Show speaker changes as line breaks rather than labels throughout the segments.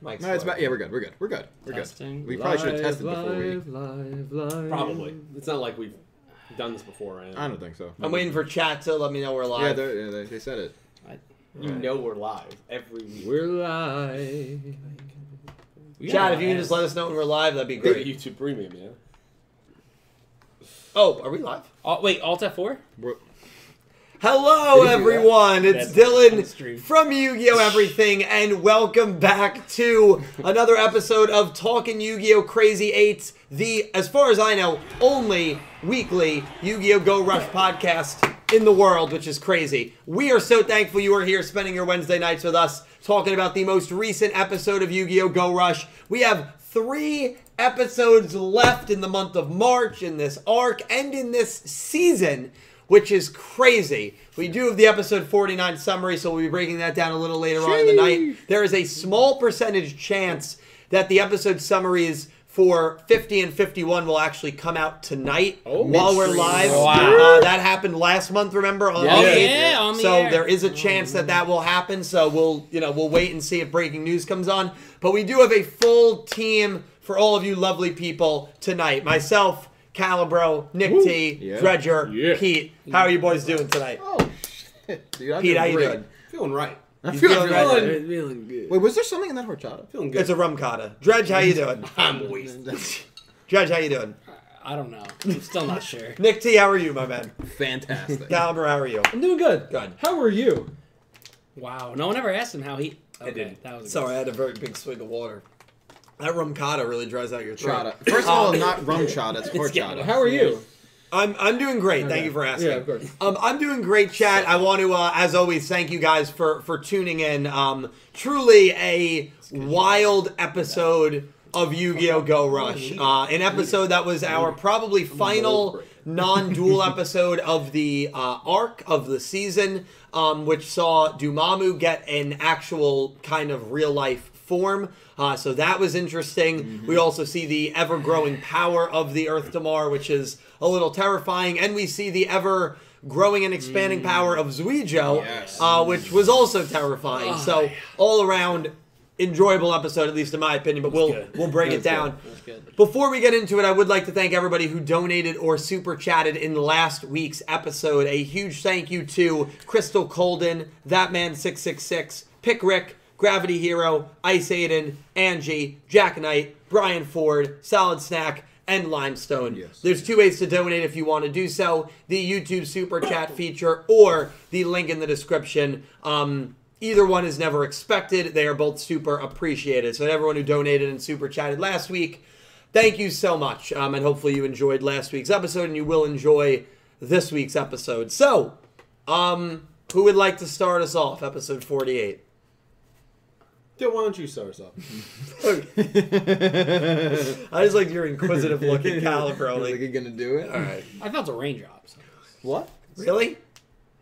Mike's
No, it's
low.
about, yeah, we're good. We're good. We're good. We're
Testing.
good. We probably should have
Live,
tested before we.
live, Live, live.
Probably. It's not like we've done this before, right?
I don't think so.
I'm waiting for chat to let me know we're
Yeah,
live.
they're- yeah they, they said it.
You
Right.
know we're live every week.
We're live.
chat, if you can just let us know when we're live, that'd be
We're
great.
YouTube Premium, yeah.
oh, are we live?
Oh, wait, Alt F4?
We're-
Hello,
Did you do that?
everyone.
That's
It's Dylan
unstreamed.
from Yu Gi Oh! Everything, and welcome back to another episode of Talking Yu Gi Oh! Crazy Eights, the, as far as I know, only weekly Yu Gi Oh! Go Rush podcast in the world, which is crazy. We are so thankful you are here spending your Wednesday nights with us talking about the most recent episode of Yu Gi Oh! Go Rush. We have three episodes left in the month of March, in this arc, and in this season which is crazy. We do have the episode 49 summary, so we'll be breaking that down a little later on in the night. There is a small percentage chance that the episode summaries for 50 and 51 will actually come out tonight while we're live.
Wow.
Uh, that happened last month, remember? On
Yeah.
the
Oh,
eighth.
yeah, on the
so
air.
there is a chance that that will happen. So we'll, you know, we'll wait and see if breaking news comes on. But we do have a full team for all of you lovely people tonight. Myself, Calibro, Nick T,
Yeah.
Dredger,
Yeah.
Pete. How are you boys doing tonight?
Oh shit, dude! I'm
Pete, how you
great.
doing?
Feeling right.
I'm
You
feeling
feeling
really
right?
good.
Feeling good.
Wait, was there something in that horchata?
Feeling good.
It's a rum cotta. Dredge, how you doing?
I'm wasted.
Dredge, how you doing?
I don't know. I'm still not sure.
Nick T, how are you, my man?
Fantastic.
Calibro, how are you?
I'm doing good.
Good.
How are you? Wow. No one ever asked him how he. Okay,
didn't.
That was a
Sorry, I had a very big swig of water. That rum cotta really dries out your throat.
Chata. First of all, not rum chata. It's horchata.
How are you?
I'm I'm doing great. Thank you for asking.
Yeah, of course.
Um, I'm doing great, chat. I want to, uh, as always, thank you guys for for tuning in. Um, truly a wild episode of Yu-Gi-Oh! Go Rush. Uh, an episode that was our probably final non-dual episode of the uh, arc of the season, um, which saw Dumamu get an actual kind of real-life form. Uh, so that was interesting. We also see the ever growing power of the Earth Damar, which is a little terrifying. And we see the ever growing and expanding power of Zuijo,
Yes.
uh, which was also terrifying. so, all around, enjoyable episode, at least in my opinion, but we'll,
good.
we'll break
That
it
was good.
down.
That's good.
Before we get into it, I would like to thank everybody who donated or super chatted in last week's episode. A huge thank you to Crystal Colden, That Man 666 Pick Rick, Gravity Hero, Ice Aiden, Angie, Jack Knight, Brian Ford, Solid Snack, and Limestone.
Yes.
There's two ways to donate if you want to do so the YouTube super chat feature or the link in the description. Um, Either one is never expected. They are both super appreciated. So, to everyone who donated and super chatted last week, thank you so much. Um, and hopefully, you enjoyed last week's episode and you will enjoy this week's episode. So, um, who would like to start us off? Episode 48.
Dude, why don't you start us off?
I just like your inquisitive look at Calibro.
Is
Like,
he gonna do it?
all right.
I felt a raindrop. So.
What?
Really?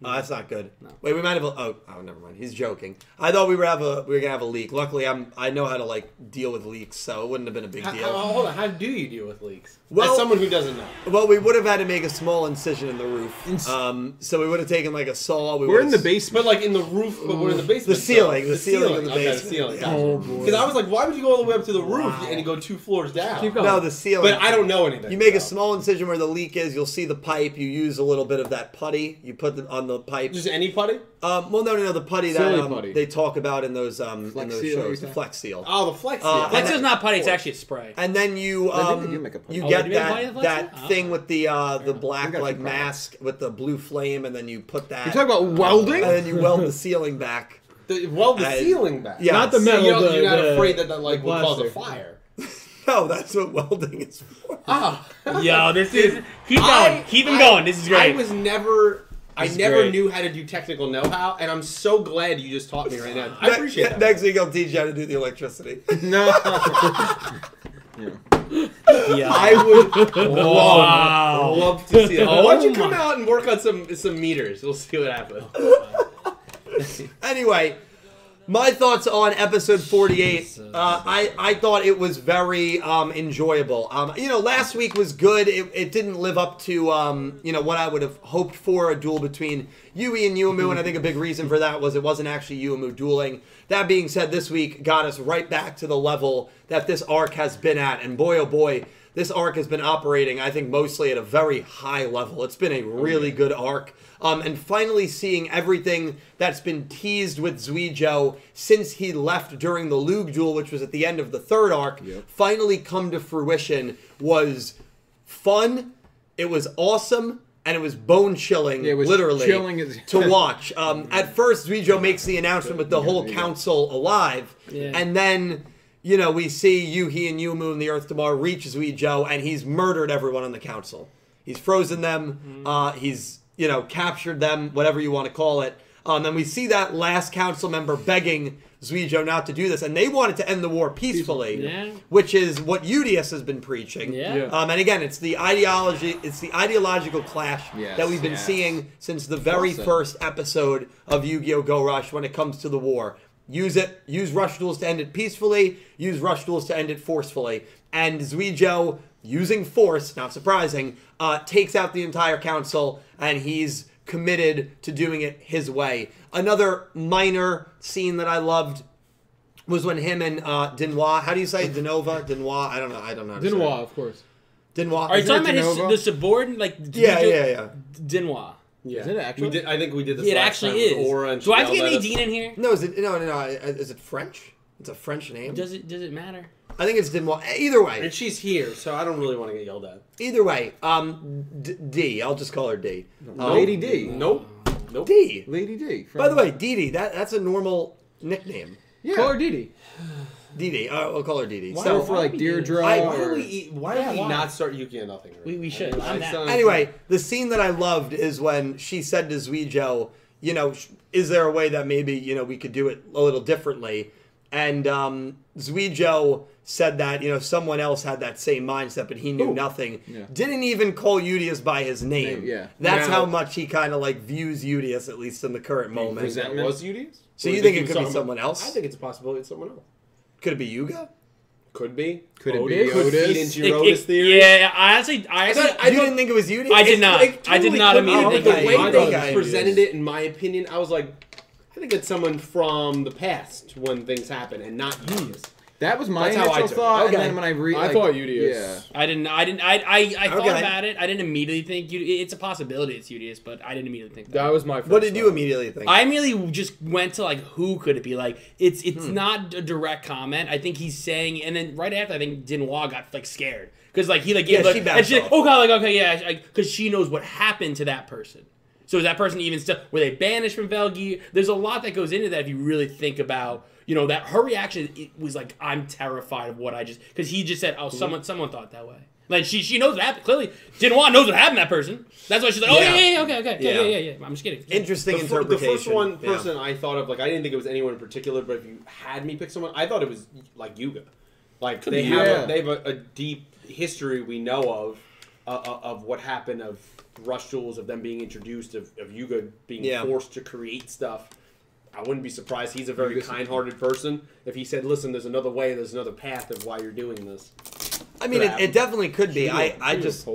Oh, that's not good.
No.
Wait, we might have. A, oh, oh, never mind. He's joking. I thought we were have a we were gonna have a leak. Luckily, I'm I know how to like deal with leaks, so it wouldn't have been a big
Uh,
How,
deal.
how-
oh.
hold on. How do you deal with leaks?
Well-
As someone who doesn't know.
Well, we would have had to make a small incision in the roof. Um, so we would have taken like a saw. We
We're in the
would've-
basement.
But like in the roof, but we're in the basement.
The
so-
ceiling, the ceiling of the
okay,
basement.
ceiling.
Yeah.
Oh, boy.
Because I was like, why would you go all the way up to the roof
Wow.
and go two floors down?
Keep going.
No, the ceiling.
But I don't know anything.
You make a
so.
small incision where the leak is. You'll see the pipe. You use a little bit of that putty. You put it on the pipe.
Just any putty?
Um, well, no, no, no. The putty that
Silly
um,
putty.
they talk about in those um, in
Flex
those
seal, you're
shows, the
saying?
Flex Seal.
Oh, the flex.
Uh,
yeah.
Flex
Flex is not putty. It's actually a spray.
And then you
I think
um,
they do make a putty.
you
Oh,
get
they do make a putty
that
with
that
Flex Seal?
thing
Oh.
with the uh, the
We
black
got
like
some products.
mask with the blue flame, and then you put that.
You're talking about welding?
and then you weld the ceiling back.
The, well, the
I-
ceiling back.
Yeah,
Not the
it's-
metal.
you're, you're
the-
not
the-
afraid that that like
the
will cause a
plastic.
fire.
No, that's what welding is for.
Ah,
Yo, this is. Keep
I- I- I was never. I
This is
never
great.
knew how to do technical know-how, and I'm so glad you just taught me right now. I
Ne-
appreciate that.
Next week, I'll teach you how to do the electricity.
no.
yeah.
I would
Wow.
love to see that.
Oh
Why don't you come
my-
out and work on some some meters? We'll see what happens.
Anyway, my thoughts on episode 48 uh,
Jesus.
I, I thought it was very um, enjoyable um, you know last week was good it, it didn't live up to um, you know what i would have hoped for a duel between yui and yuumu and i think a big reason for that was it wasn't actually yuumu dueling that being said this week got us right back to the level that this arc has been at and boy oh boy this arc has been operating, I think, mostly at a very high level. It's been
Oh,
a really good arc. Um, and finally seeing everything that's been teased with Zuijo since he left during the Lug duel, which was at the end of the third arc, finally come to fruition was fun. It was awesome. And it was bone chilling,
it was
literally,
chilling as-
to watch. Um, at first, Zuijo makes the announcement with the whole council alive,
Yeah.
and and then, you know, we see Yuhi and Yumu and the Earth Tomorrow reach Zuijo, and he's murdered everyone on the council. He's frozen
Mm-hmm.
them. Uh, he's, you know, captured them, whatever you want to call it. Um, and we see that last council member begging Zuijo not to do this, and they wanted to end the war peacefully,
Yeah.
which is what UDS has been preaching.
Yeah. Yeah.
Um, and again, it's the ideology, it's the ideological clash
Yes,
that we've been
yes.
seeing since the very
Awesome.
first episode of Yu-Gi-Oh! Go Rush when it comes to the war. Use it. Use rush duels to end it peacefully. Use rush duels to end it forcefully. And Zuijo, using force, not surprising, uh, takes out the entire council, and he's committed to doing it his way. Another minor scene that I loved was when him and uh, Dinois, how do you say it? Denova? Dinois? I don't know. I don't know. how to say it.
Dinois, of course.
Dinois.
Are you
Is it-
talking about his,
Denova?
the subordinate, like
Yeah, yeah, yeah.
Dinois?
Yeah.
Is it actually?
We did, I think we did this.
It
last
actually
time
is.
with Aura and
Do I have
Chanel
to get
let us-
Nadine in here?
No, is it? No, no, no. I- I- Is it French? It's a French name.
Does it? Does it matter?
I think it's Dinois. Either way.
And she's here, so I don't really want to get yelled at.
Either way, um, D- D. I'll just call her D. Um,
Lady D.
Nope. Nope.
D.
Lady D. From,
By the way, Dee Dee. That that's a normal nickname.
yeah.
Call her Didi.
Dee Dee. Uh, we'll call her Dee Dee.
Why-
So
So
for like
Why do we-
Deirdre.
I-
Why do
or-
we eat? Why
Yeah,
do we
why?
not start Yuki and nothing? Right?
We- we should. I'm that-
it's not-
anyway, the scene that I loved is when she said to Zuijo, "You know, sh- is there a way that maybe you know we could do it a little differently?" And um, Zuijo said that you know someone else had that same mindset, but he knew nothing.
Yeah.
Didn't even call Udius by his name.
Name, yeah.
That's
Now-
how much he kind of like views Udius, at least in the current moment.
Was that was Yudi's?
So
Or
you
did
think
he
it could be
talking about-
someone else?
I think it's a possibility it's someone else.
Could it be Yuga?
Could be.
Could it be
Could feed
Otis?
into your Otis theory.
Yeah, I actually, I actually,
I you didn't think it was you?
I did not. I did not
could be.
immediately
The
think
way
I
they
think I
presented it, in my opinion, I was like, I think it's someone from the past when things happen, and not Yudi's.
That was my
That's how I
initial
took it.
thought,
Okay.
and then when I read,
I thought UDS.
Yeah.
I didn't. I didn't. I. I, I thought
Okay.
about it. I didn't immediately think you. It's a possibility it's UDS, but I didn't immediately think that.
That was my first.
What did you
thought.
immediately think?
I immediately just went to like, who could it be? Like, it's it's
Hmm.
not a direct comment. I think he's saying, and then right after, I think Dinois got like scared because like he like gave
Yeah,
like,
she
and
backed
she like,
off.
oh god, like okay, yeah, because she knows what happened to that person. So is that person even still were they banished from Velgi? There's a lot that goes into that if you really think about. You know that her reaction it was like I'm terrified of what I just because he just said oh
Hmm.
someone someone thought that way like she she knows what happened clearly Dinois knows what happened to that person that's why she's like oh
Yeah.
yeah yeah, yeah okay okay yeah
Yeah.
yeah yeah, yeah. I'm just kidding
Interesting
the, fir- the
interpretation.
first one
Yeah.
person I thought of, like I didn't think it was anyone in particular, but if you had me pick someone, I thought it was like Yuga. Like they
be
have,
Yuga.
a, they have a, a deep history we know of uh, uh, of what happened of rush duels of them being introduced of, of Yuga being
Yeah.
forced to create stuff. I wouldn't be surprised. He's a very
Yuga's-
kind-hearted person. If he said, "Listen, there's another way. There's another path of why you're doing this."
I mean, it, it definitely could be. I, I just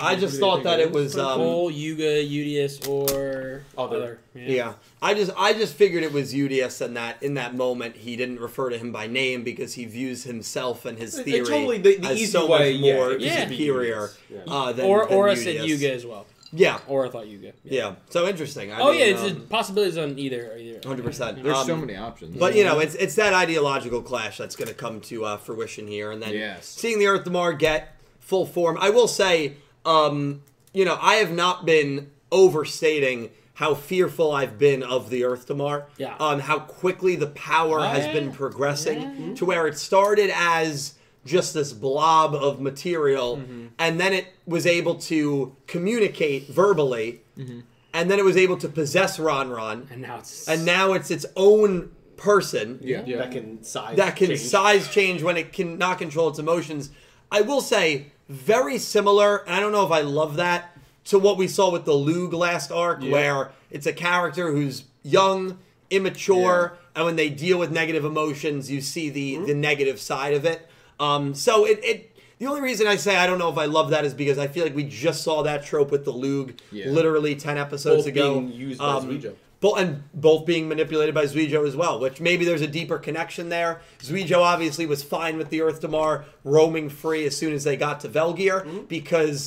I just thought that it was um,
Cole, Yuga, Udius, or
Other.
yeah. I just I just figured it was UDS and that in that moment he didn't refer to him by name because he views himself and his
It- it
theory
totally- the- the
as
easy
so
way,
much
yeah,
more
it
would just be
superior
UDS. Yeah.
uh, than
or
than
Aura said
UDS.
Yuga as well.
Yeah,
Aura thought Yuga.
yeah. So interesting. I
Oh
mean,
yeah, it's
um,
a possibilities on either. either.
100%.
There's so
Um,
many options.
But you know, it's it's that ideological clash that's going to come to uh, fruition here, and then
Yes.
seeing the Earth Mar get full form. I will say, um, you know, I have not been overstating how fearful I've been of the Earth Damar.
Yeah.
Um, how quickly the power has
yeah.
been progressing
Yeah.
to where it started as just this blob of material,
Mm-hmm.
and then it was able to communicate verbally,
Mm-hmm.
and then it was able to possess Ron Ron,
And now it's
and now it's its own person
yeah.
That can size.
that can
change.
size change when it can not control its emotions. I will say very similar, and I don't know if I love that to what we saw with the Lug last arc, where it's a character who's young, immature, and when they deal with negative emotions, you see the
Mm-hmm.
the negative side of it. Um, so it, it the only reason I say I don't know if I love that is because I feel like we just saw that trope with the Lug
Yeah.
literally ten episodes
Both
ago. Um,
being used by Zuijo.
Bo- and both being manipulated by Zuijo as well, which maybe there's a deeper connection there. Zuijo obviously was fine with the Earth Damar roaming free as soon as they got to Velgear because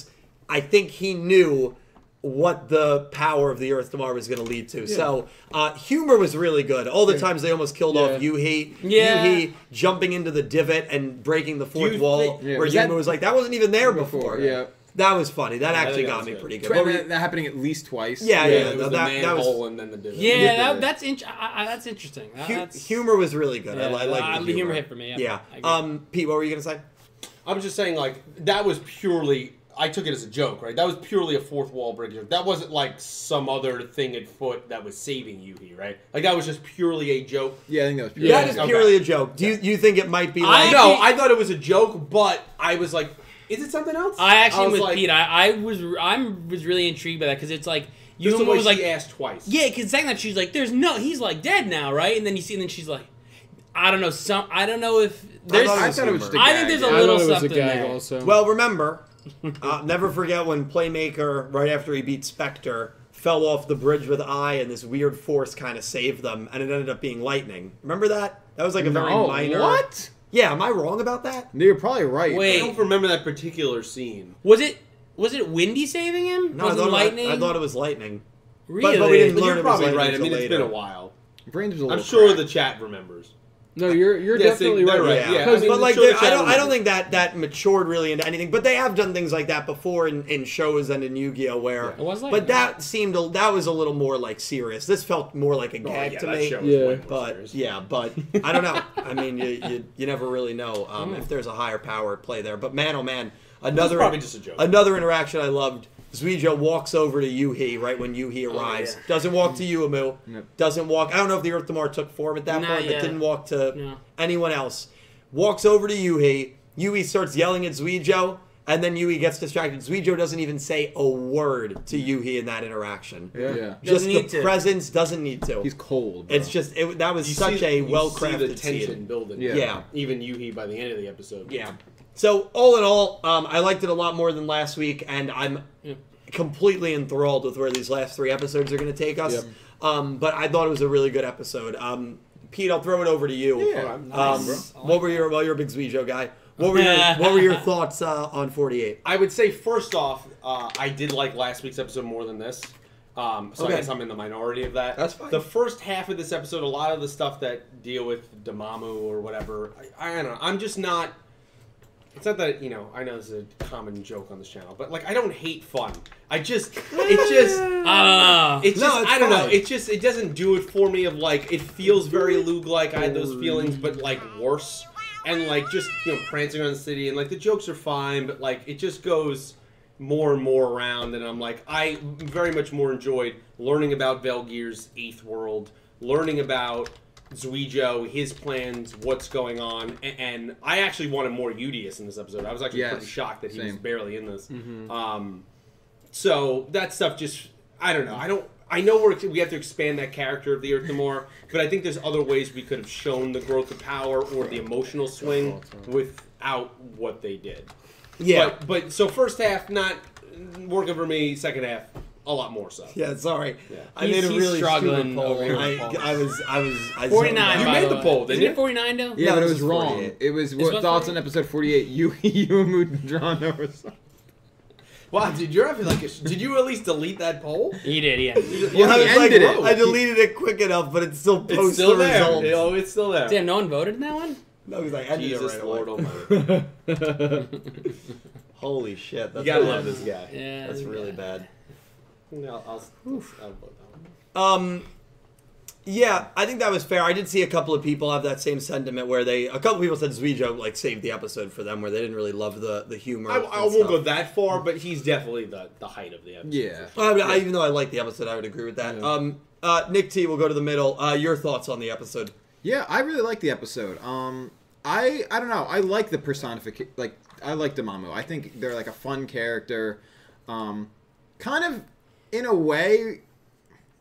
I think he knew what the power of the Earth Damar was going to lead to. So uh, humor was really good. All the times they almost killed off
Yeah.
Yuhi.
Yeah.
Yuhi jumping into the divot and breaking the fourth
you
wall
think-
Yeah.
where
Was that-
Yuma was like, that wasn't even there before.
Before, yeah.
That was funny. That actually
think that
got
was
me
good.
pretty good.
It's right,
What were-
that, that happening at least twice.
Yeah,
Yeah,
yeah,
it
no,
was
that-
the
that was-
manhole and then the dividend.
Yeah,
did
that,
that.
that's int- I, I, that's interesting. I-
Hu-
that's,
humor was really good. I,
yeah,
li- I like
uh,
the
the humor
humor.
hit for me. Yeah,
Yeah.
I agree.
Um, Pete, what were you gonna say?
I'm just saying, like that was purely. I took it as a joke, right? That was purely a fourth wall breaker. That wasn't like some other thing at foot that was saving you here, right? Like that was just purely a joke.
Yeah, I think that was pure.
Yeah.
that is
okay.
purely a joke. Do you, you think it might be
I
like?
know.
No, I thought it was a joke, but I was like, is it something else?
I actually am
was
with
like,
Pete. I, I was I'm was really intrigued by that because it's like
Just
Yuma
the way
was
she
like
asked twice.
yeah, because saying that she's like there's no he's like dead now right, and then you see and then she's like I don't know some I don't know if there's
thought
I
it
I,
was
thought it was just a
humor.
gag.
think there's a
I thought
little
it was a
something
gag
there.
also.
Well, remember, uh, never forget when Playmaker, right after he beat Spectre, fell off the bridge with Eye, and this weird force kind of saved them, and it ended up being lightning. Remember that? That was like a very
No,
minor.
What?
Yeah, am I wrong about that?
No, you're probably right.
I
Wait.
don't remember that particular scene.
Was it was it Windy saving him?
No,
was
I thought
it lightning?
It, I thought it was lightning.
really.
but we didn't
But
learn it was
you're probably
later
right. I
until
mean, it's been
later.
a while.
Brain was a little
I'm sure
cracked.
the chat remembers.
no, you're you're
Yeah, see,
definitely
they're
right.
right.
Yeah.
Yeah, I mean,
but like,
sure the
there- I
shadow
don't, I don't
movie.
think that that matured really into anything. But they have done things like that before in, in shows and in Yu-Gi-Oh, where
It was like
but
that.
that seemed a, that was a little more like serious. This felt more like a
Oh,
gag
yeah,
to
that
me.
show is
Yeah.
way more
But
serious.
yeah, but I don't know. I mean, you you, you never really know um, if there's a higher power at play there. But man, oh man, another
probably just a joke.
another interaction I loved. Zuijo walks over to Yuhi right when Yuhi arrives.
yeah.
Doesn't walk to Yuumu.
Nope.
Doesn't walk. I don't know if the Earth Damar took form at that
Not
point, but
yet.
didn't walk to
No.
anyone else. Walks over to Yui. Yui starts yelling at Zuijo, and then Yui gets distracted. Zuijo doesn't even say a word to Yui in that interaction.
Yeah.
Just
Doesn't
the
need to.
presence doesn't need to.
He's cold. Bro.
it's just it, that was
You
such
see-
a
you see
well
the
crafted
tension
scene.
building.
Yeah.
Yeah.
Even Yuhi by the end of the episode.
Yeah. So all in all, um, I liked it a lot more than last week, and I'm completely enthralled with where these last three episodes are going to take us.
Yep.
Um, but I thought it was a really good episode. Um, Pete, I'll throw it over to you.
Yeah.
Um,
Nice. I like
what were your well, you're a big Zuijo guy. What were your what were your thoughts uh, on 48?
I would say first off, uh, I did like last week's episode more than this. Um, so
Okay.
I guess I'm in the minority of that.
That's fine.
The first half of this episode, a lot of the stuff that deal with Damamu or whatever, I, I don't know. I'm just not. It's not that you know. I know this is a common joke on this channel, but like I don't hate fun. I just, it just.
Ah.
It's
No,
just
it's
I don't know.
fine.
It just it doesn't do it for me. Of like it feels very Luke like I had those feelings, but like worse, and like just you know prancing around the city and like the jokes are fine, but like it just goes more and more around, and I'm like I very much more enjoyed learning about Velgear's Eighth World, learning about Zuijo, his plans, what's going on, and, and I actually wanted more Udius in this episode. I was actually
Yes,
pretty shocked that he was
same.
barely in this.
Mm-hmm.
Um, so that stuff just I don't know. I don't. I know we're, we have to expand that character of the Earth more, but I think there's other ways we could have shown the growth of power or the emotional swing without what they did.
Yeah.
But, but so first half not working for me. Second half a lot more so.
yeah, sorry. I
He's-
made a
he's
really
struggling
stupid poll.
over here.
I, I was I was I zoned
49.
out.
You
by
made
the
the
way.
poll, didn't
Isn't it
you?
49 though?
yeah,
No,
but it
this
was
is
wrong.
48.
It was
what
what thoughts on
48?
episode 48? You Yumu drawn over. something.
Wow, did you ever like? Did you at least delete that poll?
He did. Yeah. Damn,
Yeah, I
He
was like,
ended it.
I deleted it quick enough, but it still posts
It's still
the
there.
results.
Oh, it's still there.
no one voted in that one.
No, because I ended
Jesus
it right
Lord
away.
Almighty!
Holy shit! That's
You gotta
bad.
love this guy.
Yeah.
That's
yeah.
really bad.
No, I'll, I'll, I'll vote that one.
Um, yeah, I think that was fair. I did see a couple of people have that same sentiment where they, a couple people said Zuijo like saved the episode for them, where they didn't really love the the humor.
I,
and
I won't
stuff.
go that far, but he's definitely the, the height of the episode.
Yeah.
I mean, I, even though I like the episode, I would agree with that.
Yeah.
Um, uh, Nick T, we'll go to the middle. Uh, your thoughts on the episode?
Yeah, I really like the episode. Um, I I don't know. I like the personification. Like I like Damamu. I think they're like a fun character. Um, kind of in a way,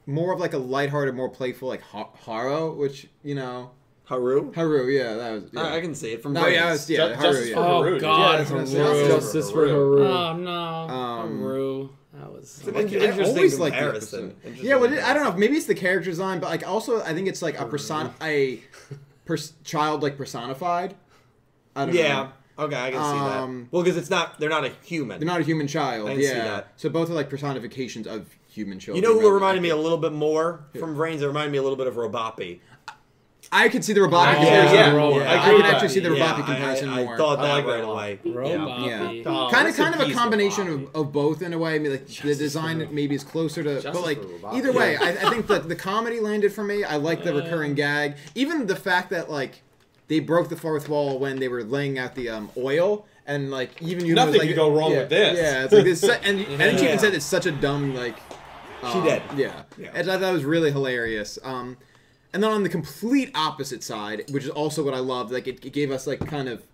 more of like a lighthearted, more playful, like ha- Haro, which you know,
Haru?
Haru. Yeah, that was. Yeah.
I, I can see it from
No, yeah,
Brains.
it's, yeah,
Ju-
Haru.
justice
Yeah.
for
Oh
Haru,
yeah,
God,
that's what I'm
Haru.
saying.
Justice for Haru.
Oh no,
Um,
Haru. That was.
It's an
Like,
in-
I
interesting
always liked the
comparison.
episode.
Interesting
Yeah, well, it, I don't know. Maybe it's the character design, but like also, I think it's like a person a pers- child like personified. I don't
Yeah.
know.
Okay, I can see
Um,
that. Well, because it's not they're not a human.
They're not a human child.
I can see
yeah.
that.
So both are like personifications of human children.
you know who
really.
reminded me a little bit more from Brains? It reminded me a little bit of Robopi.
I could see the robotic.
Oh,
comparison
yeah,
more.
Robot.
I,
I
can
agree
actually
with
see the
that.
robotic
Yeah,
comparison
I, I,
more.
I thought
I
that
like
right
that a lot.
away. Yeah.
Robot.
Yeah.
Oh,
kind of
that's a
kind of a
piece
combination of,
Robopi.
of both in a way. I mean, like the design maybe is closer to,
Justice
but like
for Robopi.
either way, I, I think the the comedy landed for me. I like the recurring gag, even the fact that like they broke the fourth wall when they were laying out the um, oil. And like even you,
Nothing
was like,
could go wrong
yeah,
with this.
Yeah, it's like this, and and then she
Yeah.
even said it's such a dumb like.
She
um,
did.
Yeah,
Yeah.
and I thought it was really hilarious. Um, and then on the complete opposite side, which is also what I loved, like it, it gave us like kind of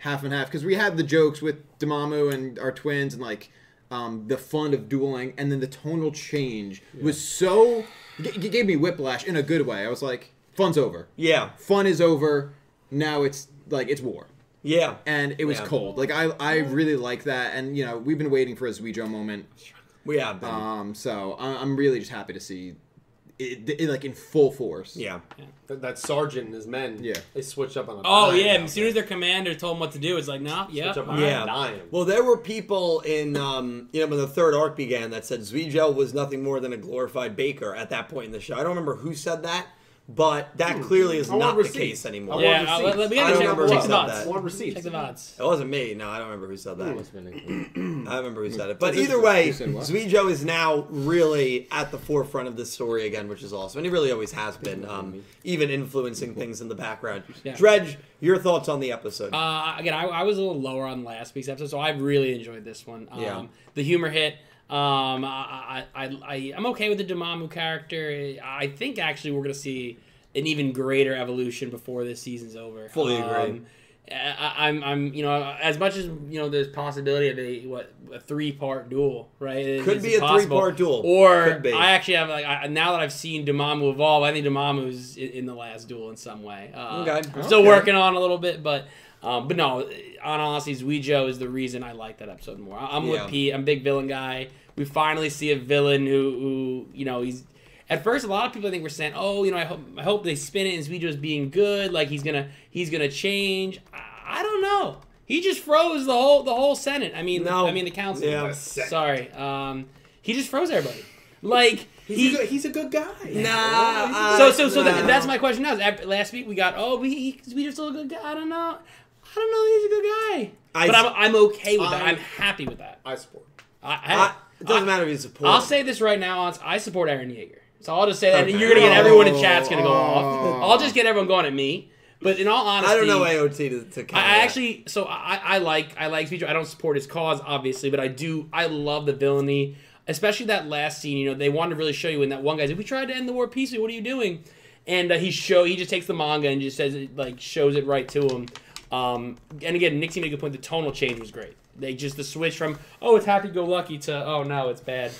half and half because we had the jokes with Damamu and our twins and like um, the fun of dueling, and then the tonal change was so g- it gave me whiplash in a good way. I was like, fun's over,
Yeah.
fun is over. Now it's like it's war,
Yeah.
and it was
Yeah.
cold. Like I I really like that, and you know we've been waiting for a Zuijo moment.
We have been.
Um, so I- I'm really just happy to see it, it like in full force.
yeah.
That, that sergeant and his men.
Yeah.
They switched up on a
Oh
dime
yeah,
now.
as soon as their commander told him what to do, it's like, nah, yeah,
Switch up
all
on
right.
Yeah.
a dime.
Well, there were people in, um, you know, when the third arc began that said Zuijo was nothing more than a glorified baker at that point in the show. I don't remember who said that, but that
Hmm.
clearly is
I want
not the
receipts.
case anymore.
I
yeah.
want
uh, let, let me
receipts. I don't
check, check the
remember
odds.
that.
One receipt.
Check the odds.
It wasn't me. No, I don't remember who said that.
Must've been included.
I don't remember who said it. But
That's
either
interesting.
way,
Who said what?
Zuijo is now really at the forefront of this story again, which is awesome. And he really always has been, um, even influencing things in the background.
Yeah.
Dredge, your thoughts on the episode.
Uh, again, I, I was a little lower on last week's episode, so I really enjoyed this one. Um,
Yeah.
The humor hit. Um, I, I, I, I, I'm okay with the Damamu character. I think actually we're gonna see an even greater evolution before this season's over.
Fully agree.
Um, I- I, I'm, I'm, you know, as much as you know, there's possibility of a what a three part duel, right? It-
Could
it's
be a
possible.
three-part duel.
or
Could be.
I actually have like I, now that I've seen Damamu evolve, I think Damamu's in, in the last duel in some way. Uh,
Okay.
I'm still
Okay.
working on a little bit, but um, but no, on honesty, Zuijo is the reason I like that episode more. I- I'm
Yeah.
with Pete. I'm a big villain guy. We finally see a villain who, who you know he's. At first, a lot of people I think were saying, "Oh, you know, I hope I hope they spin it and Zuijo's being good. Like he's gonna he's gonna change." I, I don't know. He just froze the whole the whole Senate. I mean,
No.
I mean the council.
Yeah.
Sorry. Um, he just froze everybody. Like
He's,
he,
a good, he's a good guy.
Nah,
so so so
Uh,
that, that's my question now. Is ap- Last week we got oh we he, we just a good guy. I don't know. I don't know. He's a good guy.
I-
but I'm, I'm okay with that.
I-
I'm happy with that.
I support.
I, I,
I- it doesn't
I-
matter if you support.
I'll say this right now. Hans, I support Aaron Yeager. So I'll just say that.
Okay.
And you're gonna get everyone in chat's gonna go
Oh.
off. I'll just get everyone going at me. But in all honesty,
I don't know AOT to, to
I,
count
I
that.
actually so I, I like I like Speedo. I don't support his cause obviously, but I do I love the villainy, especially that last scene. You know, they wanted to really show you when that one guy's like, "We tried to end the war peacefully. What are you doing?" And uh, he show he just takes the manga and just says it like shows it right to him. Um, and again, Nick's made a good point. The tonal change was great. They just the switch from oh it's happy go lucky to oh no it's bad.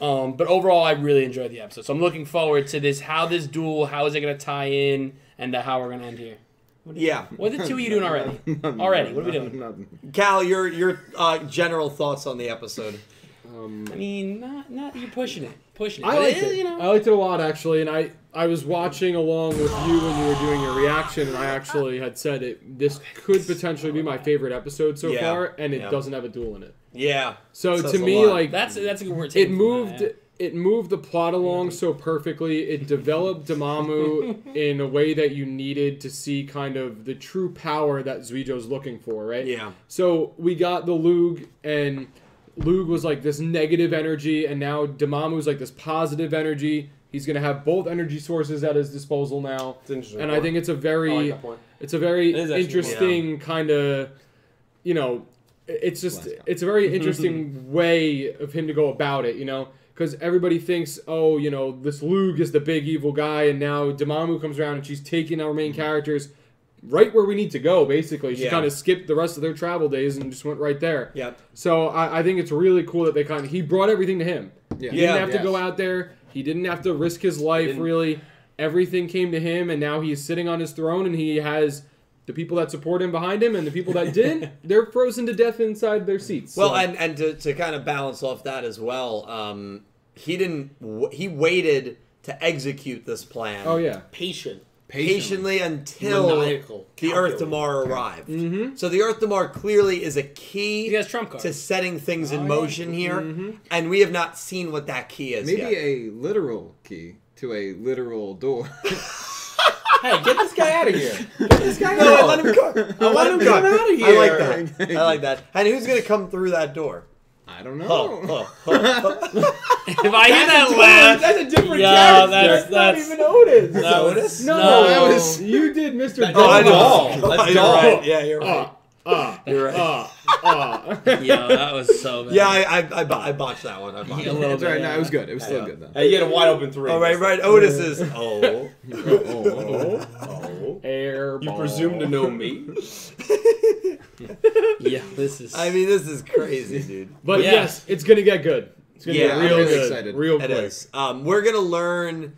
Um, but overall, I really enjoyed the episode. So I'm looking forward to this how this duel how is it going to tie in and uh, how we're going to end here.
yeah.
What are the two of you doing already? already, what are we doing?
Nothing.
Cal, your your uh, general thoughts on the episode.
Um,
I mean, not not you pushing it, pushing it.
I
But
liked
is,
it.
You
I
know,
liked it a lot actually, and I I was watching along with you when you were doing your reaction, and I actually had said it. This could potentially be my favorite episode so
Yeah,
far, and it
yeah.
doesn't have a duel in it.
Yeah.
So
Says
to
a
me,
lot.
like
that's that's a good word.
it
taken from
moved
that,
it moved the plot along so perfectly it developed Damamu in a way that you needed to see kind of the true power that Zuijo's looking for right
Yeah.
so we got the Lug and Lug was like this negative energy and now Damamu's like this positive energy he's gonna have both energy sources at his disposal now
It's interesting.
and I think it's a
I like
very
that point.
it's a very
It is actually cool.
interesting kind of you know it- it's just
Blast off.
it's a very interesting way of him to go about it you know because everybody thinks oh you know this Lug is the big evil guy and now Damamu comes around and she's taking our
Mm-hmm.
main characters right where we need to go basically she
Yeah.
kind of skipped the rest of their travel days and just went right there
Yep.
so I, I think it's really cool that they kind of he brought everything to him
Yeah.
he
Yeah.
didn't have to go out there. He didn't have to risk his life
didn't.
really. Everything came to him, and now he is sitting on his throne, and he has the people that support him behind him, and the people that didn't, they're frozen to death inside their seats.
Well,
So-
and and to, to kind of balance off that as well, um, he didn't. w- He waited to execute this plan.
oh yeah,
patient.
Patiently until
Maniacal.
the Earth
Calculated.
Damar arrived. So the Earth Damar clearly is a key
He has trump card.
to setting things in motion here, and we have not seen what that key is
Maybe
yet.
a literal key to a literal door.
Hey, get this guy out of here.
no, I let him go. I let him go.
Get out of
I like
here.
that. I like that. And who's gonna come through that door?
I don't know.
Oh, oh, oh, oh.
If I hear that laugh,
that's a different
Yeah,
character.
that's-
That's,
that's-
not even Otis.
that
So it
was
is?
no,
no.
that was-
you did, Mister.
Oh, I know.
Doll. That's
you're
doll.
right. Yeah, you're right. you're right.
Yo, that was so bad.
Yeah, I, I, I, bo- I botched that one. I botched
Yeah, a
it.
little
It's all right.
bit,
No,
yeah.
it was good. It was still
Yeah.
good though.
Hey, you had a wide open three.
Oh, right, right. Otis is. Oh.
Oh, oh,
Oh.
Airball.
You presume to know me?
Yeah, this is.
I mean, this is crazy, dude.
But
Yeah.
yes, it's gonna get good. It's gonna
Yeah,
get
I'm
real
really
good,
excited.
real
It
quick.
is. Um, we're gonna learn.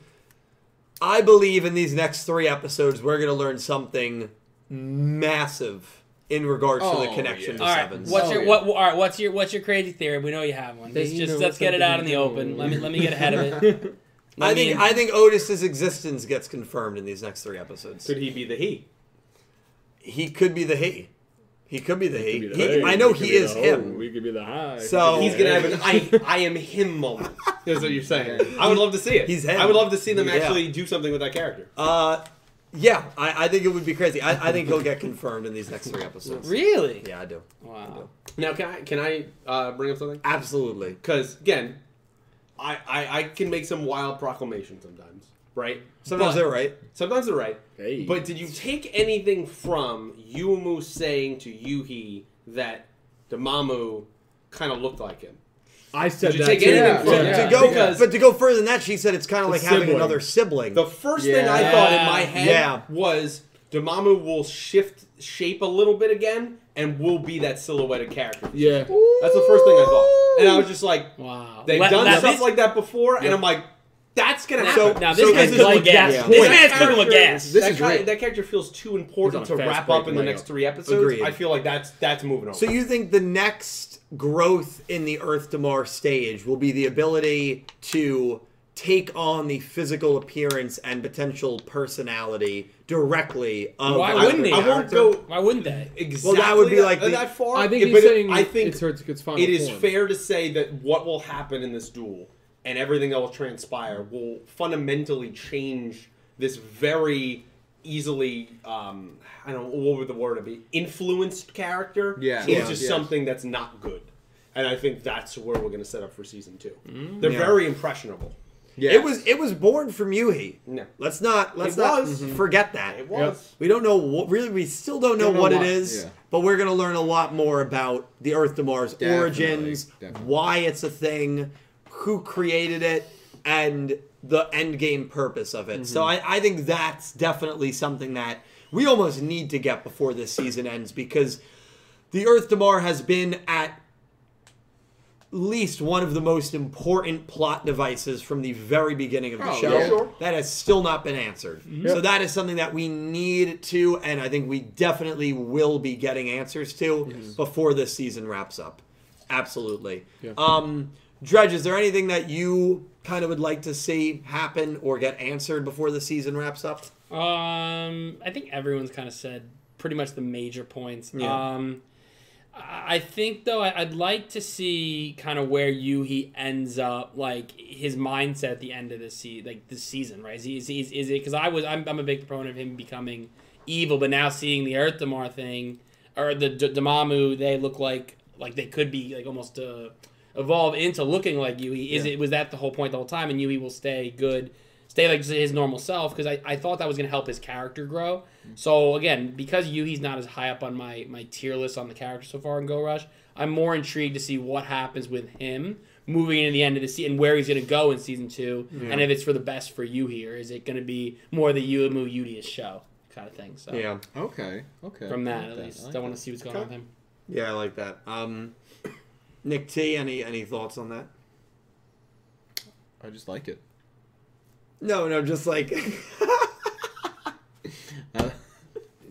I believe in these next three episodes, we're gonna learn something massive in regards
Oh,
to the connection
yeah.
to
all right,
sevens.
what's
Oh,
your
yeah.
what? All right, what's your what's your crazy theory? We know you have one. Let's
They
just
know
let's get it out in the
something
open.
they
Let me
know.
let me get ahead of it.
I
I
think
mean-
I think Otis's existence gets confirmed in these next three episodes.
Could he be the he?
He could be the he. He could be the he.
We could be
He-
the hey,
I know
we could
he
be the oh,
is
ho,
him.
We could be the high.
So-
He's gonna have an I I am him moment. That's what you're saying. I would love to see it.
He's him.
I would love to see them
Yeah.
actually do something with that character.
Uh, yeah, I, I think it would be crazy. I, I think he'll get confirmed in these next three episodes.
really?
Yeah, I do.
Wow.
Now, can I can I uh, bring up something?
Absolutely.
Because again, I, I I can make some wild proclamations sometimes, right?
Sometimes
But-
they're right.
Sometimes they're right.
Hey.
But did you take anything from Yumu saying to Yuhi that Damamu kind of looked like him?
I said
Did you
that
take
too.
anything from
Yeah.
it?
To go,
Because-
but to go further than that, she said it's kind of like having
sibling.
another sibling.
The first thing I thought in my head
Yeah.
was Damamu will shift shape a little bit again and will be that silhouetted character.
Yeah.
That's the first thing I thought. And I was just like,
Wow.
they've
Well,
done
now
stuff
this-
like that before, and I'm like, that's gonna
So-
happen.
Now
So
this
this
man's
is
cooking
like
with gas.
that
This
point.
man's cooking with gas.
This
that,
is
guy-
real.
that character feels too important
He's
to
on a fast
wrap
break,
up in the
Leo.
next three episodes.
Agreed.
I feel like that's that's moving on.
So you think the next growth in the Earth to Mars stage will be the ability to take on the physical appearance and potential personality directly of
Why
our
wouldn't he?
I won't
character?
go
Why wouldn't they?
exactly
Well,
Uh,
that would be like the-
that, that far.
I think
but
he's
it-
saying
I think
it's her it's its final
it is
form.
fair to say that what will happen in this duel and everything that will transpire will fundamentally change this very easily um I don't know what would the word be influenced character
Yeah.
into
Yeah. Yes.
something that's not good. And I think that's where we're going to set up for season two. They're
Yeah.
very impressionable.
yeah.
It was it was born from Yuhi.
No.
Let's not let's
It
not
was.
forget that.
It was.
We don't know what really we still don't know,
Don't know
what,
why,
it is,
yeah.
but we're gonna learn a lot more about the Earth to Mars
Definitely,
origins,
definitely.
why it's a thing, who created it, and the end game purpose of it. So I, I think that's definitely something that we almost need to get before this season ends because the Earth to Mars has been at least one of the most important plot devices from the very beginning of the
Oh,
show
yeah. Sure. Mm-hmm.
that has still not been answered. So that is something that we need to, and I think we definitely will be getting answers to before this season wraps up. Absolutely.
Yeah.
Um, Dredge, is there anything that you kind of would like to see happen or get answered before the season wraps up?
Um, I think everyone's kind of said pretty much the major points.
Yeah.
Um, I I think though I- I'd like to see kind of where Yuhi ends up, like his mindset at the end of the sea, like this season, right? Is he, is, he, is, it because I was I'm, I'm a big proponent of him becoming evil, but now seeing the Earth Damar thing or the D- Damamu, they look like like they could be like almost uh, evolve into looking like Yui. Is
Yeah.
it was that the whole point the whole time? And Yui will stay good, stay like his normal self because I, I thought that was gonna help his character grow. So again, because Yui's not as high up on my my tier list on the character so far in Go Rush, I'm more intrigued to see what happens with him moving into the end of the season, where he's gonna go in season two, and if it's for the best for you here, is it gonna be more the Yumu Yudius show kind of thing? So
okay. Okay.
from that
I like
at least,
I like
I want to see what's going on with him.
Yeah, I like that. Um, Nick T, any any thoughts on that?
that. I just like it.
No, no, just like
Uh,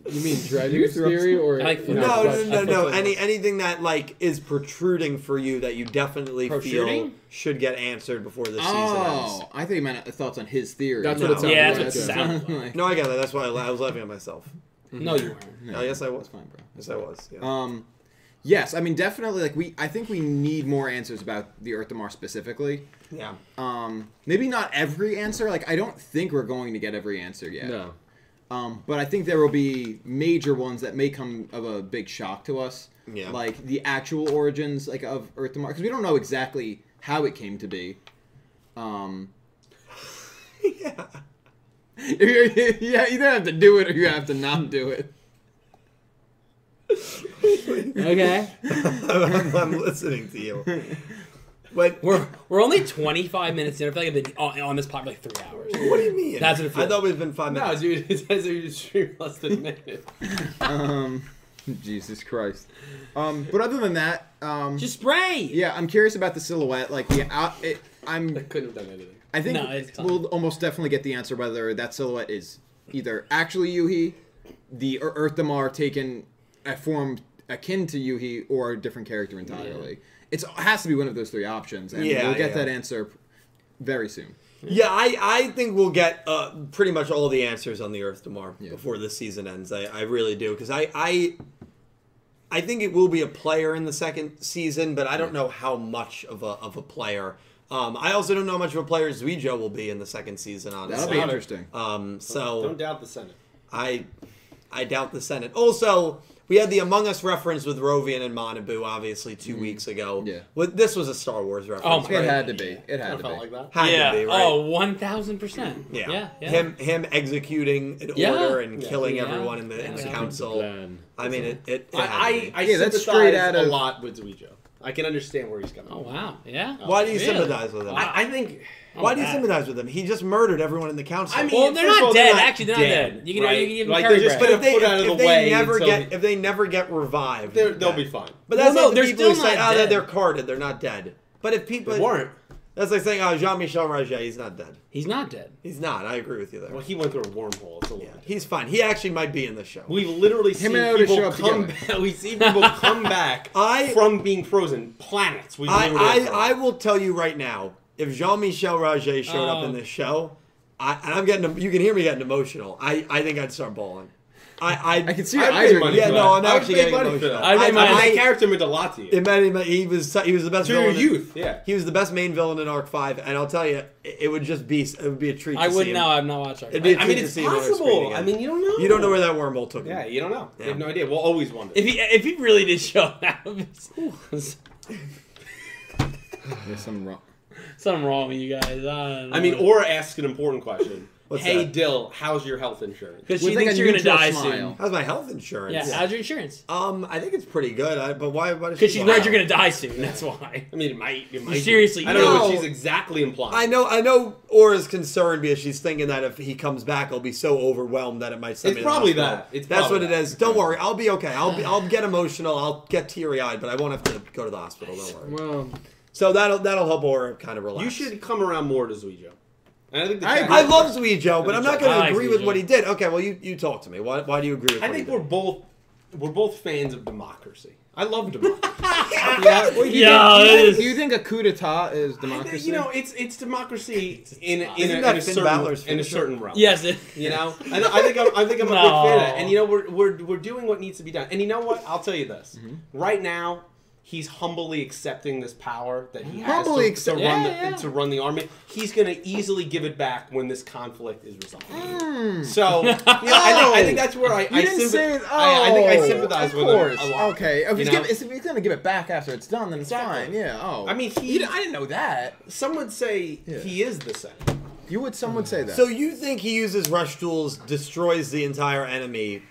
You mean Dreyer's theory or
I like-
you know,
no, no,
but-
no, no. no.
I-
Any anything that like is protruding for you that you definitely feel
Protruding?
should get answered before the season
oh,
ends.
I think you meant thoughts on his theory.
That's
what it sounded
Yeah,
that's
what it sounded like.
No, I got that. That's why I, la- I was laughing at myself.
Mm-hmm.
No, you weren't.
Oh, yes, I was.
That's fine, bro. That's
Yes, I was.
Uh,
Yeah.
Um, yes, I mean definitely. Like we, I think we need more answers about the Earth to Mars specifically.
yeah.
Um, maybe not every answer. Like I don't think we're going to get every answer yet.
No.
Um, but I think there will be major ones that may come of a big shock to us.
Yeah.
Like the actual origins, like of Earth to Mars, because we don't know exactly how it came to be. Um.
yeah.
yeah, you either have to do it or you have to not do it.
Okay.
I'm, I'm listening to you. But
We're we're only 25 minutes in. I feel like I've been on, on this pod for like three hours.
what do you mean?
That's what it
I
feels
thought we've been five
No,
minutes.
dude, it says that you just stream less than a minute.
Um, Jesus Christ. Um, but other than that, um,
Just spray.
yeah, I'm curious about the silhouette. Like, yeah, I, it,
I
I'm.
couldn't have done anything.
I think
No, it's tough.
we'll almost definitely get the answer whether that silhouette is either actually Yuhi, the Ear- Earth Damar taken a form akin to Yuhi, or a different character entirely. It's it has to be one of those three options, and
Yeah,
we'll get
yeah.
that answer very soon.
Yeah, I, I think we'll get uh, pretty much all the answers on the Earth tomorrow before this season ends. I, I really do because I, I I think it will be a player in the second season, but I don't know how much of a of a player. Um, I also don't know how much of a player Zuijo will be in the second season. Honestly,
That'll be interesting.
Um,
Oh.
so
Don't doubt the Senate.
I I doubt the Senate. Also, we had the Among Us reference with Rovian and Monabu, obviously 2 weeks ago.
Mm. Yeah.
Well, this was a Star Wars reference.
Oh my
It
right?
had to be. It
I
had to be.
felt like that.
Had to
Yeah.
be, right?
Oh, 1,000 percent.
Yeah.
Yeah. yeah.
Him him executing an
Yeah.
order and
Yeah.
killing
Yeah.
everyone in the, in
Yeah.
the
Yeah.
council.
Plan.
I mean, it. it, it had to
I,
be.
I, I
Yeah, that's
sympathize
straight out of-
a lot with Zuijo. I can understand where he's coming
Oh
from.
wow. Yeah. Oh,
Why do you
Really?
sympathize with him?
I-
I, I think
Why do you
bad.
sympathize with him? He just murdered everyone in the council.
I mean,
Well, they're
first of
not
all,
dead, actually, they're not dead. You can- you can give them
like,
Terry
they're just
but
Brand.
put
if they,
foot out
if,
of the
if they
way
never
until
get
he-
if they never get revived,
they're- they'll
that-
be fine.
But that's
Well, no,
like the
they're
people who
still
say,
not
"Oh, they're,
dead."
they're carded. They're not dead." But if people
They weren't.
That's like saying, "Oh, Jean-Michel Rajet, he's not dead.
He's not dead.
He's not." I agree with you there.
Well, he went through a wormhole. It's a little
Yeah,
bit
he's fine. He actually might be in the show.
We've literally seen
and Otis show
people
up
come
together.
back. We see people come back
I-
from being frozen. Planets. We
I, I, I will tell you right now, if Jean-Michel Rajet showed up
Oh.
in this show, I, and I'm getting, you can hear me getting emotional. I, I think I'd start bawling. I, I,
I can see
I,
your
I'd
eyes
pay
are
money
yeah,
for
no,
that.
I'm
I would
actually
pay
getting
money for
emotional.
that.
I'd pay
I,
money
I,
for
my
that.
character meant a lot to you.
it meant he, meant- he was he was the best
To your
villain in-
youth, yeah.
he was the best main villain in Arc Five, and I'll tell you, it, it would just be it would be a treat.
I
to
would
see him.
now. I've not watched.
It'd be-
Arcane.
I
Good
mean,
to
it's
see him on the screen
possible.
again.
I mean, you don't know.
You don't know where that wormhole took him.
Yeah, you don't know. You have
Yeah.
no idea. We'll always wonder.
if he if he really did show up, it's-
There's something wrong.
something wrong with you guys. I, don't
I mean,
know.
or ask an important question.
What's
hey,
that?
Dill, how's your health insurance?
because
With
she
like
thinks
a
you're gonna
neutral
die
smile.
How's my health insurance?
soon. Yeah. How's your insurance?
Um, I think it's pretty good. I, but why? Why does
Because she's
lie?
worried you're gonna die soon. That's why.
I mean, it might. It might be.
seriously-
I don't know
No.
what she's exactly implying.
I know, I know. Aura's concerned because she's thinking that if he comes back, I'll be so overwhelmed that it might. Send
It's
me to the
probably
hospital.
that. It's
That's
probably
what it
that.
is. Don't worry, I'll be okay. I'll be, I'll get emotional. I'll get teary eyed, but I won't have to go to the hospital. Don't worry.
Well,
So that'll that'll help Aura kind of relax.
You should come around more to Zuijo. And I think the
I
fact-
I love Zuijo, but I'm not going
I
to
like
agree with
Zuijo.
what he did. Okay, well you you talk to me. Why, why do you agree with?
I
what
think
he
we're
did?
both we're both fans of democracy. I love democracy.
Yeah, well, you
Yeah, it
think- do, you
is.
think, do you think a coup d'état is
I
democracy?
think, you know, it's it's democracy in in, a,
Isn't
in,
that
a
Finn
certain,
Balor's
in a
finisher?
certain realm.
Yes. It,
You know, I, know- I think I'm, I think I'm a
No.
big fan of that. And you know, we're, we're we're doing what needs to be done. And you know what? I'll tell you this.
Mm-hmm.
Right now, he's humbly accepting this power that he has
Humbly
to, to
accept-
run the,
Yeah, yeah.
to run the army. He's going to easily give it back when this conflict is resolved. So, you know, I, think, I think that's where I
Mm. You
I,
didn't
sympa-
say it. Oh,
I, I think I sympathize
of
with
course.
him a lot.
Okay, if
You
he's,
know?
give, if he's gonna give it back after it's done, then it's
Exactly.
fine. Yeah. Oh.
I mean, he-
You didn't- I didn't know that.
Some would say
Yeah.
he is the Senate.
You would. Someone say that.
So you think he uses rush tools, destroys the entire enemy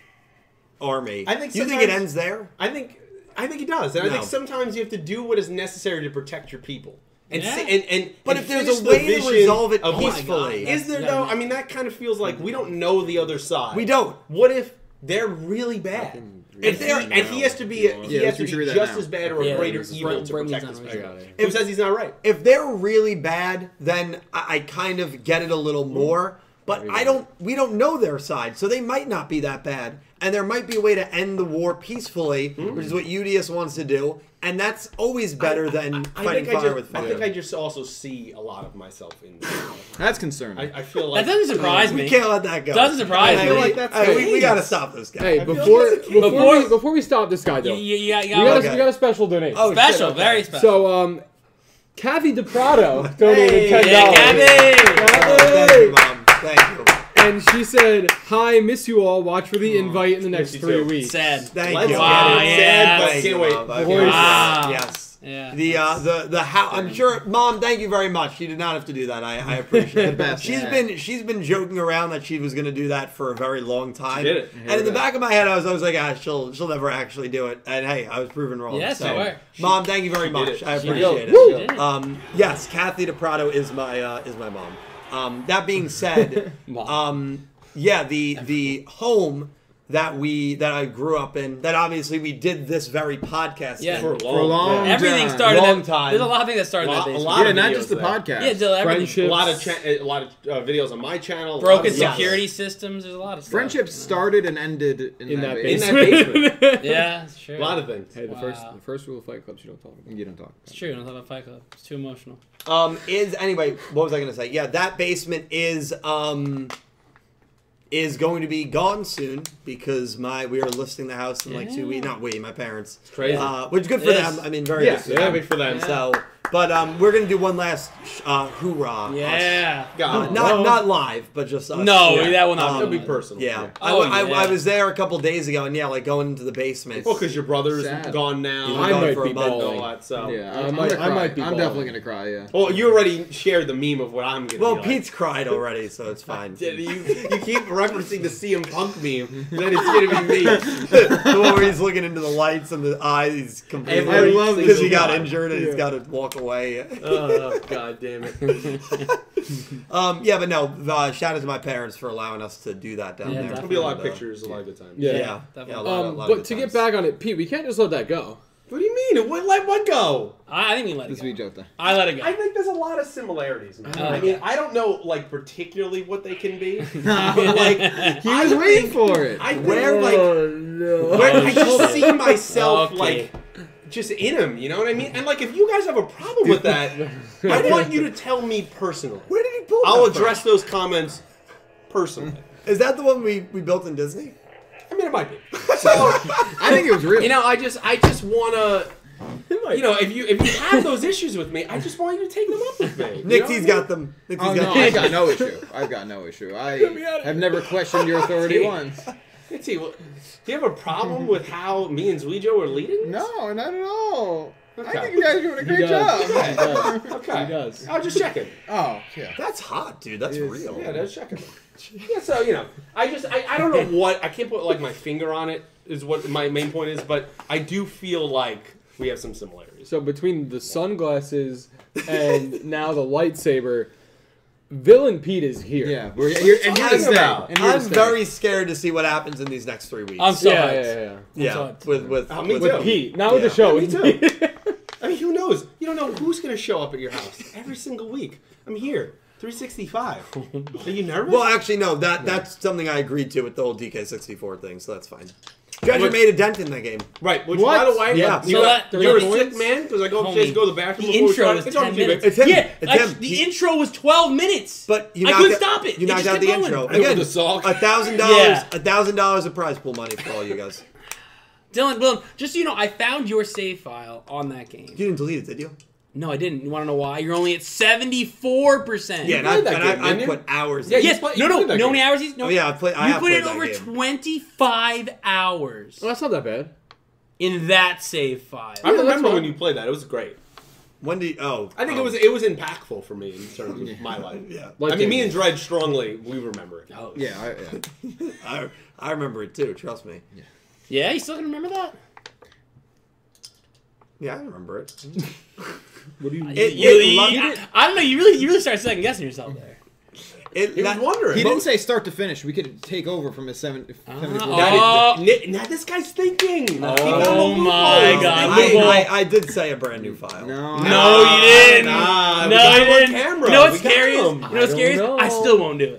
army?
I think
you think it
sometimes-
ends there.
I think I think he does, and I
No.
think sometimes you have to do what is necessary to protect your people. And
Yeah.
si- and, and
But
and
if there's a
finish the
way to
vision
resolve it
of
peacefully-
what's going on. is there
Yeah.
though? I mean, that kind of feels like we don't know the other side.
We don't.
What if they're really bad?
If they're
and he has to be he
Yeah,
has to
we
be
should read that
just
now.
as bad or a
Yeah,
greater
this is
evil
Bra-
to
Brady's
protect
not
this
right.
I
man.
got it.
Who says he's not right?
if they're really bad, then I, I kind of get it a little
Hmm.
more. But I don't. We don't know their side, so they might not be that bad. And there might be a way to end the war peacefully, which is what UDS wants to do. And that's always better than fighting
Hmm. I
fire
just,
with
I
fire.
think I just also see a lot of myself in. This.
That's concerning.
I, I feel like
That doesn't surprise me.
we can't let that go.
Doesn't surprise
Hey,
me.
we-
like that's-
hey, we, we
Hey.
gotta stop this guy.
Hey,
feel like
before
it's a
before,
Before-
we, before we stop this guy though,
You, you, you got, you
we, got
got
a,
okay.
we got a special donation.
Oh,
special,
shit, okay.
very special.
So um, Kathy DePrado donated
Hey,
ten
yeah,
dollars.
Gabby!
Oh, thank you, mom. Thank you.
And she said, "Hi, miss you all. Watch for the invite in the next
miss you
three
too."
weeks."
Sad.
Thank
Let's
you.
Wow,
get it.
yeah.
Sad, but
Thank
can't
you,
wait.
Mom. Okay.
Voice.
Wow.
Yes.
Yeah.
The uh, the the how I'm sure mom thank you very much. She did not have to do that. I, I appreciate
The
it.
best.
She's
Yeah.
been she's been joking around that she was gonna do that for a very long time.
did it.
And in the back of my head I was always like, ah, she'll she'll never actually do it. And hey, I was proven wrong.
Yes,
so.
you were.
Mom, thank you very much.
it.
I
She
appreciate
did.
it.
Woo! She did.
Um yes, Kathy DePrado is my uh, is my mom. Um that being said,
Mom.
um yeah, the the home that we that I grew up in that obviously we did this very podcast
Yeah.
in.
for a long,
For a long
time.
Everything
time.
started.
Long
that,
time.
There's a lot of things that started
Lot-
that
a
day.
lot
yeah,
of
not
videos
just the
there.
podcast.
Yeah, Jill, everything.
Friendship.
a lot of cha- a lot of uh, videos on my channel. a lot
Broken
of-
Yes.
security systems. There's a lot of stuff.
Friendship started and ended in,
in
that,
that
base.
that
basement.
you know? Yeah, it's true.
A lot of things.
Hey, the first
Wow.
the first rule of Fight Club, you don't talk about.
You don't talk.
It's true. I don't talk about Fight Club. It's too emotional.
Um, is anyway. What was I going to say? Yeah, that basement is um is going to be gone soon because my we are listing the house in like two weeks. Not we, my parents. It's
crazy.
Uh, which is good for
Yes.
them. I mean, very
Yeah,
good.
yeah.
For
happy
them.
for them.
So, but um, we're gonna do one last sh- uh, hoorah.
Yeah.
Us.
God,
Not not live, but just us.
Oh,
No,
Yeah.
that will not
Um,
that'd be
Yeah.
personal.
Yeah. I
Oh,
w I I
yeah.
was there a couple days ago, and yeah, like going into the basement.
Well, because your brother's
He's
Sad.
gone
I
gone
now.
might
for a
be
month.
and all
bawling.
that. So.
Yeah,
I
I'm,
might-
gonna
I
cry.
might be
I'm
bald.
definitely gonna cry. Yeah.
Well, you already shared the meme of what I'm gonna.
Well,
be like.
Pete's cried already, so it's fine.
Yeah, You, you keep referencing the CM Punk meme, then it's gonna be me.
the one where he's looking into the lights and the eyes completely.
Every
because he
single
got
one.
injured and he's got to walk away.
oh god damn it!
Um, yeah, but no. Uh, shout out to my parents for allowing us to do that down
Yeah,
there.
There'll be a lot of
And, uh,
pictures, a lot of good times.
Yeah.
Yeah,
Yeah,
yeah,
definitely.
a lot, a
Um,
lot of
but
good
to get
times.
back on it, Pete, we can't just let that go.
What do you mean? It would let one go.
I, I think we let
This
it
we
go.
joke though.
I let it go.
I think there's a lot of similarities. Man.
Oh,
I
okay.
mean, I don't know like particularly what they can be, but like
He was
I
waiting
think-
for it.
I where like
no.
where I
shit.
just see myself
Okay.
like just in them. You know what I mean? And like if you guys have a problem with that, I want you to tell me personally.
Where did he pull?
I'll
that from?
address those comments personally.
Is that the one we, we built in Disney?
I mean, it might be. So
I think it was real.
you know, I just I just wanna. You know, if you if you have those issues with me, I just want you to take them up with me.
Nixie's got them. Nixie's
Oh, no,
got
I've
them.
got no issue. I've got no issue.
me out
I
of
have never questioned your authority once.
Let's see, what- do you have a problem with how me and Zuijo are leading? this?
No, not at all. I
Okay.
think you guys are doing a
He
great
does.
job.
He does.
Okay.
He does.
I was just checking.
Oh, yeah.
That's hot, dude. That's real.
Yeah, that's checking. Yeah, so you know, I just I, I don't know what I can't put like my finger on it is what my main point is, but I do feel like we have some similarities.
So between the sunglasses and now the lightsaber, villain Pete is here.
Yeah, we're here, and here to
talking
stay.
about?
And here to
I'm
stay.
very scared to see what happens in these next three weeks.
I'm so
Yeah, yeah,
hyped.
yeah, yeah.
yeah,
so hyped.
with with,
Oh, me
with
too.
With Pete, not with the
Yeah.
show.
Yeah, me
with Pete.
I mean, who knows? You don't know who's gonna show up at your house every single week. I'm here, 365. Are you nervous?
Well, actually, no. That that's something I agreed to with the whole DK64 thing, so that's fine. You actually made a dent in that game.
Right, which
What?
by the way,
Yeah.
you
So
got,
that-
you're a
three
sick
points?
man because I go
Homie,
upstairs, go to the bathroom.
The
before we
intro
start.
is
It's on
ten
you, babe.
minutes.
It's him.
Yeah,
It's
I-
him.
the
He-
intro was twelve minutes.
But you
I
knocked
couldn't
out-
stop it.
You
It
knocked
just
out
kept
the
going.
intro.
I know
Again,
the song.
a thousand dollars,
Yeah.
a thousand dollars of prize pool money for all you guys.
Dylan, Dylan, just so you know, I found your save file on that game.
You didn't delete it, did you?
No, I didn't. You want to know why? You're only at seventy four percent.
Yeah, and, I,
played that
and I-
game,
I,
didn't you?
put hours.
Yeah,
in.
you
Yes.
play- you
no, no. No,
played that
how
game.
many hours? he's- No.
Oh, yeah, I play- I
you
have
put in
played that
over
game.
twenty five hours
Well, that's not that bad.
in that save file.
I
that's
remember
fine.
when you played that; it was great.
When did? Oh,
I think
oh.
it was it was impactful for me in terms of my life.
Yeah,
Like
I mean, me and Dredge strongly we remember it.
Oh,
Yeah, I, yeah.
I, I remember it too. Trust me.
Yeah, you still can remember that?
Yeah, I remember it.
What do you?
It-
You-
it
you-
loved
I,
it.
I don't know. You really, you really started second guessing yourself there.
It,
He was wondering.
He didn't say start to finish. We could take over from his seven. 74.
That is-
Now,
Oh.
thi- now this guy's thinking. He found a
Oh
loophole.
my
He's
God.
thinking.
Loophole.
I, I, I did say a brand new file.
no,
No, you didn't.
Nah, we
no,
got
you
him on
didn't.
camera.
You know what's
We got
scary? is- You
him.
know
I
what's
don't
scary? is
know.
I still won't do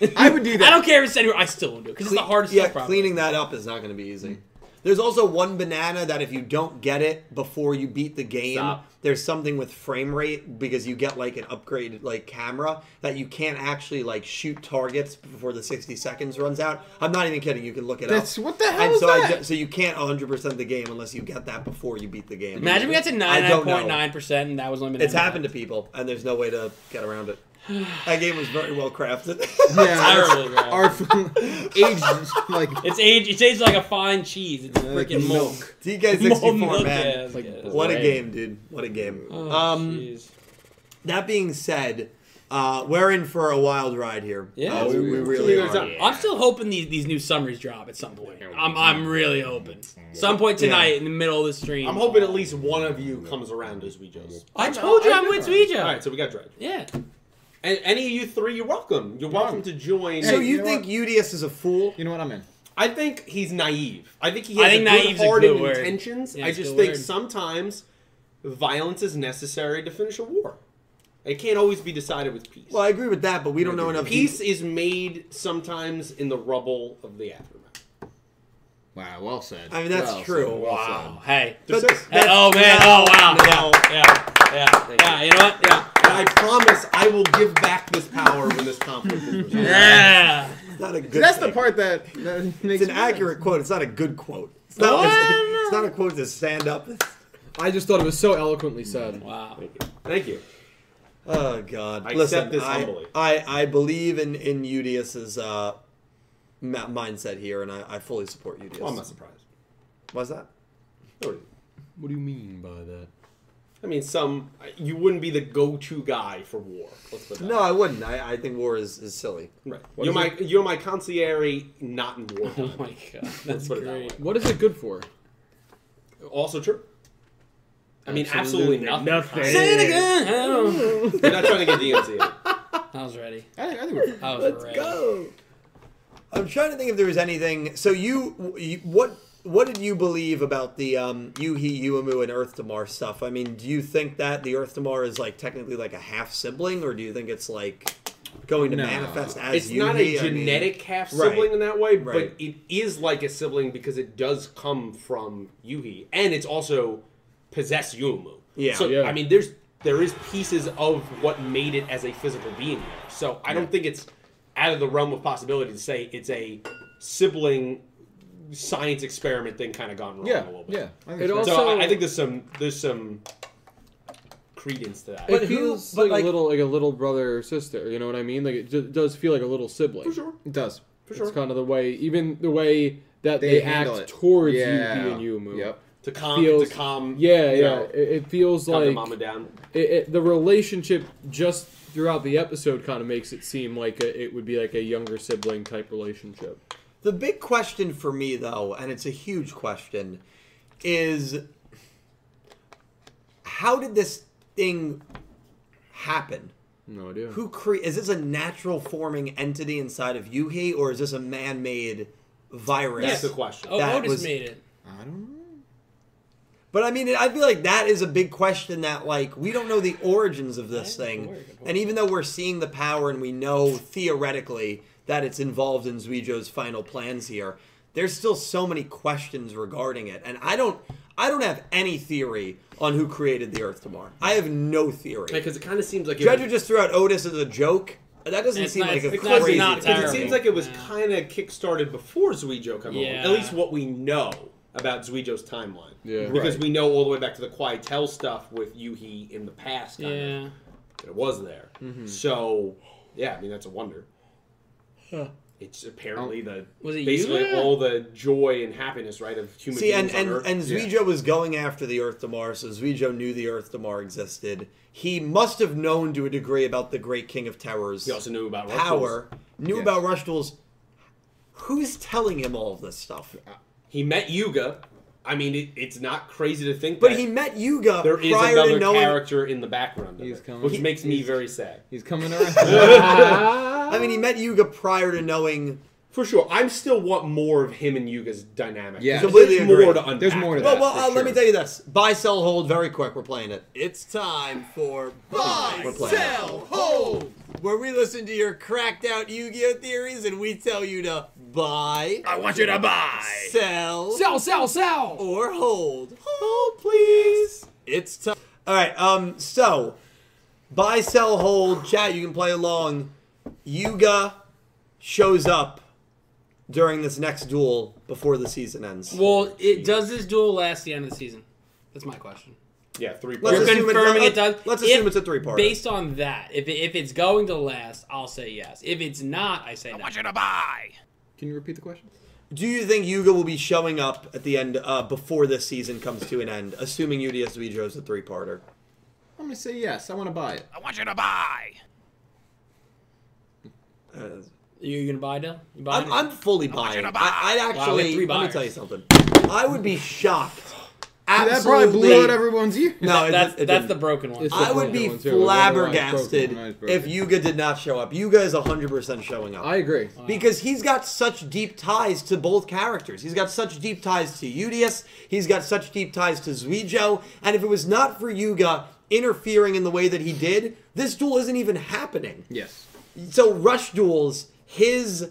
it.
I would do that.
I don't care if it's anywhere. I still won't do it because it's the hardest
yeah,
stuff. Probably.
cleaning that up is not going to be easy. There's also one banana that if you don't get it before you beat the game,
Stop.
there's something with frame rate because you get like an upgraded like camera that you can't actually like shoot targets before the 60 seconds runs out. I'm not even kidding. You can look it
That's
up.
what the hell
And
is
so I
that?
ju- so you can't 100% the game unless you get that before you beat the game.
Imagine we got to
I
ninety nine
don't know.
point nine percent, and that was only.
It's happened to people, and there's no way to get around it. That game was very well crafted.
yeah, that's
Terrible, bro.
artful. Aged like
It's aged. It's aged like a fine cheese. It's
like
freaking milk.
milk.
DK64,
Milk,
man.
yes,
Like,
yes.
What a
Right.
game, dude. What a game.
Oh,
um,
jeez.
that being said, uh, we're in for a wild ride here.
Yeah.
Uh, we, we
Yeah.
really
Yeah.
are.
I'm still hoping these, these new summaries drop at some point. I'm, I'm really hoping. Some point
Yeah.
tonight in the middle of the stream.
I'm hoping at least one of you comes around as Ouija's.
I told you I'm with Ouija.
All right, so we got Dredge.
Yeah.
And any of you three, you're welcome. You're welcome to join.
So
Hey,
you,
you know
think UDS is a fool?
you know what I'm in.
I think he's naive. I think he
I
has
think
good
naive's a
hearted
good word.
intentions.
Yeah,
I
it's a
just
good
think
word.
sometimes violence is necessary to finish a war. It can't always be decided with peace.
Well, I agree with that, but we don't know enough.
peace is made sometimes in the rubble of the aftermath.
Wow, well said.
I mean, that's
Well
true.
said, well
Wow. Oh, Hey.
But
Just
that's-
say-
Hey, oh man. Oh wow.
No.
Yeah. Yeah. Yeah. Yeah. You know what? Yeah.
And I promise I will give back this power when this conflict is resolved.
Yeah.
It's not a good
said. That's the
thing.
part that, that makes
It's an
me-
accurate quote. It's not a good quote. It's not,
What?
it's not a quote to stand up.
I just thought it was so eloquently said.
Wow.
Thank you.
Oh God!
I accept
Listen,
this
I,
humbly.
I I believe in in UDS's uh, ma- mindset here, and I, I fully support UDS.
Well, I'm not surprised.
Why's that?
Nobody-
What do you mean by that?
I mean, some you wouldn't be the go-to guy for war. Let's put it that
No,
way.
I wouldn't. I, I think war is, is silly.
right.
What
you're
is
my you're my concierge, not in war.
Oh my god. That's
put it that
great.
What is it good for?
also true. I mean, absolutely, nothing.
Say it again. I don't know.
We're not trying to get DMC.
I was ready.
I think, I think we're
I was ready.
I'm trying to think if there was anything. So you, you what what did you believe about the um, Yuhi, Uemu, and Earth to Mar stuff? I mean, do you think that the Earth to Mar is like technically like a half sibling, or do you think it's like going to
No.
manifest as
It's not a
Yuhi? I mean-
genetic half sibling in that way,
Right.
but it is like a sibling because it does come from Yuhi, and it's also possess Yumu.
Yeah.
So
Yeah.
I mean, there's there is pieces of what made it as a physical being there. So I don't think it's out of the realm of possibility to say it's a sibling science experiment thing kind of gone wrong a
yeah,
little bit.
yeah. I think
It
so.
also-
So I, I think there's some there's some credence to that.
It
who-
feels
but
like,
like-
a little like a little brother or sister. You know what I mean? Like it d- does feel like a little sibling.
it does.
for sure.
It's kind of the way, even the way that
They
they,
handle
act
it.
towards
yeah.
you, you and Yumu.
Yep.
to calm
feels-
to calm
Yeah,
you
yeah.
know,
it, it feels
calm their
like
mama down.
it, it, the relationship just throughout the episode kind of makes it seem like a, it would be like a younger sibling type relationship.
The big question for me, though, and it's a huge question, is how did this thing happen?
No idea.
Who cre- is this a natural forming entity inside of Yuhi, or is this a man-made virus?
That's the question.
Oh,
That
Otis
was-
made it.
I don't know.
But I mean, I feel like that is a big question that, like, we don't know the origins of this
That's
thing.
a very good point.
And even though we're seeing the power and we know theoretically that it's involved in Zuijo's final plans here, there's still so many questions regarding it. And I don't, I don't have any theory on who created the Earth tomorrow. I have no theory.
Because it kind of seems like it
Dredger
was-
just threw out Otis as a joke. That doesn't
It's
seem
not-
like a
it's not-
crazy.
not
because it
terrible.
seems like it was
Yeah.
kind of kickstarted before Zuijo came
Yeah.
along. At least what we know about Zuijo's timeline.
Yeah.
Because
Right.
we know all the way back to the Quietel stuff with Yuhi in the past. Kind of,
Yeah.
that it was there.
Mm-hmm.
So, yeah, I mean that's a wonder. It's apparently the
Was it
basically
Yuga?
all the joy and happiness, right, of human
See, and
beings
and
on Earth.
and Zuijo was going after the Earth to Mars, so Zuijo knew the Earth to Mars existed. He must have known to a degree about the Great King of Terrors.
he also knew about Rush
power, knew
Yeah.
about Rush Duels. Who's telling him all of this stuff?
He met Yuga, I mean, it, it's not crazy to think.
But
that
he met Yuga
there is
prior to
another
knowing.
character in the background, of
He's
it,
coming.
which
He-
makes me very sad.
He's coming around.
I mean, he met Yuga prior to knowing.
For sure, I still want more of him and Yuga's dynamic.
Yeah.
there's
Completely
more
agree.
to unpack.
There's more to
there.
Well,
that.
well,
for
uh, let me
sure.
tell you this: buy, sell, hold. Very quick, we're playing it. It's time for buy, sell, hold, where we listen to your cracked out Yu-Gi-Oh theories and we tell you to buy,
I want you to buy.
sell,
Sell, sell, sell.
or hold. Hold, please. It's time. All right. Um. So, buy, sell, hold. Chat. You can play along. Yuga shows up during this next duel before the season ends.
Well, it does this duel last the end of the season? That's my question.
Yeah, three.
Let's
parts.
You're
assume it-
confirming it,
let's-
does.
let's
If-
assume it's a three-parter.
Based on that, if, it, if it's going to last, I'll say yes. If it's not, I say no.
Can you repeat the question?
Do you think Yuga will be showing up at the end uh, before this season comes to an end, assuming UDSB Joe's a three-parter?
I'm gonna say yes. I want to buy it.
Uh,
You're gonna buy Dell? You buying
I'm,
it?
I'm fully buying. I, I'd
Wow, we have
actually
three
let me
buyers.
tell you something. I would be shocked.
That probably blew out
Absolutely.
everyone's ear.
No, it,
that's
it
that's
didn't.
the broken one.
It's-
I would be
Broken
"Oh,
one, too.
flabbergasted
Broken one, it's broken.
if Yuga did not show up. Yuga is 100% showing up.
I agree.
because he's got such deep ties to both characters. He's got such deep ties to Udius. He's got such deep ties to Zuijo. And if it was not for Yuga interfering in the way that he did, this duel isn't even happening.
Yes.
So Rush duels his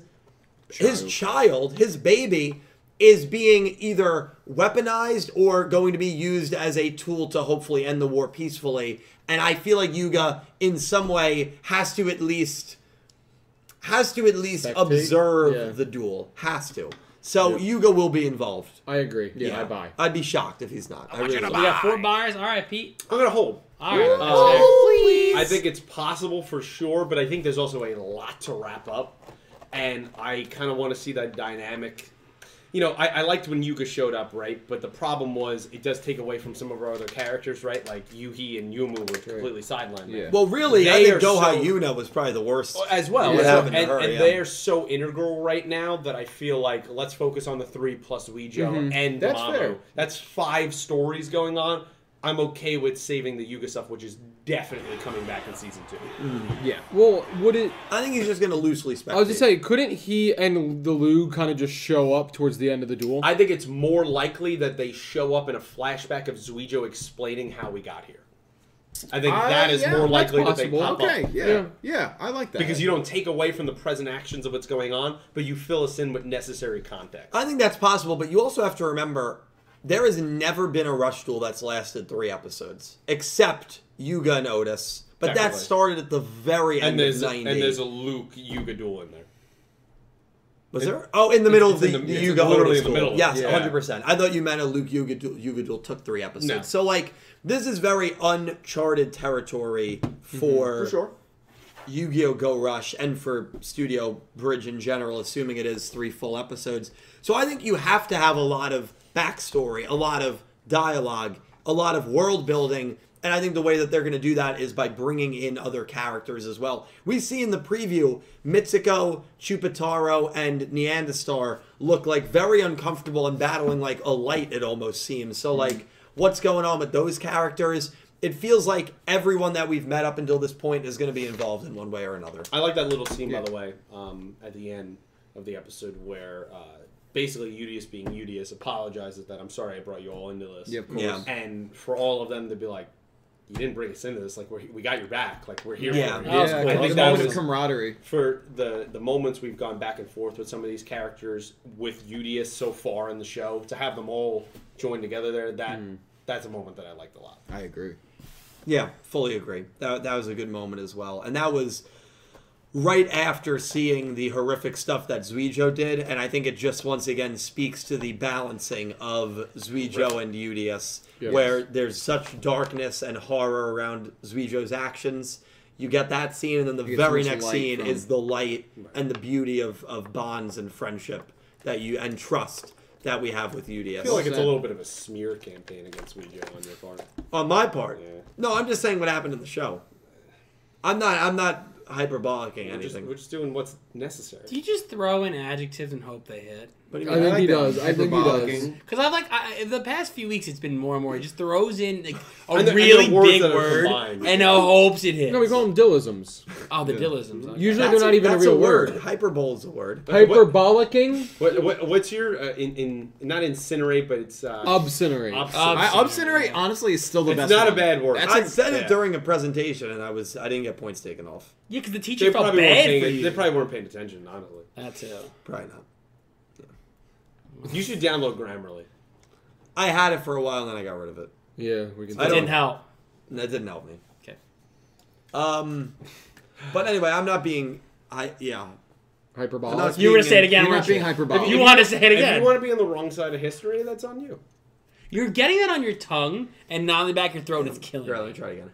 his child, his baby, is being either weaponized or going to be used as a tool to hopefully end the war peacefully. And I feel like Yuga, in some way, has to at least has to at least
Spectate?
observe
Yeah.
the duel. Has to. So Yuga will be involved.
I agree. Yeah, I buy.
I'd be shocked if he's not. I, really
So we got four buyers. All right, Pete.
I'm gonna hold.
All right. that's
Oh,
fair.
please.
I think it's possible for sure, but I think there's also a lot to wrap up, and I kind of want to see that dynamic. You know, I, I liked when Yuga showed up, right? But the problem was it does take away from some of our other characters, right? Like Yuhi and Yumu were completely sidelined.
Yeah.
Well, really, I
They
think
are so-
Gohai Yuna was probably the worst.
as well.
Yeah.
So-
Happened
and
to her,
and
yeah.
they are so integral right now that I feel like let's focus on the three plus Ouijo and
That's
Damamu.
fair.
That's five stories going on. I'm okay with saving the Yuga stuff, which is definitely coming back in season two.
Yeah.
Well, would it?
I think he's just going to loosely speculate.
I was just saying, couldn't he and the Lou kind of just show up towards the end of the duel?
I think it's more likely that they show up in a flashback of Zuijo explaining how we got here. I think
Uh,
that is
yeah,
more
that's
likely that they
possible.
pop
Okay.
up.
Yeah. yeah.
Yeah.
I like that.
Because you don't take away from the present actions of what's going on, but you fill us in with necessary context.
I think that's possible, but you also have to remember there has never been a rush duel that's lasted three episodes, except Yuga and Otis. But that
Definitely.
started at the very
And
end
there's,
of
a,
ninety.
and there's a Luke Yuga duel in there.
was there? Oh, in the middle
it's
of the,
in the-
the
it's
Yuga
literally
Otis
in the
duel.
middle of it,
yes,
yeah.
hundred percent. I thought you meant a Luke Yuga duel, Yuga duel took three episodes.
No.
So like this is very uncharted territory for,
Mm-hmm. For sure.
Yu-Gi-Oh! Go Rush and for Studio Bridge in general, assuming it is three full episodes. So I think you have to have a lot of backstory, a lot of dialogue, a lot of world building, and I think the way that they're going to do that is by bringing in other characters as well. We see in the preview Mitsuko, Chupitaro, and Neanderstar look like very uncomfortable and battling like a light. It almost seems so. Like what's going on with those characters? it feels like everyone that we've met up until this point is going to be involved in one way or another.
I like that little scene, by the way, um, at the end of the episode where uh, basically Udius being Udius apologizes that I'm sorry I brought you all into this.
Yeah, of course.
Yeah.
And for all of them to be like, you didn't bring us into this. Like, we're, we got your back. Like, we're here
Yeah.
for you.
Yeah,
Yeah,
I
I
think
think
that
moment of
was-
camaraderie.
For the, the moments we've gone back and forth with some of these characters with Udius so far in the show, to have them all join together there, that
Hmm.
that's a moment that I liked a lot.
I agree.
Yeah, fully agree. That, that was a good moment as well. And that was right after seeing the horrific stuff that Zuijo did. And I think it just once again speaks to the balancing of Zuijo and Udius,
Yeah.
where there's such darkness and horror around Zuijo's actions. You get that scene, and then the
You get so
very
much
next
light
scene
from-
is the light and the beauty of, of bonds and friendship that you and trust that we have with Udius.
I feel like it's a
Sad.
little bit of a smear campaign against Ouija on your part.
On my part.
Yeah.
No, I'm just saying what happened in the show. I'm not. I'm not hyperbolicing
We're just,
anything.
we're just doing what's necessary.
Do you just throw in adjectives and hope they hit?
What do you
I
mean?
think
like
he
that.
does. I think he does.
Hyperbolicing.
Because I've like I, I- the past few weeks, it's been more and more. He just throws in like, a
And the- and the
really
words
big
that are
word
combined.
and uh, hopes it hits.
No, we call them dillisms.
oh, the dillisms. okay.
Usually
That's
they're not even
that's
a real word.
Hyperbole is a word.
Uh, what-
Hyperbolicing,
What, what, what's your uh, in, in not incinerate, but it's uh,
obscenerate.
Obs-
obs-
I,
Obscenity.
obscenity, honestly, is still the
It's
best.
not a
one.
bad word.
That's
I
a-
said
yeah.
it during a presentation, and I was I didn't get points taken off.
Yeah, because the
they
teacher felt
probably weren't
bad for
paying.
you.
They probably weren't paying attention. Honestly,
That too.
Probably not.
you should download Grammarly.
I had it for a while, and then I got rid of it.
yeah, we can.
I
It
don't-
didn't help.
And that didn't help me.
Okay.
Um, but anyway, I'm not being. I yeah.
Hyperbolic.
I'm not
You were
being
gonna say it
in-
again,
You're
weren't
not being
you?
hyperbolic.
You want to say it
If
again?
you want to be on the wrong side of history, that's on you.
You're getting that on your tongue and not in the back of your throat. and It's killing.
Here, let me
you.
try it again.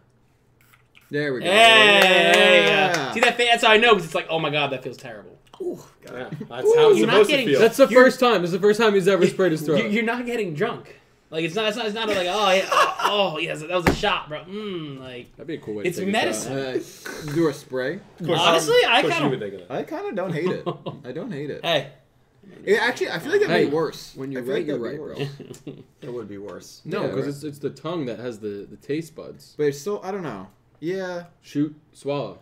There we go.
Hey, there you go.
Yeah.
See that? fa- That's how I know because it's like, oh my god, that feels terrible.
Ooh, God.
Yeah, that's how it's
You're not
supposed to
getting-
feel.
That's the
You're-
first time. It's the first time he's ever sprayed his throat.
You- You're not getting drunk. Like it's not. It's not. It's not like oh yeah. Oh, oh yes, that was a shot, bro. Mmm. Like
That'd be a cool way.
It's
to take a shot.
medicine.
Uh, do a spray.
Of course,
honestly,
um,
I
of course
kinda-
you would think of that.
I kind of don't hate it. I don't hate it.
hey,
It- actually, I feel like that'd
Hey,
be worse.
when
I
you're
feel
right,
that'd
you're
be
right,
worse.
It would be worse.
No,
Yeah,
because
right.
it's it's the tongue that has the the taste buds.
But it's still, I don't know. Yeah.
Shoot, swallow.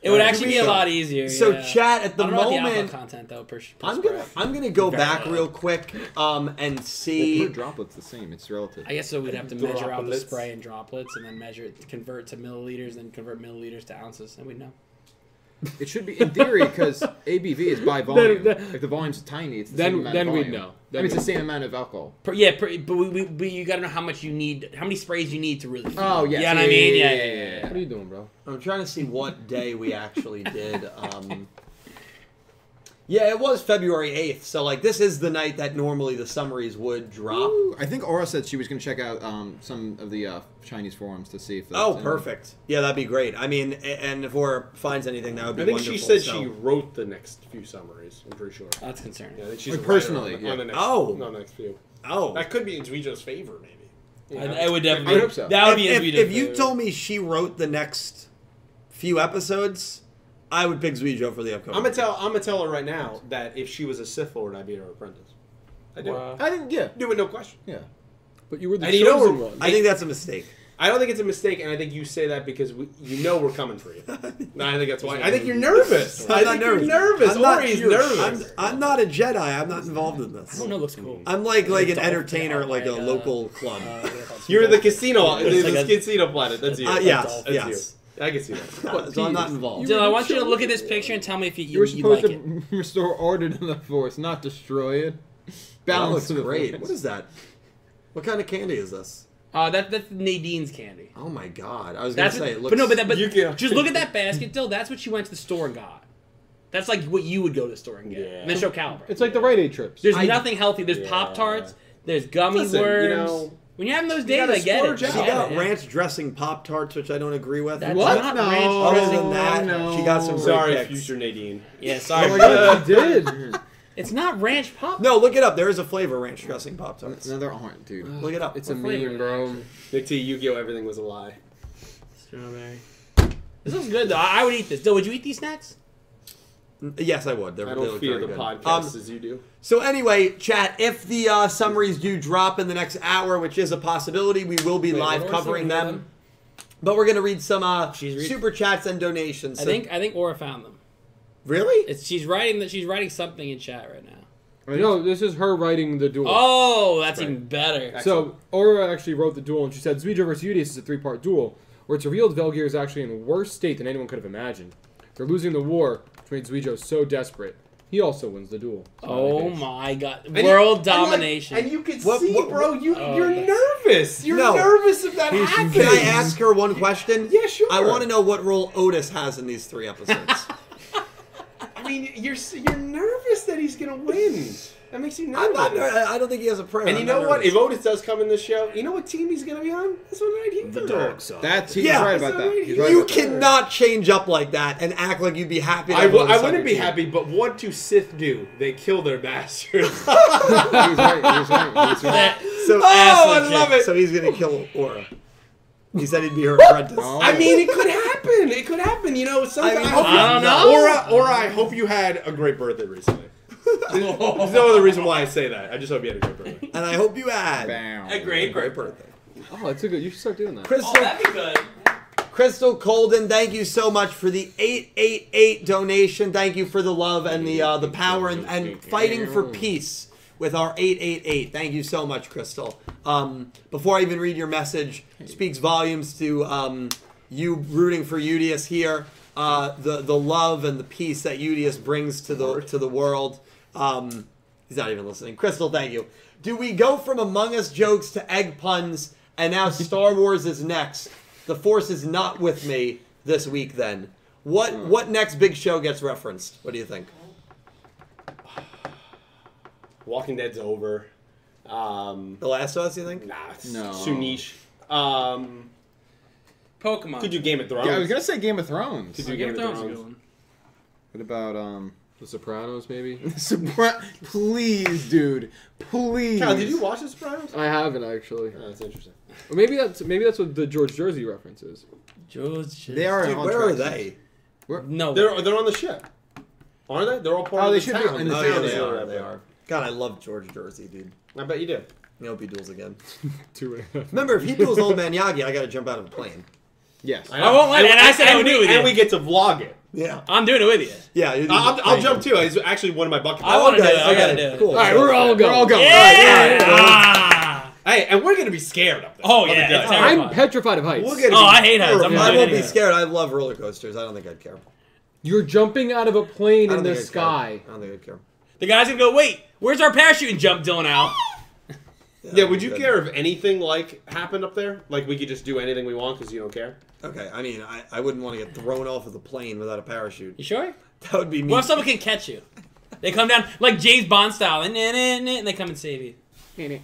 it would
Uh,
actually be a
so-
lot easier.
So
yeah.
chat at the
I don't know about the
moment.
alcohol content though. Per, per
I'm
spread.
gonna I'm gonna go
Very
back
low.
real quick um and
Well,
see.
per droplet's the same. It's relative.
I guess so. We'd have to measure out the
Droplets.
spray in droplets and then measure it, convert to milliliters, then convert milliliters to ounces, and we'd know.
It should be in theory because ABV is by volume.
then-
if the volume's tiny, it's the
Then-
same amount
then
of
we'd
volume.
know.
I
Then
mean, it's the
we'd
same amount of alcohol.
Per, yeah, per, but we, we, we, you got to know how much you need, how many sprays you need to really. Feel.
Oh yes.
Yeah, and I mean, yeah, yeah, yeah,
What are you doing, bro?
I'm trying to see what day we actually did. Um, yeah, it was February 8th. So like this is the night that normally the summaries would drop.
Ooh, I think Aura said she was going to check out um, some of the uh, Chinese forums to see if. that's
Oh,
in-
perfect. Yeah, that'd be great. I mean, a- and if Aura finds anything, that would be.
I think
wonderful,
she said
so-
she wrote the next few summaries. I'm pretty sure.
That's concerning.
Yeah, I think she's
Like,
a writer
personally,
on the,
yeah.
on the next,
Oh.
on the next few.
Oh,
That could be in Zuijo's favor, maybe.
I, I would definitely.
I hope so.
That
if,
would be
if,
as we
if you told me she wrote the next few episodes, I would pick Zuijo for the upcoming.
I'm gonna tell. I'm gonna tell her right now that if she was a Sith Lord, I'd be her apprentice. I do.
Wow.
I didn't. Yeah.
I do it no question.
Yeah.
But you were the
And you know
chosen
we're-
one.
I think that's a mistake.
I don't think it's a mistake, and I think you say that because we, you know we're coming for you. no, I think that's why. I think you're nervous. i
I'm
think
not
you're
nervous.
nervous.
I'm not
Ori's
Jewish.
nervous.
I'm, I'm not a Jedi. I'm not involved in this.
Oh no, looks cool.
I'm like like an
Dolphin,
entertainer, at, like a
like, uh,
local club.
Uh,
You're the casino.
It's
the
like a-
casino planet. That's you.
Uh,
That's
yes,
you. That's
yes.
you. I can see that.
Uh, so I'm not involved.
Dylan, I want you to look at this picture and tell me if you,
You
you,
were
you like
supposed
it.
to restore order to the Force, not destroy it.
That
Balance
looks
to the
great.
Force.
What is that? What kind of candy is this?
Uh, that that's Nadine's candy.
Oh my god! I was gonna
That's
say it
what,
looks.
but no, but that, but
You can-
just look at that basket, Dylan. That's what she went to the store and got. That's like what you would go to the store and get.
Yeah.
Metro Caliber.
It's like the Rite Aid trips.
There's
I-
nothing healthy. There's
Yeah.
Pop Tarts. There's gummy
Listen, you
worms.
know,
when you're having those
you
days,
gotta
I get it.
splurge
she
out.
I
got
get it.
ranch dressing pop tarts, which I don't agree with.
That's
What?
not
No.
ranch
Oh,
Other
dressing.
than that,
no.
she got some great
Sorry,
picks.
future Nadine.
Yeah,
Oh
sorry.
my
bro.
god, you did.
It's not ranch pop.
No, look it up. There is a flavor ranch dressing pop tarts.
No, there aren't, dude.
Look it up.
It's a
flavor
meme,
is
bro.
Nick T, Yu-Gi-Oh! Everything was a lie.
Strawberry. This looks good though. I I would eat this. Though, would you eat these snacks?
yes, I would. They're,
I
they
don't
look
fear
very
the
good.
podcast
Um,
as you do.
So anyway, chat. If the uh, summaries do drop in the next hour, which is a possibility, we will be
Wait,
live
what were
covering
some of
them. But we're gonna read some uh,
She's read-
super chats and donations.
I
So-
think I think Aura found them.
really.
It's she's writing that she's writing something in chat right now.
No, this is her writing the duel.
Oh, that's
Right.
even better.
So Aura actually wrote the duel, and she said Zuijo versus Udius is a three-part duel, where it's revealed Velgear is actually in worse state than anyone could have imagined. They're losing the war, which made Zuijo so desperate. He also wins the duel.
Oh my god,
And you-
world
and like-
domination.
And, you can
What-
see,
what-
bro, you
Oh,
you're
that's-
nervous. You're
No.
nervous if that happens.
Can I ask her one question?
Yeah, sure.
I want to know what role Otis has in these three episodes.
I mean, you're s- you're nervous that he's gonna win. That makes you nervous.
I'm not. ner- I don't think he has a prayer.
and
I'm
you
not
know what? If
nervous.
Otis does come in the show, you know what team he's gonna be on? This one right here. The
That's he's
Yeah.
right about that. He's right
You
about that.
cannot change up like that and act like you'd be happy. to
I
have
w-
Otis
I
on your
wouldn't be
team.
happy, but what do Sith do? They kill their masters.
He's right. He's right. He's right.
That-
So,
Oh, I love it.
So he's gonna kill Aura. He said he'd be her apprentice.
Oh.
I mean, it could happen. It could happen. You know, sometimes.
I mean, I
don't know.
Aura, Aura, I hope you had a great birthday recently. There's no other reason why I say that. I just hope you had a great birthday.
and I hope you had
Bam.
A great birthday.
Oh, that's a good. You should start doing that.
Crystal
Oh, that'd be good.
Crystal Colden, thank you so much for the 888 donation. Thank you for the love and the uh, the power and, and fighting for peace with our 888. Thank you so much, Crystal. Um, before I even read your message, speaks volumes to um, you rooting for Udius here. Uh, the the love and the peace that Udius brings to the to the world. Um, he's not even listening. Crystal, thank you. Do we go from Among Us jokes to egg puns, and now Star Wars is next? The Force is not with me this week. Then what?
Hmm.
What next big show gets referenced? What do you think?
Walking Dead's over. Um,
The Last of Us? You think?
nah, it's
No.
too niche. Um,
Pokemon.
could do Game of Thrones.
Yeah, I was gonna say Game of Thrones.
Could do
Game of Thrones?
Thrones.
is a good one.
What about um?
The Sopranos, maybe.
Supra- please, dude. Please.
Kyle, did you watch The Sopranos?
I haven't actually.
Oh, that's interesting.
Or maybe that's maybe that's what the George Jersey reference is.
George.
They are.
Dude,
on
where are
track.
they?
No.
They're they're on the ship, aren't they? They're all part
Oh,
of
they
the
should be
town.
in the
Oh,
town.
yeah, they
Yeah,
are. They are. God, I love George Jersey, dude.
I bet you do.
I hope he duels again.
Two and a half.
Remember, if he duels old man Yagi, I gotta jump out of a plane.
Yes.
know.
won't let it, and I said I would
we,
do it with
And
you.
we get to vlog it.
Yeah.
I'm doing it with you.
Yeah. you-
I'll, I'll
thank
jump
you.
too. It's actually one of my bucket.
I wanna
lists.
do it.
Okay,
I gotta do
okay,
it.
Cool.
All right, we're all going.
We're all going.
Yeah!
all
Ah!
Hey, and we're gonna be scared up there.
Oh,
Up
yeah,
and down.
it's terrible.
I'm petrified of heights.
We'll get-
Oh, I hate heights. I'm
I
not
won't
doing
be
it.
scared. I love roller coasters. I don't think I'd care.
You're jumping out of a plane
I don't
in the
think I'd
sky.
Care. I don't think I'd care.
The guy's gonna go, wait, where's our parachute and jump Dylan out?
Yeah, would you
good.
care if anything like happened up there? Like we could just do anything we want because you don't care.
Okay, I mean, I, I wouldn't want to get thrown off of the plane without a parachute.
You sure?
That would be me.
What if someone can catch you? They come down like James Bond style, and, and, and, and they come and save you.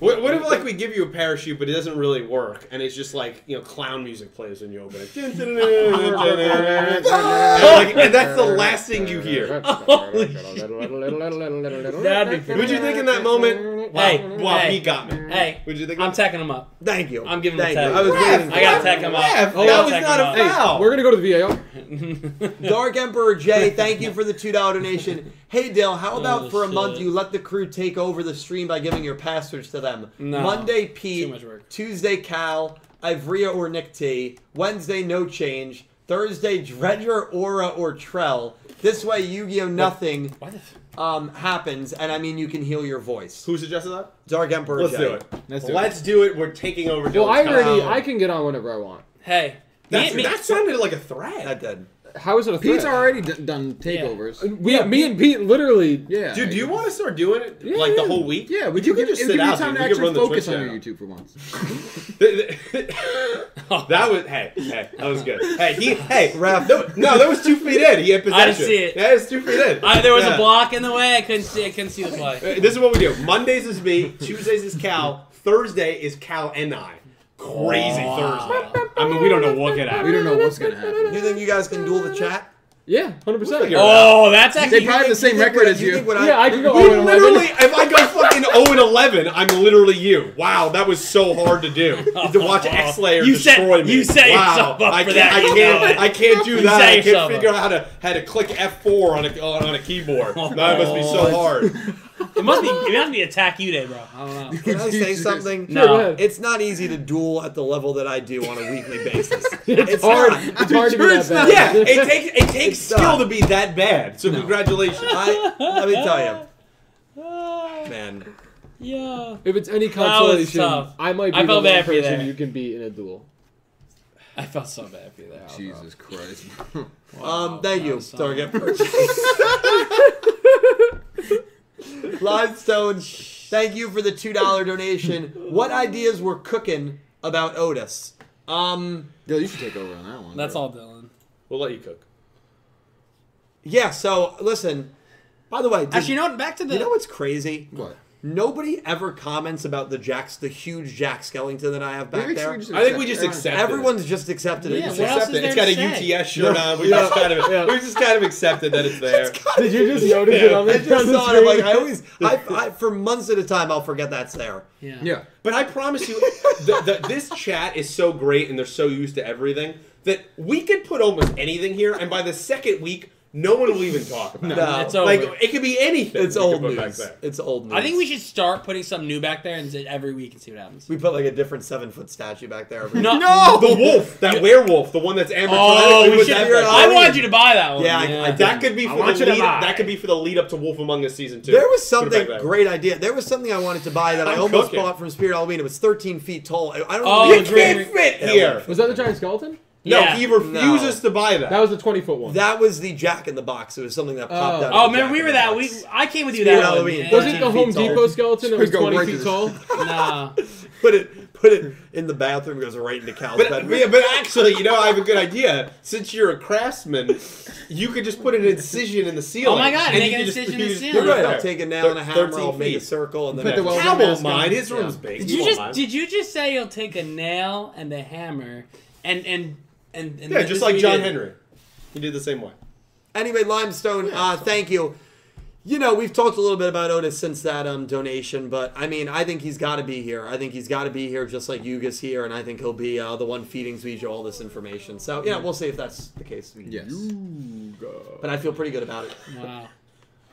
What, what if like we give you a parachute, but it doesn't really work, and it's just like you know clown music plays when you open it, and, like, and that's the last thing you hear.
That'd
be-
Would you think in that moment, wow,
Hey,
wow,
hey.
he got me?
Hey,
Would you think?
I'm tacking him up.
Thank you.
I'm giving
Thank
the
you. Uh,
tag.
I was
Ref,
waiting. for
I gotta
that.
tag him up.
Ref,
I
that
gotta
was
tag him
not a
up.
foul.
We're gonna go to the VAR.
Dark Emperor J, thank you for the two dollar donation. Hey Dale, how about
Oh,
for a month
shit.
you let the crew take over the stream by giving your passwords to them?
No.
Monday Pete,
Too much work.
Tuesday Cal, Ivrea or Nick T, Wednesday No Change, Thursday Dredger, Aura or Trell. This way Yu-Gi-Oh nothing
Why the-
um, happens, and I mean you can heal your voice.
Who suggested that?
Dark Emperor
Let's
J.
do it.
Let's do it.
Let's do it. We're taking over.
Well, I
Dylan's house.
already I can get on whenever I want.
Hey.
That's-
me, me-
that sounded like a threat.
That did.
How is it a threat?
Pete's already d- done takeovers. Yeah.
We, me and Pete literally.
Dude, do you want to start doing it
Yeah,
like the
yeah.
whole week?
Yeah, would
You
you,
can
give-
just
it
sit
would give you
out,
time to
dude. We could
actually
run the
focus
Twitch
on your YouTube
channel.
for once.
that was hey, hey, that was good. Hey, he, hey,
Ref.
No, no, that was two feet in. He had possession.
I didn't see it.
That is two feet in.
I, there was
Yeah.
a block in the way. I couldn't see. I couldn't see the play.
Uh, This is what we do. Mondays is me. Tuesdays is Cal. Thursday is Cal and I. Crazy
Wow.
Thursday. I mean, we don't know what could
We
happen.
don't know what's gonna happen.
Do you think you guys can duel the chat?
Yeah, hundred percent.
figure it
Oh, that's
They
actually.
probably have the same
You think
record
what-
as
think
you.
what
Yeah, I can go.
We
0 and 11.
literally, if I go fucking 0 and 11, I'm literally you. Wow, that was so hard to do. To watch X Layer
You set-
destroy me.
you set
wow,
yourself up
I
for
can't,
that,
I
you know it.
can't, I can't do
You
that.
set
I can't
yourself
figure
up.
out how to how to click F4 on a on, on a keyboard. That must be so
Oh.
hard.
It must be. It must be attack you day, bro. I don't know.
Can I say something?
Yeah, go
No.
ahead.
It's not easy to duel at the level that I do on a weekly basis.
It's,
It's
hard.
not.
It's hard to be
Sure
that
it's not.
bad.
Yeah, it takes it takes
It's
skill
not.
to be that bad. So congratulations.
I, let me tell
Ah,
you, man.
yeah.
If it's any
was
consolation,
tough.
I might be
I
the
felt
one
bad for you
person
there.
you can beat in a duel.
I felt so bad for you there.
Jesus Christ.
Um, thank you,
sorry.
Target Limestone, thank you for the two dollar donation. What ideas were cooking about Otis? Um,
Yo, you should take over on that one.
That's
bro.
all, Dylan.
We'll let you cook.
yeah. So listen. By the way, did,
Actually, you know what? Back to the.
you know what's crazy?
What?
Nobody ever comments about the Jax, the huge Jack Skellington that I have back
Maybe
there.
we should
I think we just
accept it.
accept it.
Everyone's just accepted it.
Yeah,
Just
what else
Accept
is
it.
there
It's got
to
a
say?
UTS shirt on. We just kind of we just kind of accepted that it's there.
Did you just notice it on the,
I
on
just
the
saw it. I'm
screen?
like, I always, I, I, for months at a time, I'll forget that's there.
Yeah.
Yeah.
But I promise you, the, the, this chat is so great and they're so used to everything that we could put almost anything here, and by the second week, no one will even talk about.
No.
it.
It's
like
over.
it could be anything.
It's
we could
old
put back
news.
there.
It's old news.
I think we should start putting something new back there and say every week and see what happens.
We put like a different seven foot statue back there. Every
No.
No!
The wolf, that werewolf, the one that's Amber.
Oh,
Tonight,
we
put
should
that
figure it
back
out.
there.
I wanted you to buy that one.
Yeah, I- I-
That could be
I
for
want
the
you to
lead.
buy.
That could be for the lead up to Wolf Among Us season two.
There was
Put it back
something
there.
great idea. There was something I wanted to buy that I
I'm
almost
cooking.
bought from Spirit Halloween. It was 13 feet tall. I I don't
Oh,
know.
It
the green-
can't fit
Yeah,
here.
Was that the giant skeleton?
No,
Yeah.
he refuses to buy
That
that.
was the twenty foot one.
That was the Jack in the Box. It was something that popped
Oh.
out. of
Oh,
the
man, we
Jack
were
in the
that. We
Box.
I came with you
Spirit
that
Halloween.
one.
was
Wasn't
it
13
the
feet
Home
tall.
Depot skeleton that was
Just go
twenty
right to
feet
the-
tall?
Nah.
Put it, put it in the bathroom. Goes right into Cal's
But,
bedroom.
yeah, but actually, you know, I have a good idea. Since you're a craftsman, you could just put an incision in the ceiling.
Oh my God, make
you
an
could just-
incision in the
you just
ceiling.
put
You're
it
right.
there.
I'll take a nail and a hammer.
13
I'll make a
feet.
circle and then.
Put the
Yeah.
weld-
Cal
Mask
won't
on.
mind. His
Yeah.
room's big.
Did
He
you
won't
just
mind.
did you just say you'll take a nail and a hammer and and and, and
yeah,
this
just
is
like
what
John
you did?
Henry. He did the same way.
Anyway, Limestone, uh, thank you. You know, we've talked a little bit about Otis since that um, donation, but I mean, I think he's got to be here. I think he's got to be here just like Yuga's here, and I think he'll be uh, the one feeding Zuija all this information. So, yeah, we'll see if that's the case.
Yes.
But I feel pretty good about it.
Wow.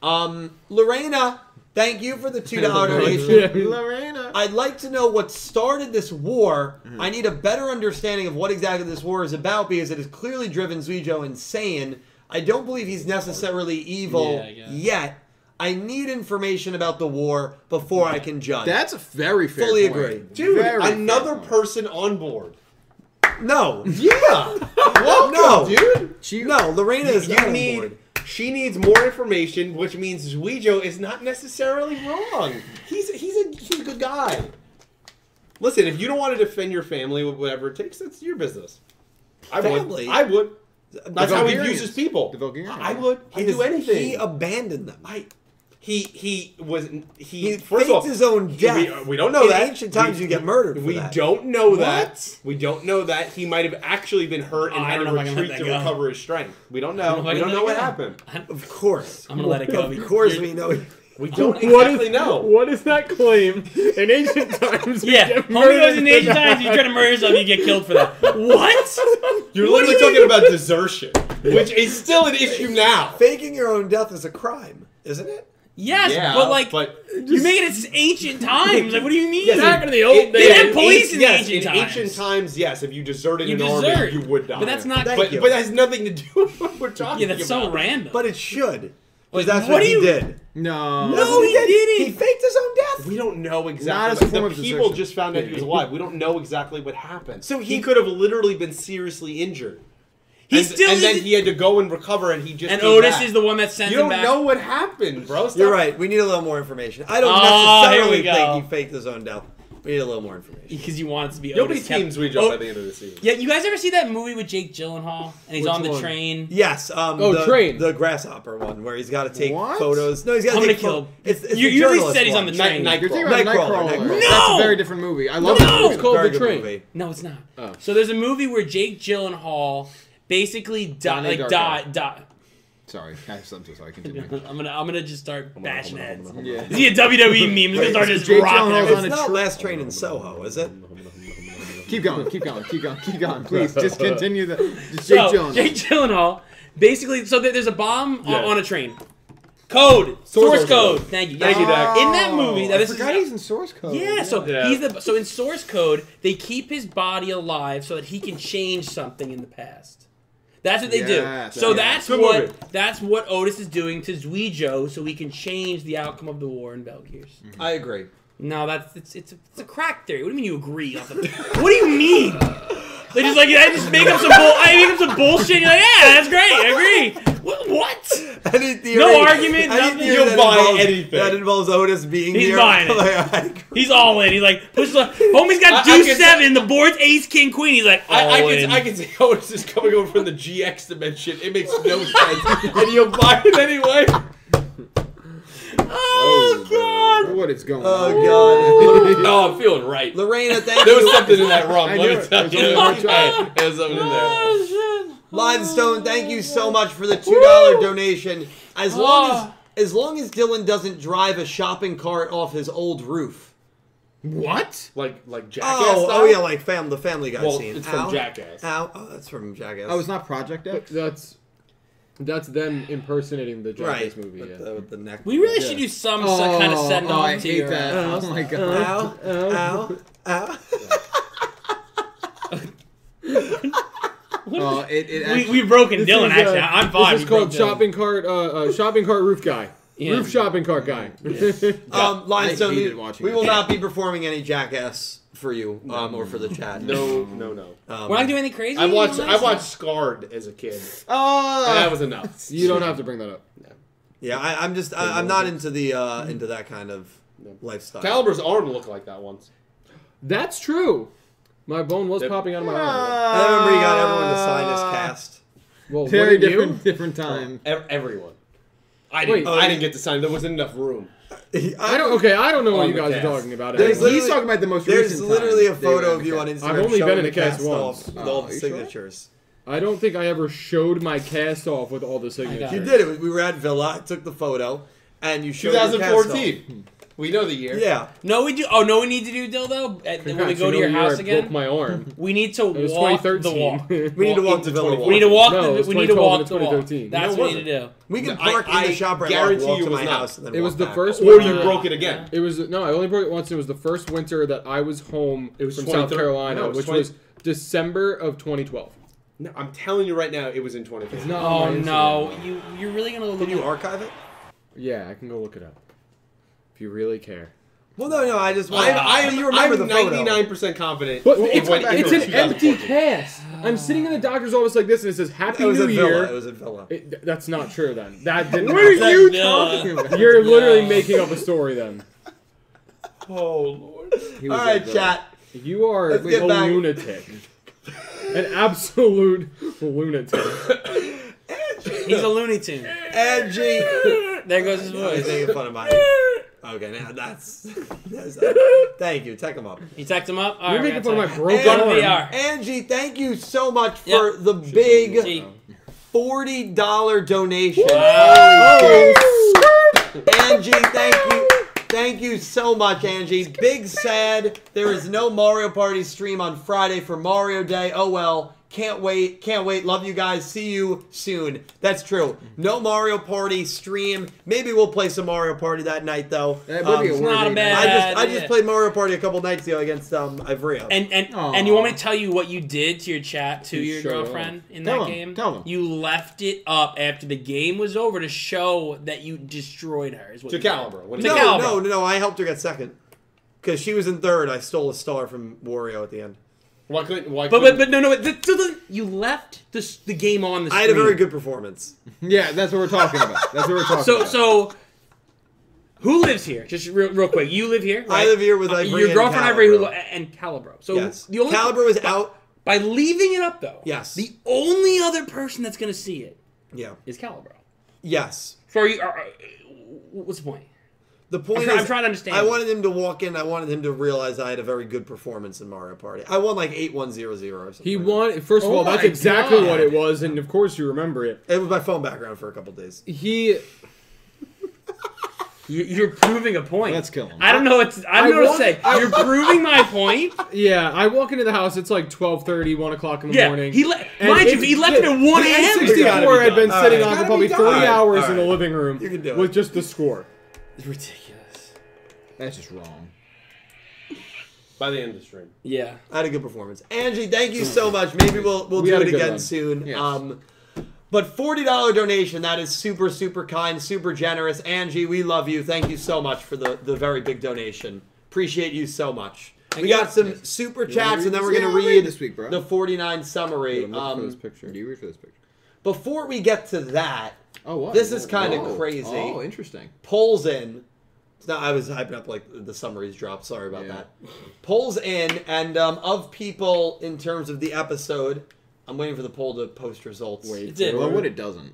Um, Lorena, thank you for the $2 donation.
Yeah.
Lorena.
I'd like to know what started this war.
Mm-hmm.
I need a better understanding of what exactly this war is about because it has clearly driven Zuijo insane. I don't believe he's necessarily evil
Yeah, I guess.
yet. I need information about the war before I can judge.
That's a very fair
Fully
point.
agree.
Dude,
Very fair
another
point.
person on board.
no,
Yeah. Welcome,
No.
dude.
She,
no, Lorena is not
You
on
need.
board.
She needs more information, which means Zuijo is not necessarily wrong. He's he's a he's a good guy. Listen, if you don't want to defend your family with whatever it takes, that's your business. I
Family?
would. I would. That's how he
Vulgarians.
uses people.
The Vulgarians.
I would.
He
He'd do
has-
anything.
He abandoned them.
I he he was he,
He
first of all
faked his own death.
We, we don't know
In
that.
ancient times,
We-
you get murdered for
we
that.
don't know
What?
that. We don't know that he might have actually been hurt and
Oh, I
had
don't
to
know if I can let
retreat
that
to
go.
recover his strength. We don't know.
I
We
can
don't
let
know
it
what
go.
happened.
Of course.
I'm gonna let it go.
Of course,
You're-
we know.
We don't
What
exactly
is-
know.
What is that claim? In ancient times, we
Yeah,
get
homie goes
murdered
in
for
Asian
that.
times. You try to murder yourself, you get killed for that. What?
You're literally talking about desertion, which is still an issue now.
Faking your own death is a crime, isn't it?
Yes,
Yeah,
but like
but
you make it it's ancient times. Like, what do you mean?
Yes, Back in the old
It-
days.
They didn't have police
it-
in
yes,
ancient
in
times.
ancient times. Yes, if you deserted
You
an army,
desert.
you would die.
But that's not.
Thank
But,
you.
but that has nothing to do with what we're talking
yeah, that's
about.
so random.
But it should. Because
Wait,
that's what,
what do
he
you-
did.
No.
No, he didn't.
He faked his own death.
We don't know exactly.
Not as a
what-
form
the
of
people
desertion.
just found out he was alive. We don't know exactly what happened.
So
he,
he-
could have literally been seriously injured.
he
and,
still
and
is.
then he had to go and recover, and he just
and
came
Otis
back.
is the one that sends
You
him
don't
back.
know what happened, bro. Stop.
You're right. We need a little more information. I don't
Ah, here
necessarily
we go.
think he faked his own deff. We need a little more information.
because you want it to be.
Nobody
Otis kept-
teams we
Oh,
jump by the end of the season.
Yeah, you guys ever see that movie with Jake Gyllenhaal and he's
Which
on the
one?
train?
Yes. Um,
Oh,
the,
train.
the grasshopper one where he's got to take
What?
photos. No, he's got
I'm
to
gonna
take
kill him.
photo- It's, it's
You-
the
you already
journalist
said he's
one.
on the
Night,
train.
night,
You're thinking about
Nightcrawler,
Nightcrawler.
Nightcrawler.
That's
No!
a very different movie. I love
No!
that movie.
It's called
Very
The
good
Train.
movie.
No, it's not.
Oh.
So there's a movie where Jake Gyllenhaal basically died.
Donnie
Like
Darko.
died. Died.
Sorry. I'm so sorry. Continue.
I'm gonna I'm gonna just start bashing heads.
Yeah.
Is he a WWE meme? He's gonna start
It's
just
Jake
rocking
Gyllenhaal's
everything.
It's
a
not
tra-
Last Train in Soho, is it?
Keep going, keep going, keep going, keep going. Please, just continue the. Just Jake
So,
Jones.
Jake Gyllenhaal. Basically, so there- there's a bomb on-
Yeah.
on a train. Code. Source, code. Thank you.
Thank
Yes.
you, Dak.
In that movie, that
I
this
forgot
is
he's in source code.
Yeah, so
Yeah.
he's the so in source code they keep his body alive so that he can change something in the past. That's what they
Yes,
do. So
yes.
that's
Good
what
movie.
that's what Otis is doing to Zuijo so he can change the outcome of the war in Belgears.
I agree.
No, that's it's it's a, it's a crack theory. What do you mean you agree? Off the, what do you mean? They just like I just make up some bull, I make up some bullshit. You're like, yeah, that's great. I agree. What? what?
Any theory,
argument, nothing.
theory
You'll
that
buy
involves-
anything.
That involves Otis being
He's
here.
buying it.
Like, I agree.
He's all in. He's like, push the homie's
I- I
got deuce
can-
seven. The board's ace, king, queen. He's like, all
I, I,
in.
can, I can see how it's just coming over from the GX dimension. It makes no sense. and you'll buy it anyway.
Oh, God. What is going on?
Oh,
God.
No, I'm feeling right.
Lorena, thank
There
you.
was something in that wrong.
I
Let
knew
me
it.
tell
There
you.
was something
Hey, There's something in there.
Limestone, thank you so much for the two dollar donation. As long
Ah.
as as long as Dylan doesn't drive a shopping cart off his old roof.
What?
Like like jackass.
Oh,
style?
oh yeah, like fam, the Family Guy
Well,
scene.
it's from
Ow.
Jackass.
Ow. Oh, that's from Jackass.
Oh, it's not Project X?
That's That's them impersonating the Japanese movie.
With,
yeah.
the, with the neck.
We really
Yeah.
should do some kind of send uh,
oh,
off
I
to
hate
your-
that.
Uh,
oh my god.
Ow, ow, ow.
Oh, it, it
We,
actually,
we've broken
This
Dylan.
is, uh,
actually, I'm fine.
This is
We broke
called
Dylan.
shopping cart. Uh, uh, shopping cart roof guy.
Yeah.
Roof shopping cart guy.
Um, Limestone,
hated
we,
watching
we
it.
will
Yeah.
not be performing any jackass for you um, or for the chat.
No, no, no.
Um,
We're not doing anything crazy.
I watched.
Dylan?
I watched Scarred as a kid.
oh,
And that was enough.
you don't have to bring that up.
Yeah, I, I'm just I, I'm not into the uh, into that kind of lifestyle.
Caliber's arm looked like that once.
That's true. My bone was
That-
popping out of my
Ah.
eye.
ah.
I remember you got everyone to sign this cast.
Well,
very
very
different,
different.
different time.
Ev- everyone. I didn't.
Wait.
I didn't get to sign. There wasn't enough room.
I don't. Okay, I don't know what
On
you
the
guys are
cast.
talking about.
There's
anyway.
literally-
He's talking about the most
There's
recent.
literally a
time they were
photo
in
of you on Instagram.
I've only
showing
been in a cast once.
off with all
Oh,
the
you sure?
signatures.
I don't think I ever showed my cast off with all the signatures.
You did it. We were at Villa. I took the photo, and you showed your cast off.
2014. We know the year.
Yeah,
No, we do. Oh no, we need to do dildo. At, when we
Congrats,
go to your
you know the year
house
I
again,
Broke my arm.
we need to
It was
walk the
2013.
walk.
we need to walk
into
to Villa.
24.
Walk.
We need to walk.
No, it
the,
was
we need to walk
2012
the
and
walk.
2013.
That's
No, it
what we need to do.
We can
No, I-
park in
I
the shop right
guarantee
now. Walk
you
to
it was
my
not.
house. And then
It was
walk
the
back.
first
Or
winter-
you broke it again.
It was no, I only broke it once. It was the first winter that I was home
It was
from
23
South Carolina,
no, it was
which
20
was December of 2012.
No, I'm telling you right now, it was in 2015.
not
Oh
on my Instagram.
no, you you're really gonna look.
Can you
at-
archive it?
Yeah, I can go look it up if you really care.
Well, no, no. I just.
I, I am,
you remember
I'm
the photo.
99% confident.
But
it
it's,
went
it's
into
an empty
2014.
cast. I'm sitting in the doctor's office like this, and it says
It
"Happy
was
New
at Villa. It
Year."
was at Villa.
It- th- that's not true. Then that didn't.
What are
happen.
you
Villa.
talking about?
You're literally
No.
making up a story. Then
Oh, Lord.
He
All
was
right,
like,
chat.
you are
Let's get
a
back.
lunatic, an absolute lunatic.
He's a Looney Tune.
Angie.
There goes his
Oh, he's
voice.
making fun of mine. Okay, now that's. that's uh, thank you. Take him up.
You tacked him up. All
You're
right,
making fun of
we're
my
gonna
broken
Go to
arm.
VR.
Angie, thank you so much for
Yeah.
the
tack
big
him up.
forty dollar donation.
Oh,
Angie, thank you. Thank you so much, Angie. Big sad. There is no Mario Party stream on Friday for Mario Day. Oh well. Can't wait. Can't wait. Love you guys. See you soon. That's true. No Mario Party stream. Maybe we'll play some Mario Party that night though.
That would be a
Um,
worthy
not a
name.
bad-
I just I just
Yeah.
played Mario Party a couple nights ago against um Ivrea.
And and
Aw.
and you want me to tell you what you did to your chat to your
Sure.
girlfriend in
Tell
that
him,
game?
tell him.
You left it up after the game was over to show that you destroyed her. Is what
To
you did.
Calibra. What
To
do you
no,
Calibra.
no, no, no. I helped her get second because she was in third. I stole a star from Wario at the end.
Why couldn't. Why
But but
couldn't
but no no. But the, the, you left the s- the game on the. Screen.
I had a very good performance.
Yeah, that's what we're talking about. That's what we're talking
So
about.
so. Who lives here? Just real, real quick. You live here. Right?
I live here with
Uh,
Ivory
your
and
girlfriend
Calibra.
Ivory who, li- and Calibro. So
Yes.
the only
Caliber was out.
by leaving it up though.
Yes.
The only other person that's gonna see it
Yeah.
is Calibro.
Yes.
So are you? Are, are- what's the point?
The point
I'm try-
is,
I'm trying to understand.
I wanted him to walk in. I wanted him to realize I had a very good performance in Mario Party. I won like eight one zero zero or something.
He
like
won. First of
Oh
all, that's
my
exactly
God.
what it was, and of course you remember it.
that. It was my phone background for a couple days.
He
You- You're proving a point.
Let's kill him.
I don't know what to, I don't
I
know what
want-
to say. You're proving my point.
Yeah, I walk into the house. It's like 12.30, 1 o'clock in the
Yeah,
morning.
he le-
And
mind you,
it's-
he left it at 1
the
a.m.
N64
It's gotta be
had been
done.
sitting
All
on
right.
for probably
It's
3
gotta be done.
hours
All
in the
right.
living room
You can do
with
it.
just the score.
It's ridiculous.
That's just wrong.
by the end of the stream.
Yeah.
I had a good performance. Angie, thank you so much. Maybe we'll we'll
We
do
had
it
a good
again
one.
soon.
Yes.
Um, but forty dollar donation. That is super super kind, super generous. Angie, we love you. Thank you so much for the the very big donation. Appreciate you so much. we
you.
got some super chats, and then we're
Yeah,
gonna
I'll read
read
this week, bro.
the forty nine summary.
I'm looking for this
Um,
picture.
Do you read for this picture?
before we get to that,
Oh, what?
This is kinda
Whoa.
crazy.
Oh, interesting.
polls in. No, I was hyping up like the summaries dropped. Sorry about
Yeah.
that. Polls in, and um, of people in terms of the episode, I'm waiting for the poll to post results.
Wait.
It's it.
Well, what it doesn't.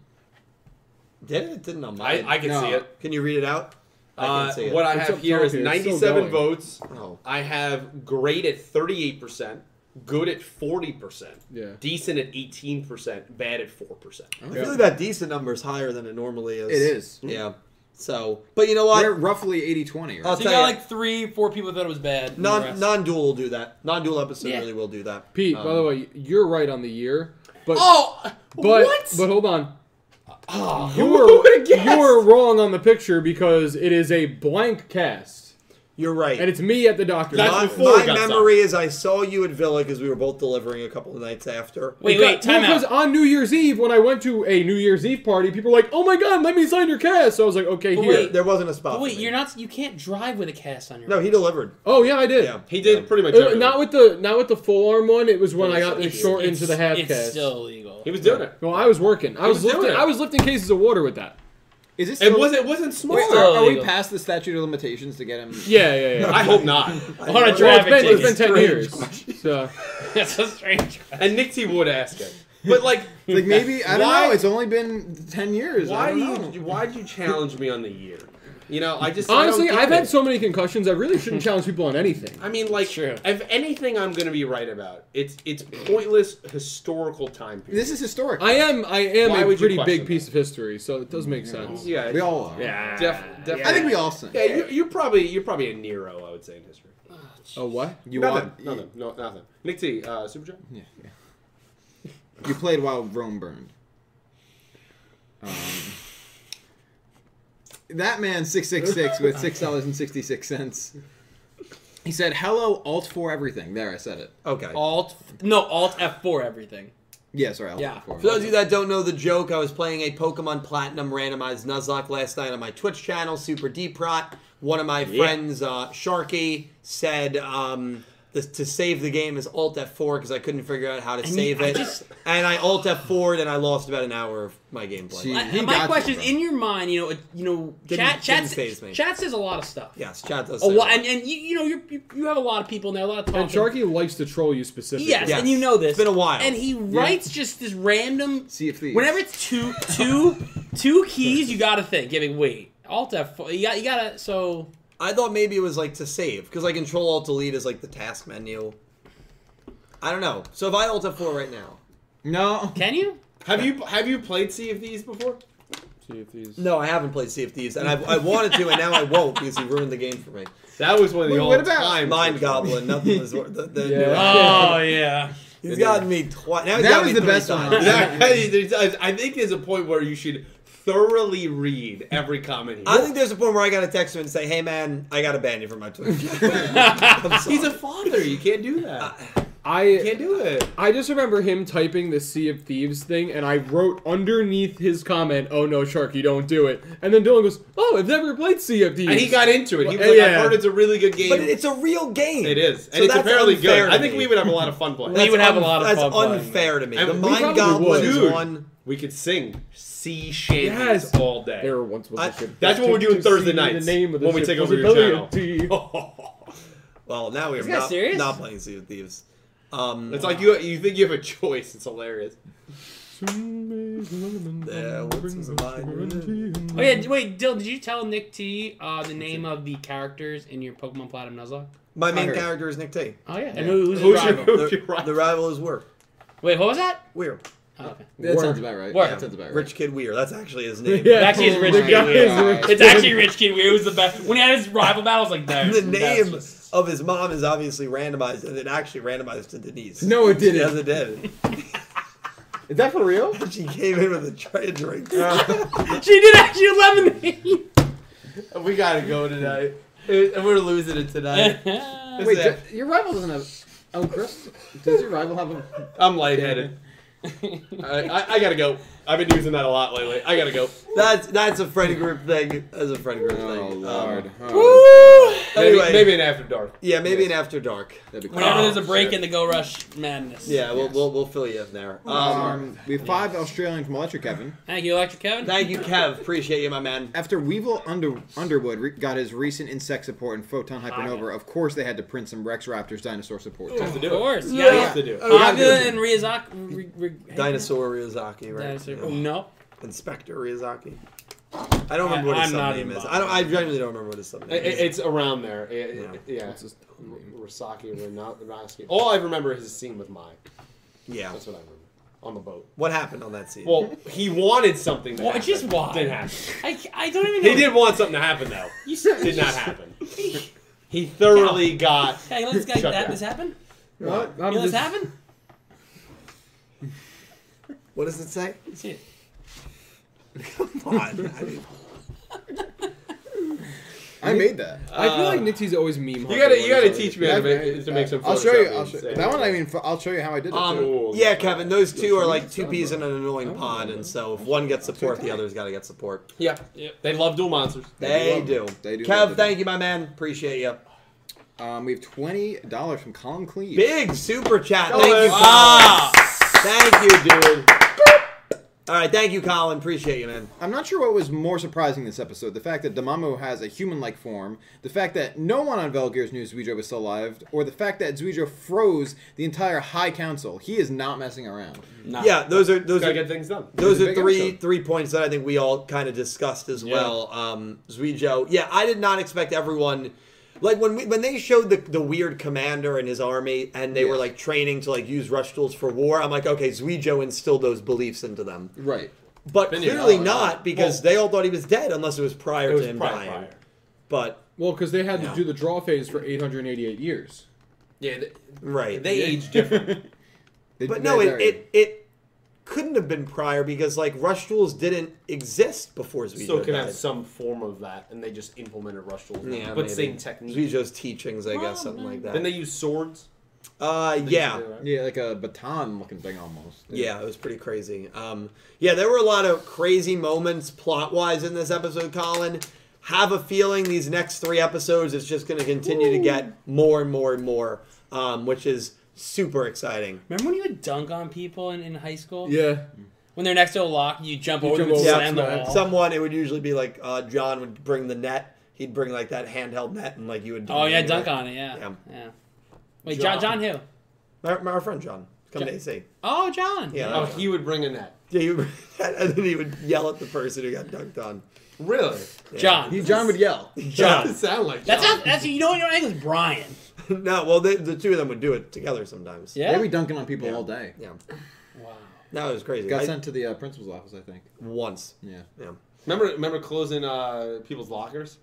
did it? It Didn't on
I,
mine.
I can
No.
see it.
can you read it out? I can
Uh,
see it.
What I
It's
have
up
here
top
is
here. It's still
97
going.
votes.
Oh.
I have great at 38%, good at 40%,
Yeah.
decent at 18%, bad at 4%.
I feel like that decent number is higher than it normally is.
It is.
Yeah. So, but you know what?
We're roughly 80-20, right?
I'll
So you
tell
got
you.
like three, four people that thought it was bad. and the
non
rest-
non-dual will do that. Non-dual episode
Yeah.
really will do that.
Pete, by
Um,
the way, you're right on the year. But,
Oh,
but,
what?
but hold on. You were you were wrong on the picture because it is a blank cast,
You're right.
and it's me at the doctor's.
That's
my
before
my
it got
memory is I saw you at Villa because we were both delivering a couple of nights after.
Wait, wait, time
because
out.
on New Year's Eve, when I went to a New Year's Eve party, people were like, "Oh my God, let me sign your cast." So I was like, "Okay, here."
wait,
There wasn't a spot.
But
for
wait,
me.
you're not. You can't drive with a cast on your.
No, he delivered.
oh yeah, I did.
Yeah,
He did pretty much.
Uh,
everything.
not with the not with the full arm one. It was when I got the
It's-
short
it's-
into the half
It's
cast.
still illegal.
he was doing it.
well, I was working. I was,
was doing
lifting.
it.
I was lifting cases of water with that.
Is this
It
still-
wasn't. It wasn't small.
Wait, uh, are, are we
illegal.
past the statute of limitations to get him?
Yeah, yeah, yeah.
I hope not.
On a
well, it's
traffic
been, it's
ticket.
been ten
Strange
years. So
That's a strange.
And Nick T would ask him. But like,
Like maybe I don't
Why-
know. It's only been ten years. I
why do
don't know.
you? Why did you challenge me on the year? You know, I just
honestly,
I don't get
I've had
it.
so many concussions. I really shouldn't challenge people on anything.
I mean, like,
True.
if anything, I'm going to be right about it's it's pointless historical time period.
This is historic.
I am. I am
Why would
a
you
pretty
question
big piece of history, so it does make sense.
yeah,
we all are.
Yeah.
def- definitely.
I think we all sin.
Yeah, you're, you're probably you're probably a Nero, I would say in history.
Oh what?
You want-
nothing, nothing, no, nothing. Nick T, uh, Super John.
Yeah, yeah. You played while Rome burned. Um, that man six six six with six dollars and sixty six cents. He said, "Hello, alt for everything." There, I said it.
Okay.
Alt. No, Alt F4 everything.
Yeah, sorry. Alt
Yeah.
for
For those of you that don't know the joke, I was playing a Pokemon Platinum randomized Nuzlocke last night on my Twitch channel, Super Deprot. One of my friends, uh, Sharky, said um, this, to save the game is Alt F4 because I couldn't figure out how to save
I
it.
just-
And I Alt F4'd and I lost about an hour of my gameplay.
Gee.
I-
He
my
got
question
you,
is,
bro.
in your mind, you know, it- you know,
Didn't-
chat, chat,
didn't faze me.
chat says a lot of stuff.
Yes, chat does.
A
say
lot,
that.
Oh, and, and you, you know, you're, you you have a lot of people in there, a lot of talking.
And Sharky likes to troll you specifically.
Yes,
Yes.
and you know this.
It's been a while.
And he writes just this random.
Sea of Thieves.
Whenever it's two, two, two keys, you got to think. Giving wait, Alt F4. You got, you got to. So
I thought maybe it was like to save because like Control Alt Delete is like the task menu. I don't know. So if I Alt F4 right now.
No.
can you?
Have you have you played Sea of Thieves before?
See if he's-
No, I haven't played Sea of Thieves, and I've, I wanted to, and now I won't because he ruined the game for me.
That was one of the
Wait,
all
what about-
time
Mind Goblin, nothing was worth the, the
Yeah.
Oh yeah.
He's gotten me twice. Now he's
That
gotten
was
me
the
three
best one.
times.
That- there's- I think there's a point where you should thoroughly read every comment. He
I think there's a point where I gotta text him and say, "Hey man, I gotta ban you from my Twitch." I'm sorry.
He's a father. You can't do that. You can't
I
do it.
I just remember him typing the Sea of Thieves thing, and I wrote underneath his comment, "Oh no, Sharky, don't do it." And then Dylan goes, "Oh, I've never played Sea of Thieves."
And he got into it. He was
Well,
like,
yeah.
I heard it's a really good game.
but it's a real game.
It is.
So
And it's
that's
apparently
unfair
good.
to
I think
me.
we would have a lot of fun playing.
That's
would have a
un-
lot of fun
That's
playing
unfair to me.
And
the
we
Mind
probably
Goblin
would.
is
Dude.
one.
We could sing sea shanties
Yes.
all day.
There once was a
I-
ship
that's what
to-
we're doing
to
Thursday
see the
nights,
name of the
when we
ship
take
was
over
a
your
billion
channel. Oh.
tea.
Well, now we're
This guy's
not,
serious?
not playing Sea of Thieves. Um,
It's like you you think you have a choice. It's hilarious.
Yeah, what's his mind?
Oh yeah. Wait, Dill, did you tell Nick T uh, the name of the characters in your Pokemon Platinum Nuzlocke?
my main
Tired.
character is Nick T.
Oh yeah. And who, who's,
Who's
the
your-
rival?
You're
The,
right.
the rival is Weir.
Wait, what was that?
Weir.
Oh, okay.
That
Word.
sounds about right.
Word.
That sounds about right.
Rich Kid Weir. That's actually his name.
Yeah.
It actually is
Oh
Rich
my
Kid
God.
Weir.
It's
It's actually Rich Kid Weir. It was the best. When he had his rival battles like that.
The name of his mom is obviously randomized, and it actually randomized to Denise.
No, it didn't.
Yes, it did.
Is that for real?
She came in with a tray of drinks.
She did actually lemonade.
We gotta go tonight. And we're losing it tonight.
Wait, do- your rival doesn't have. Oh, Chris, does your rival have a?
I'm lightheaded. I, I, I gotta go. I've been using that a lot lately. I gotta go.
That's that's a friend group thing. That's a friend group thing.
Oh
Um,
lord. Oh,
Maybe,
Anyway.
maybe an after dark.
yeah, maybe an after dark.
That'd be
Whenever
cool. Um,
there's a break
Shit.
in the Go Rush madness.
Yeah, we'll,
Yes.
we'll, we'll fill you in there. Um,
Um, we have five Australian from Electric Kevin.
Thank you, Electric Kevin.
thank you, Kev. Appreciate you, my man.
After Weevil Under- Underwood re- got his recent insect support and Photon Hypernova, of course they had to print some Rex Raptors dinosaur support. too.
to
Of
do it.
course.
You
Yeah. Oh,
have to do it.
Agua and Ryazaki. Re, re,
Dinosaur Ryazaki, right?
Dinosaur. Oh,
Yeah.
No.
Inspector Ryazaki. I don't remember
I-
what his
I'm not
subname is.
involved.
I don't. I genuinely don't remember what his subname
I- I-
is.
it's around there. It- it- yeah.
What's his name?
Rasaki, Rana- Ranowski. All I remember is his scene with Mai.
yeah.
That's what I remember. On the boat.
What happened on that scene?
Well, he wanted something to
Well,
happen.
just why?
Didn't happen.
I, I don't even know.
He did want something to happen, though.
You said
Did not happen. He thoroughly got.
Can I let this guy
Shut
have
up.
this happen?
What? I'm
You let this
just-
happen?
what does it say?
Let's see it.
Come on. I mean,
I made that.
I feel like Nitty's always meme.
Uh, You gotta, you gotta teach me how to
Yeah,
make, to make some.
I'll show you.
Photoshop
I'll show,
memes.
that one, I mean, f- I'll show you how I did it. too.
um,
Cool.
yeah, Kevin, those two are like two peas in an annoying pod, and so if one gets support, the other's got to get support.
Yeah, yeah. They love dual monsters.
They
do
do.
love- they do love
Kev,
it.
thank you, my man. Appreciate you.
Um, we have twenty dollars from Colin Cleese.
Big super chat.
Oh,
Thank you,
there
Colin.
you
Thank you,
go.
dude. All right, thank you, Colin. Appreciate you, man.
I'm not sure what was more surprising this episode: the fact that Damamu has a human-like form, the fact that no one on Velgear's new Zuijo is still alive, or the fact that Zuijo froze the entire High Council. He is not messing around.
Yeah, those are those
Gotta
are
get things done.
those
It was a
are
big
three
episode.
three points that I think we all kind of discussed as well. Um, Zuijo, yeah, I did not expect everyone like when we, when they showed the the weird commander and his army and they were
Yes.
like training to like use rush tools for war. I'm like, okay, Zuijo instilled those beliefs into them,
Right.
but
Been here
clearly
all along.
not because
Oh, Well-
they all thought he was dead unless it was prior
It was
to him
prior,
dying.
prior.
But
Well, because they had to do the draw phase for 888 years.
Yeah, they,
right,
they age different.
They-
But
they-
no, it,
they're-
it it couldn't have been prior because like rush tools didn't exist before Zuijo
Still can
died.
have some form of that, and they just implemented rush tools,
Yeah,
but
maybe.
same technique.
Zuijo's teachings, I guess, something like that.
Then they use swords.
uh,
They
yeah,
used to do that.
Yeah, like a baton-looking thing almost.
yeah, it was pretty crazy. Um, yeah, there were a lot of crazy moments plot wise in this episode, Colin. Have a feeling these next three episodes is just going to continue to get more and more and more, um, which is super exciting.
Remember when you would dunk on people in, in high school?
Yeah.
When they're next to a lock, you jump over
jump
them and
over
slam the
them,
wall.
Someone, it would usually be like uh, John would bring the net. He'd bring like that handheld net and like you would.
oh yeah, dunk on it. Yeah.
Yeah.
Yeah. Wait, John.
John.
John who?
My, my friend John. Come
John-
to AC.
Oh, John.
Yeah.
Oh, he would bring a net.
Yeah, he would- and then he would yell at the person who got dunked on.
Really?
John.
He, John would yell.
John.
John.
Does it sound like
That's
John?
how, that's you know what your angle is Brian.
no, well, they, the two of them would do it together sometimes.
Yeah.
They'd be dunking on people
Yeah.
all day.
Yeah.
Wow.
No, it was crazy.
Got
I-
sent to the uh, principal's office, I think.
once.
Yeah.
Yeah.
Remember, remember closing uh, people's lockers.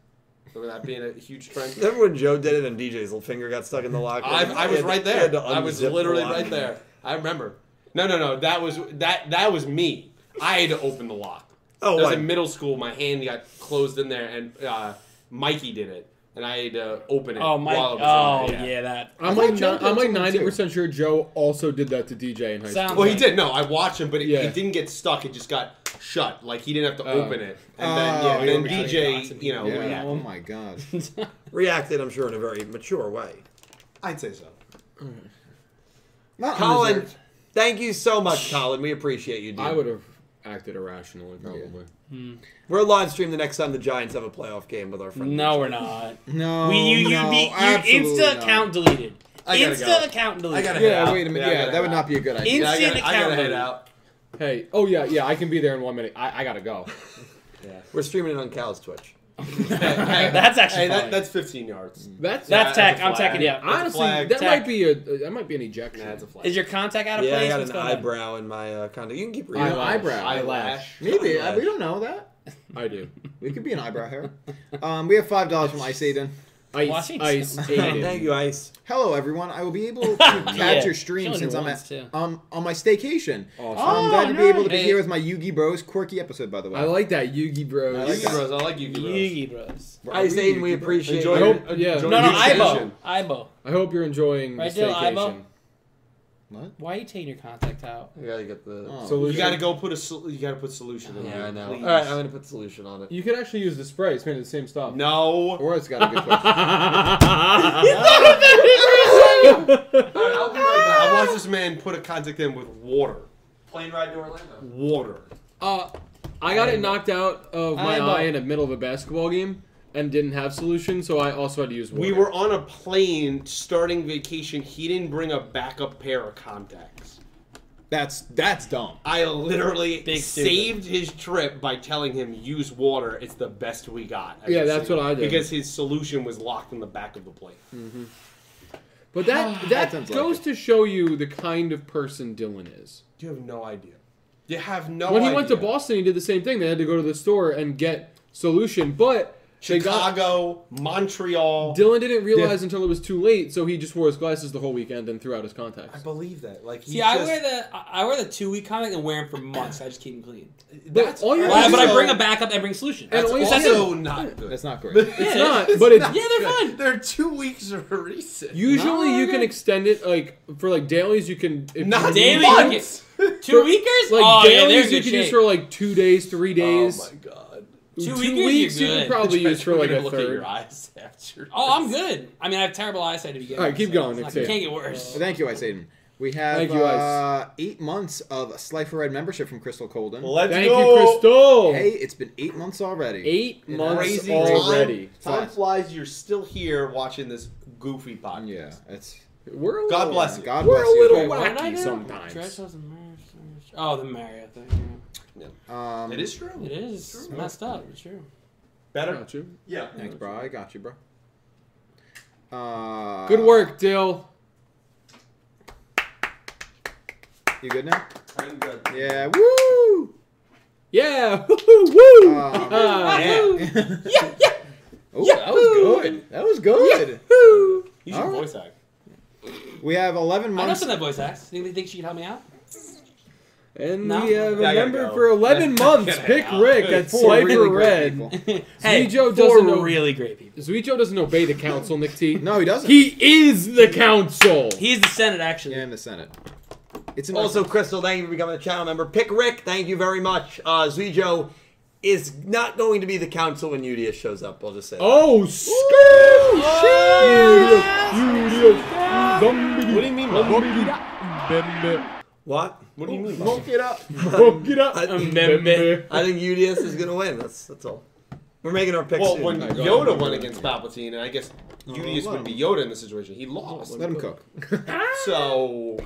Remember that being a huge trend.
Remember when Joe did it and DJ's little finger got stuck in the locker?
I, I was
And
right
he had
there.
to
I was
unzip the
literally
locker.
right there. I remember. No, no, no. That was that. That was me. I had to open the lock.
Oh,
I was
what?
in middle school. My hand got closed in there, and uh, Mikey did it, and I had to open it.
Oh my.
while it
Oh
was in
yeah.
there,
that.
I'm
thought
like
Joe
ni-
did
I'm like
something,
90 percent sure Joe also did that to DJ in high
Sounds-
school.
Well, he did. No, I watched him, but it,
Yeah.
it didn't get stuck. It just got shut. Like he didn't have to
Oh.
open it, and then yeah,
Oh,
then
yeah,
DJ, you know,
yeah.
yeah.
Oh my god.
Reacted, I'm sure, in a very mature way.
I'd say so.
Not
Colin,
undeserved.
thank you so much, Colin. We appreciate you, dude.
I would have acted irrationally probably.
We're live stream the next time the Giants have a playoff game with our friend.
No, we're not.
No.
we you
no,
you be you
absolutely
insta
not.
account deleted.
I gotta
Insta
go.
account
I
deleted.
gotta head
Yeah,
out.
wait a minute.
I
Yeah,
gotta
that would
head
not be a good idea.
In-
out. Yeah, I
Instant
gotta, I gotta
account
head
mode.
out.
Hey, oh yeah, yeah, I can be there in one minute. I, I gotta go.
We're streaming it on Cal's Twitch.
That's actually
Hey, that,
fine.
that's 15 yards.
That's
That's
that's
tech.
a
I'm
flag.
teching you.
I-
honestly
flag,
that
tech.
might be a that might be an ejection.
Nah, it's a flag.
Is your contact out of
Yeah, I
place?
got
What's
an
going on?
eyebrow in my uh, condo. You can keep reading.
Eyelash. eyebrow.
Eyelash.
Maybe uh, we don't know that.
I do.
We could be an eyebrow hair. Um, we have five dollars from Ice Aiden.
Ice,
Washington.
ice, Aiden.
Thank you, Ice.
Hello everyone. I will be able to capture
She
stream
only
since I'm
wants
at,
to. Oh,
um on my staycation.
Awesome.
I'm glad to be
nice.
able to be
Hey.
here with my Yugi Bros quirky episode by the way.
I like that Yugi Bros.
I
Yugi
like that.
Bros. I like Yugi Bros.
Yugi Bros.
Are
Ice
we
Aiden, we
Yugi Bros?
appreciate
Enjoy
you.
your,
hope- yeah.
enjoy
No,
No,
uh, your
no,
vacation.
Ibo. Ibo.
I hope you're enjoying
Right
this
there,
vacation.
eyeball.
What?
Why are you taking your contact out?
I gotta get the.
Oh.
So
You gotta go put a sol- you gotta put solution in
Yeah,
there,
I know.
please.
All right, I'm gonna put solution on it.
You could actually use the spray. It's made of the same stuff.
No.
Or it's got a good question.
I'll be right back. I watched this man put a contact in with water.
Plane ride to Orlando.
Water.
Uh, I got it knocked out of my
Eyeball.
eye in the middle of a basketball game and didn't have solution, so I also had to use water.
We were on a plane starting vacation. He didn't bring a backup pair of contacts.
That's that's dumb.
I literally
Big stupid.
saved his trip by telling him use water. It's the best we got. as
Yeah,
a
that's what
signal,"
I did.
Because his solution was locked in the back of the plane.
But that that,
That sounds like
goes
it.
to show you the kind of person Dylan is.
You have no idea. You have no
when he
idea.
went to Boston, he did the same thing. They had to go to the store and get solution, but They got-
Chicago, Montreal.
Dylan didn't realize until it was too late, so he just wore his glasses the whole weekend and threw out his
I
contacts.
believe that. Like,
See, I wear the I I wear the two week comic and wear them for months. I just keep them clean.
But all you're
Well, I- but I
also-
bring a backup. I bring solution.
And
That's
all you
all-
said-
also not good.
That's not great.
It's
Yeah,
not, but it's
yeah, they're fun.
They're two weeks of recent.
usually
No,
you
no.
can extend it like for like dailies. You can if
Not Oh
you,
Daily
Months.
tickets. Two weekers?
like
oh, yeah, they're
dailies
in
you
good
can
shape.
use for like two days, three
Oh
days,
my god.
two
Two weekers,
weeks. You
you're
can
good.
probably
Try-
use for
we're
like
gonna
a
look At
third.
your eyes after
Oh, I'm good. I mean, I have terrible eyesight to begin
All right,
with,
keep
so
going,
it's
it's
Like, it
safe.
can't get worse.
Thank you, Ice Aiden. We have
Thank you, Ice.
Uh, eight months of Slifer Red membership from Crystal Colden.
Let's
Thank you, Crystal.
hey, it's been eight months already.
Oh, Eight months
Crazy
already.
Time, time flies. You're still here watching this goofy podcast.
Yeah, it's
We're a
God
little-
bless you.
God
We're
bless
a
you.
little
Wait, what did I
wacky
do? Dress
sometimes.
as a Mario thing. Oh, the Mario thing.
Um,
It is true.
yeah. It is it's messed up. It's true.
Better.
Got you.
Yeah.
Thanks, bro. I got you, bro. Uh,
Good work, Dill.
You good now?
I'm good.
Yeah. Woo!
Yeah, woo, woo.
Um,
Ah,
Yeah.
Yeah, yeah.
Ooh, that was good. That was good.
woo.
You should
All right.
voice act.
We have 11
I know
months.
some of that voice acts. Think they think she can help me out?
And
No.
we have
Yeah, I
a
gotta
member
go.
for 11 months. Pick Rick at
Four
Slifer
really great
Red.
people.
hey,
Joe
four
doesn't know-
really great people.
Zuicho doesn't obey the council, Nick T.
No, he doesn't.
He is the council.
He's the Senate, actually.
Yeah, in the Senate. It's an
Also, Crystal, thank you for becoming a channel member. Pick Rick, thank you very much. Uh, Zuijo is not going to be the council when Udius shows up. I'll just say. that.
oh, skoo! What do you mean,
what?
What do you mean?
Smoke it up.
Get up.
Um,
Bembe.
I think Udius is going to win. That's that's all. We're making our picks
Well,
soon.
when
I got
Yoda
it.
won against Palpatine, and I guess Udius
well.
would be Yoda in the situation. He lost.
Let him cook.
So,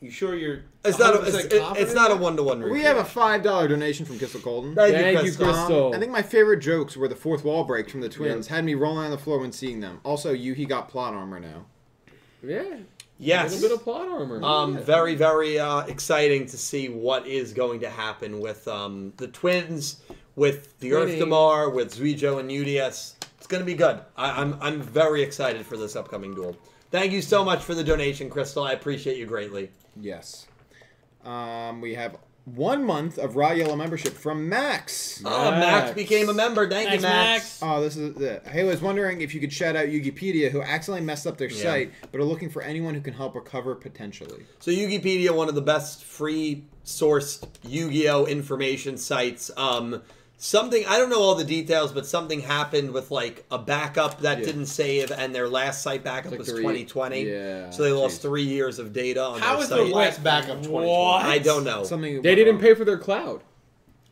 you sure you're?
it's not a
100%
it's, it- it's
confident?
not a one to one.
we have a $5 donation from Crystal Colden.
Thank you,
Thank you,
Crystal.
Crystal.
Um, I think my favorite jokes were the fourth wall break from the twins. Had me rolling on the floor when seeing them. Also, Yuhi got plot armor now.
Yeah. A
yes.
little bit of plot armor.
Um, very, very uh, exciting to see what is going to happen with um, the twins, with the Earth
Winning.
Damar, with Zuijo and UDS. It's going to be good. I, I'm, I'm very excited for this upcoming duel. Thank you so much for the donation, Crystal. I appreciate you greatly.
Yes. Um, we have one month of Raw Yellow membership from Max.
Oh, Max
Max.
became a member. Thank
Thanks,
you, Max.
Max.
Oh, this is the. Hey, I was wondering if you could shout out Yugipedia, who accidentally messed up their
Yeah.
site, but are looking for anyone who can help recover potentially.
So Yugipedia, one of the best free sourced Yu-Gi-Oh information sites. Um, something I don't know all the details, but something happened with like a backup that
Yeah.
didn't save, and their last site backup
Like
was
three-
2020.
yeah,
so they lost
jeez.
three years of data on
How
their
is the
site.
last backup twenty?
I don't know.
Something
they didn't pay for their cloud.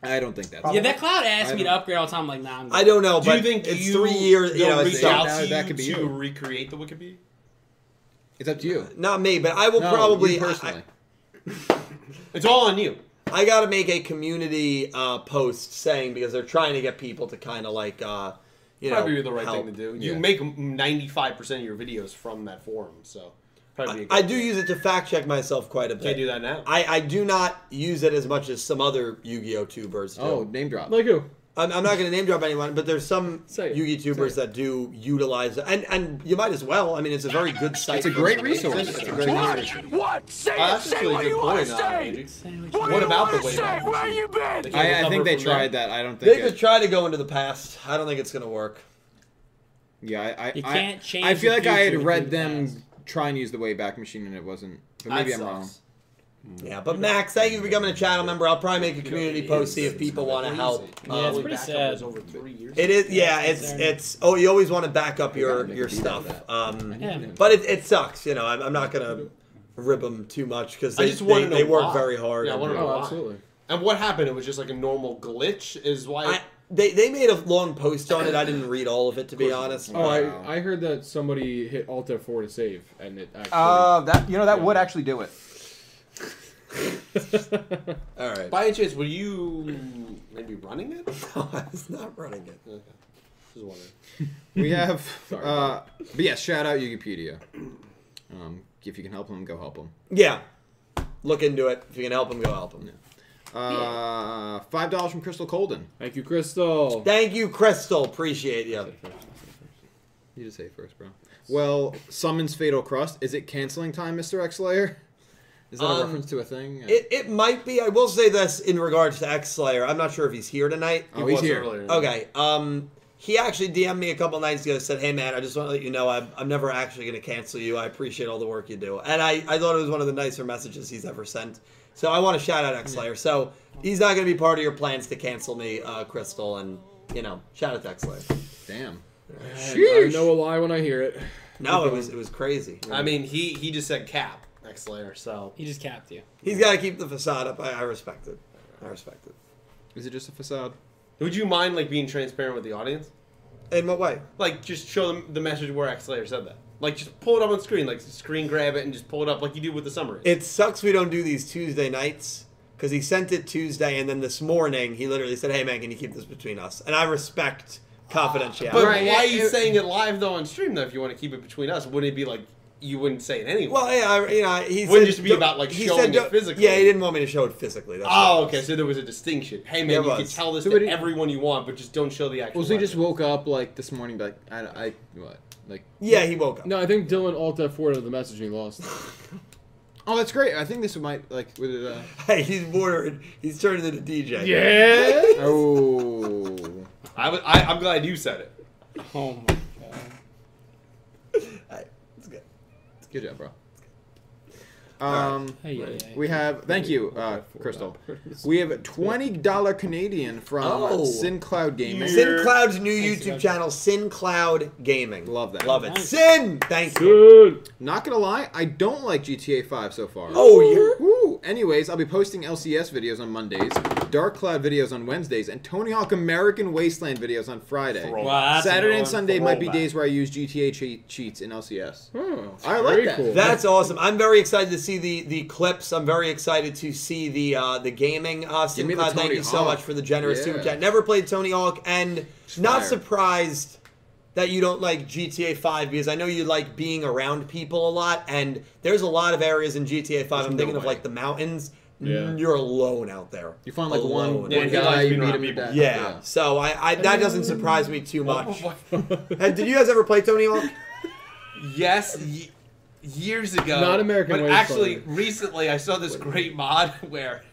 I don't think that's.
Yeah, that cloud asked me to
don't-
upgrade all the time. I'm like, nah, I'm good.
I don't know,
Do
but
you think
it's
you
three years. You
they'll
know, it's
reach
not-
out
Now
to
that
you
could be
to
you.
recreate the Wikipedia?
It's up to you.
not me, but I will
No,
probably
you
I-
personally.
It's all on you.
I got to make a community uh, post saying because they're trying to get people to kind of like uh, you know
Probably the right
help.
thing to do. You
Yeah.
make ninety five percent of your videos from that forum, so probably.
I, I do use it to fact check myself quite a bit.
They do that now.
I, I do not use it as much as some other Yu-Gi-Oh tubers do.
Oh, name drop.
Like who?
I'm, I'm not going to name drop anyone, but there's some
Say it.
Yu-Gi tubers
Say
that do utilize it, and and you might as well. I mean, it's a very good site.
It's a great resource.
It's a great resource.
What? Say
Oh, that's actually a good point. uh, Andrew. What, about the way back?
Where you been?
They
I, I think they
recover from that?
tried that. I don't
They
think.
could
It,
try to go into the past. I don't think it's going to work.
yeah, I. I
You
I-
can't change
I feel
the
like I had
future
read
through the
them
past.
try and use the Wayback Machine, and it wasn't. But
That
maybe I'm
sucks.
wrong.
Yeah, but Max, thank you for becoming a channel member. I'll probably make a community post see if people want to help.
Yeah, it's
Um,
pretty
uh, Backup
sad.
was over three years.
it is. Yeah, it's it's. Oh, you always want to back up your
gotta make
your
a beat out
stuff.
of that.
Um,
Yeah.
But it, it sucks, you know. I'm, I'm not gonna rib them too much because
I
they,
just wanna
they,
know
they work
why.
very hard.
Yeah, I
and-
wanna know
Oh,
why.
absolutely.
And what happened? It was just like a normal glitch. Is why
I- they they made a long post on it. I didn't read all of it to be honest.
Oh,
Wow.
I, I heard that somebody hit Alt F4 to save, and it actually.
Uh,
Uh, that you know that would actually do it.
all right,
by any chance were you maybe running it? This
it's not running it.
is wondering.
We have,
Sorry.
uh, but yes, shout out Wikipedia. Um, if you can help them, go help them.
Yeah, look into it. If you can help them, go help them.
Uh, five dollars from Crystal Colden.
Thank you, Crystal.
Thank you, Crystal. Appreciate you.
You just say it first, bro. Well, summons Fatal Crust. Is it canceling time, Mister X Slayer? Is that
Um,
a reference to a thing? Uh,
It, it might be. I will say this in regards to X Slayer. I'm not sure if he's here tonight.
oh, he's here.
Okay. Um, he actually DM'd me a couple nights ago. Said, "Hey man, I just want to let you know I'm, I'm never actually going to cancel you. I appreciate all the work you do." And I, I thought it was one of the nicer messages he's ever sent. So I want to shout out X Slayer. So he's not going to be part of your plans to cancel me, uh, Crystal. And you know, shout out to X Slayer.
Damn.
I know a lie when I hear it.
No, it was it was crazy.
I mean, he he just said cap next layer, so
He just capped you.
He's got to keep the facade up. I, I respect it. I respect it.
Is it just a facade?
would you mind like being transparent with the audience?
In what way?
Like, just show them the message where X Slayer said that. Like, just pull it up on screen, like screen grab it and just pull it up, like you do with the summary.
It sucks we don't do these Tuesday nights because he sent it Tuesday, and then this morning he literally said, "Hey man, can you keep this between us?" And I respect confidentiality.
but
Right, yeah,
why are you
it-
saying it live though on stream though? If you want to keep it between us, wouldn't it be like you wouldn't say it anyway?
well, yeah, I, you know, he
Wouldn't
said
just be
don't-
about, like,
he
showing
said
it
don't-
physically.
Yeah, he didn't want me to show it physically. That's
Oh,
what it
okay.
was.
So there was a distinction. Hey
There
man, you can
was.
tell this
So
to
it is-
everyone you want, but just don't show the actual.
Well, so he
letter.
just woke up like this morning, like I, I what, like.
Yeah, he woke up.
No, I think Dylan Alt F4 of the message he lost.
Oh, that's great. I think this might like with it. Uh,
Hey, he's bordering. He's turning into DJ.
yeah.
oh.
I, was- I, I'm glad you said it.
Oh my god.
Hey, it's good.
Good job, bro. Um, we have thank you, uh, Crystal. We have a twenty dollar Canadian from
Oh.
Sin Cloud Gaming.
Sin Cloud's new
Thanks,
YouTube
guys.
channel, Sin Cloud Gaming.
Love that.
Love it.
Nice.
Sin, thank you.
Good.
Not gonna lie, I don't like GTA 5 so far.
Oh, you're-
Woo. Anyways, I'll be posting LCS videos on Mondays, Dark Cloud videos on Wednesdays, and Tony Hawk American Wasteland videos on Friday.
Wow, that's
Saturday
an
and
old
Sunday might be
throwback.
days where I use GTA che- cheats in LCS.
Oh,
I like
very
that.
cool.
That's awesome. I'm very excited to see the the clips. I'm very excited to see the uh, the gaming. Uh,
Give me the
SimCloud, thank
Tony
you so
Hawk.
much for the generous super
Yeah.
chat. Never played Tony Hawk, and not
fire.
surprised that you don't like GTA 5 because I know you like being around people a lot, and there's a lot of areas in GTA 5. I'm
no
thinking of
way.
like the mountains.
Yeah.
You're alone out there.
You find like
Alone.
one,
Yeah,
one
he
guy,
likes
you
being
beat
around
him to
people.
death.
Yeah. So I, I that doesn't surprise me too much. And did you guys ever play Tony Hawk?
Yes, y- years ago.
Not American
But
Way
actually,
Forward.
recently I saw this great mod where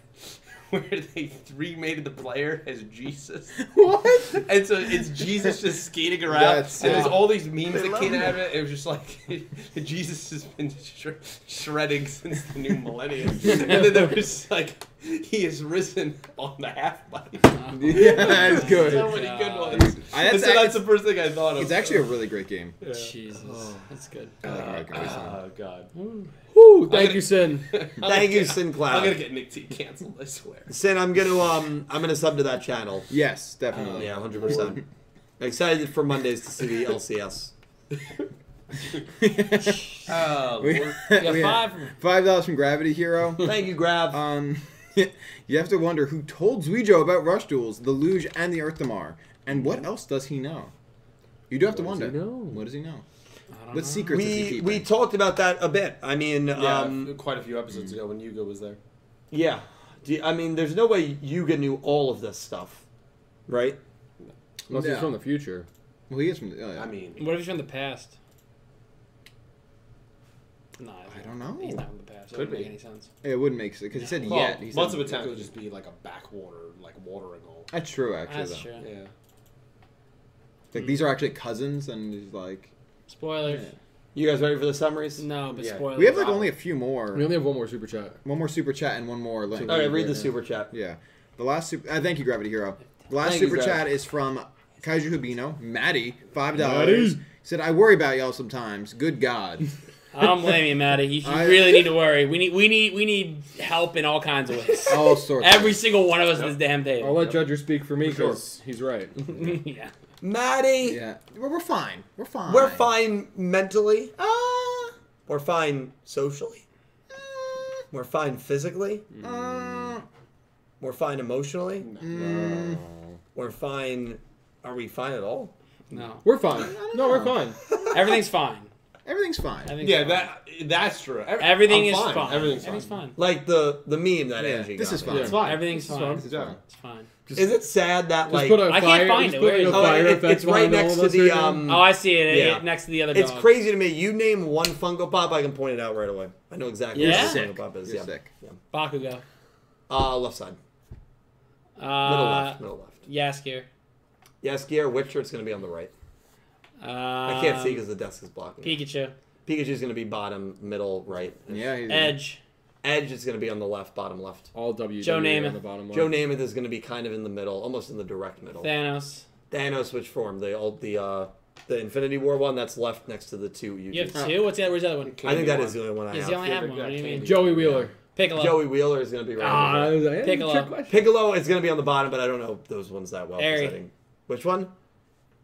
where they remade the player as Jesus.
What?
And so it's Jesus just skating around.
That's
and there's
sick.
all these memes
They
that
love
came
that.
out of it. It was just like Jesus has been sh- shredding since the new millennium. and then there was like he is risen on the half body.
yeah, that is good.
So many good
Oh,
ones.
I-
And
that's,
so that's
that's
the first thing I thought of.
it's actually a really great game.
Jesus,
Oh.
that's good.
I like American Wasteland.
Oh god.
Woo, thank
gonna-
you, Sin.
Thank you, Sin Cloud.
I'm gonna get Nick T canceled, I swear.
Sin, I'm gonna um I'm gonna sub to that channel.
Yes, definitely.
Yeah, hundred percent. Excited for Mondays to see the LCS.
Oh,
We-
Lord.
Yeah,
we have-
five. from-
Five dollars from Gravity Hero.
Thank you, Grab.
Um, you have to wonder who told Zuijo about Rush Duels, the Luge, and the Earthamar, and what else does he know? You do have to
What
wonder.
does he know?
What does he know?
I don't
What
know.
secrets is he
we
keeping?
we talked about that a bit. I mean,
Yeah,
um,
quite a few episodes ago when Yugo was there.
yeah. Do you- I mean, there's no way Yuga knew all of this stuff, right?
Unless he's
Yeah.
from the future.
well, he is from. The, oh, yeah.
I mean,
What if he's from the past? Nah,
I don't know.
He's not from the past.
Could
Could make
be.
any sense.
it would make sense because he said
well,
yet. He said
months of a time
yet.
could just be like a backwater, like watering hole.
That's true, actually.
That's
though.
true.
Yeah.
Like these are actually cousins, and he's like,
Spoilers.
You guys ready for the summaries?
No, but
Yeah.
spoilers.
we have like only a few more.
We only have one more super chat.
One more super chat and one more link.
All right, read the super chat.
Yeah. The last super. Uh, thank you, Gravity Hero. The last
Thank you,
super
Gravity.
chat is from Kaiju Hubino, Maddie, $5.
Maddie.
Said, I worry about y'all sometimes. Good God.
I don't blame you, Matty. You, you
I-
really need to worry. We need, we need, we need help in all kinds of ways.
All sorts. of-
Every single one of us on this damn
I'll
table.
let Judger speak for me because he's right.
yeah.
Maddie,
Yeah. We're, we're fine. We're fine.
we're fine mentally.
Uh,
We're fine socially. We're fine physically.
uh,
We're fine emotionally.
mm,
We're fine. Are we fine at all?
No.
We're fine. No, we're fine.
Everything's fine.
Everything's fine.
Everything's
Yeah,
fine.
that that's true. Ev-
everything
I'm
is
fine.
fine.
Everything's fine.
Like the the meme that
Yeah,
Angie
this
got
is
me.
fine.
It's
fine. Everything's
It's
fine.
fine.
It's fine.
It's fine.
Is it sad that
Just
like
put a
I can't
fire-
find
just
it.
put
Where
a
is it?
Oh,
fire
it-
if that's
it's right
behind all
next
of
to
us
the,
now.
um,
Oh, I see it,
Yeah.
it next to the
Oh,
other
it's
dog.
crazy to me. You name one Funko Pop, I can point it out right away. I know exactly
Yeah?
what the Funko
Sick.
Pop is.
You're
yeah.
sick.
Yeah.
Bakugo.
Uh, left side,
Uh,
middle left, middle left.
Yaskier.
Yes, Gear Witcher. It's gonna be on the right.
Um,
I can't see because the desk is blocking. it.
Pikachu.
Pikachu's gonna be bottom, middle, right.
Yeah. he's-
Edge.
Edge is gonna be on the left, bottom left.
All W. E
Joe Namath.
On the bottom line.
Joe Namath is gonna be kind of in the middle, almost in the direct middle.
Thanos.
Thanos, which form the old the uh the Infinity War one that's left next to the two.
You
UGs.
have two? What's the other? Where's the other one?
I think that is the only one I
Yes,
have.
you only have
Yeah,
one. What do you
yeah,
mean?
Joey Wheeler.
Piccolo.
Joey Wheeler is gonna be right. over
Ah, I
there.
was like, eh,
Piccolo.
trick question.
Piccolo is gonna be on the bottom, but I don't know those ones that well. 'cause
Eri.
I think- Which one?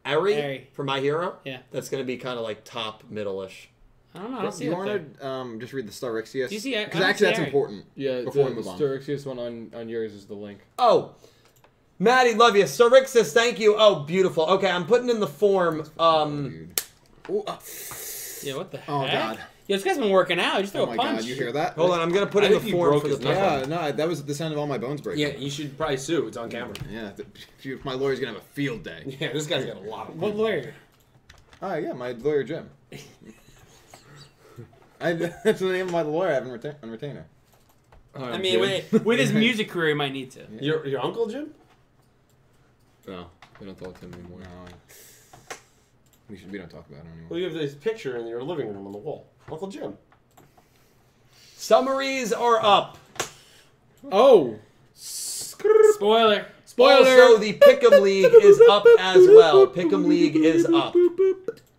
Ari,
Eri.
for my hero.
Yeah.
that's gonna be kind of like top middle-ish.
I don't know. I don't see
you
that there.
want to um, just read the Starexius?
Do you see- I- I
Because
don't see
actually, that's
Eric.
important.
Yeah,
Before
the,
we
the
move on.
Sturxius one on, on yours is the link.
Oh, Maddie, love you. Sarixis, thank you. Oh, beautiful. Okay, I'm putting in the form. Um,
Dude. Ooh, uh,
Yeah, what the heck?
Oh, God.
Yo, this guy's been working out. Just throw
oh
a
my
punch.
god, you hear that?
hold on, I'm gonna put
I
in the
think he
form
broke
for the
his
top.
Yeah,
one.
no, that was the sound of all my bones breaking.
Yeah, you should probably sue. It's on camera.
Yeah, the, phew, my lawyer's gonna have a field day.
Yeah, this guy's got a lot of.
What lawyer?
Oh yeah, my lawyer Jim. I, that's the name of my lawyer I have on, retain, on retainer.
I mean, with, with his music career, he might need to.
Your your uncle Jim?
No, Oh, we don't talk to him anymore.
No, we should we don't talk about it anymore.
Well, you have this picture in your living room on the wall. Uncle Jim.
Summaries are up.
Oh,
Spoiler.
spoiler!
Also, the Pick'em League is up as well. Pick'em League is up.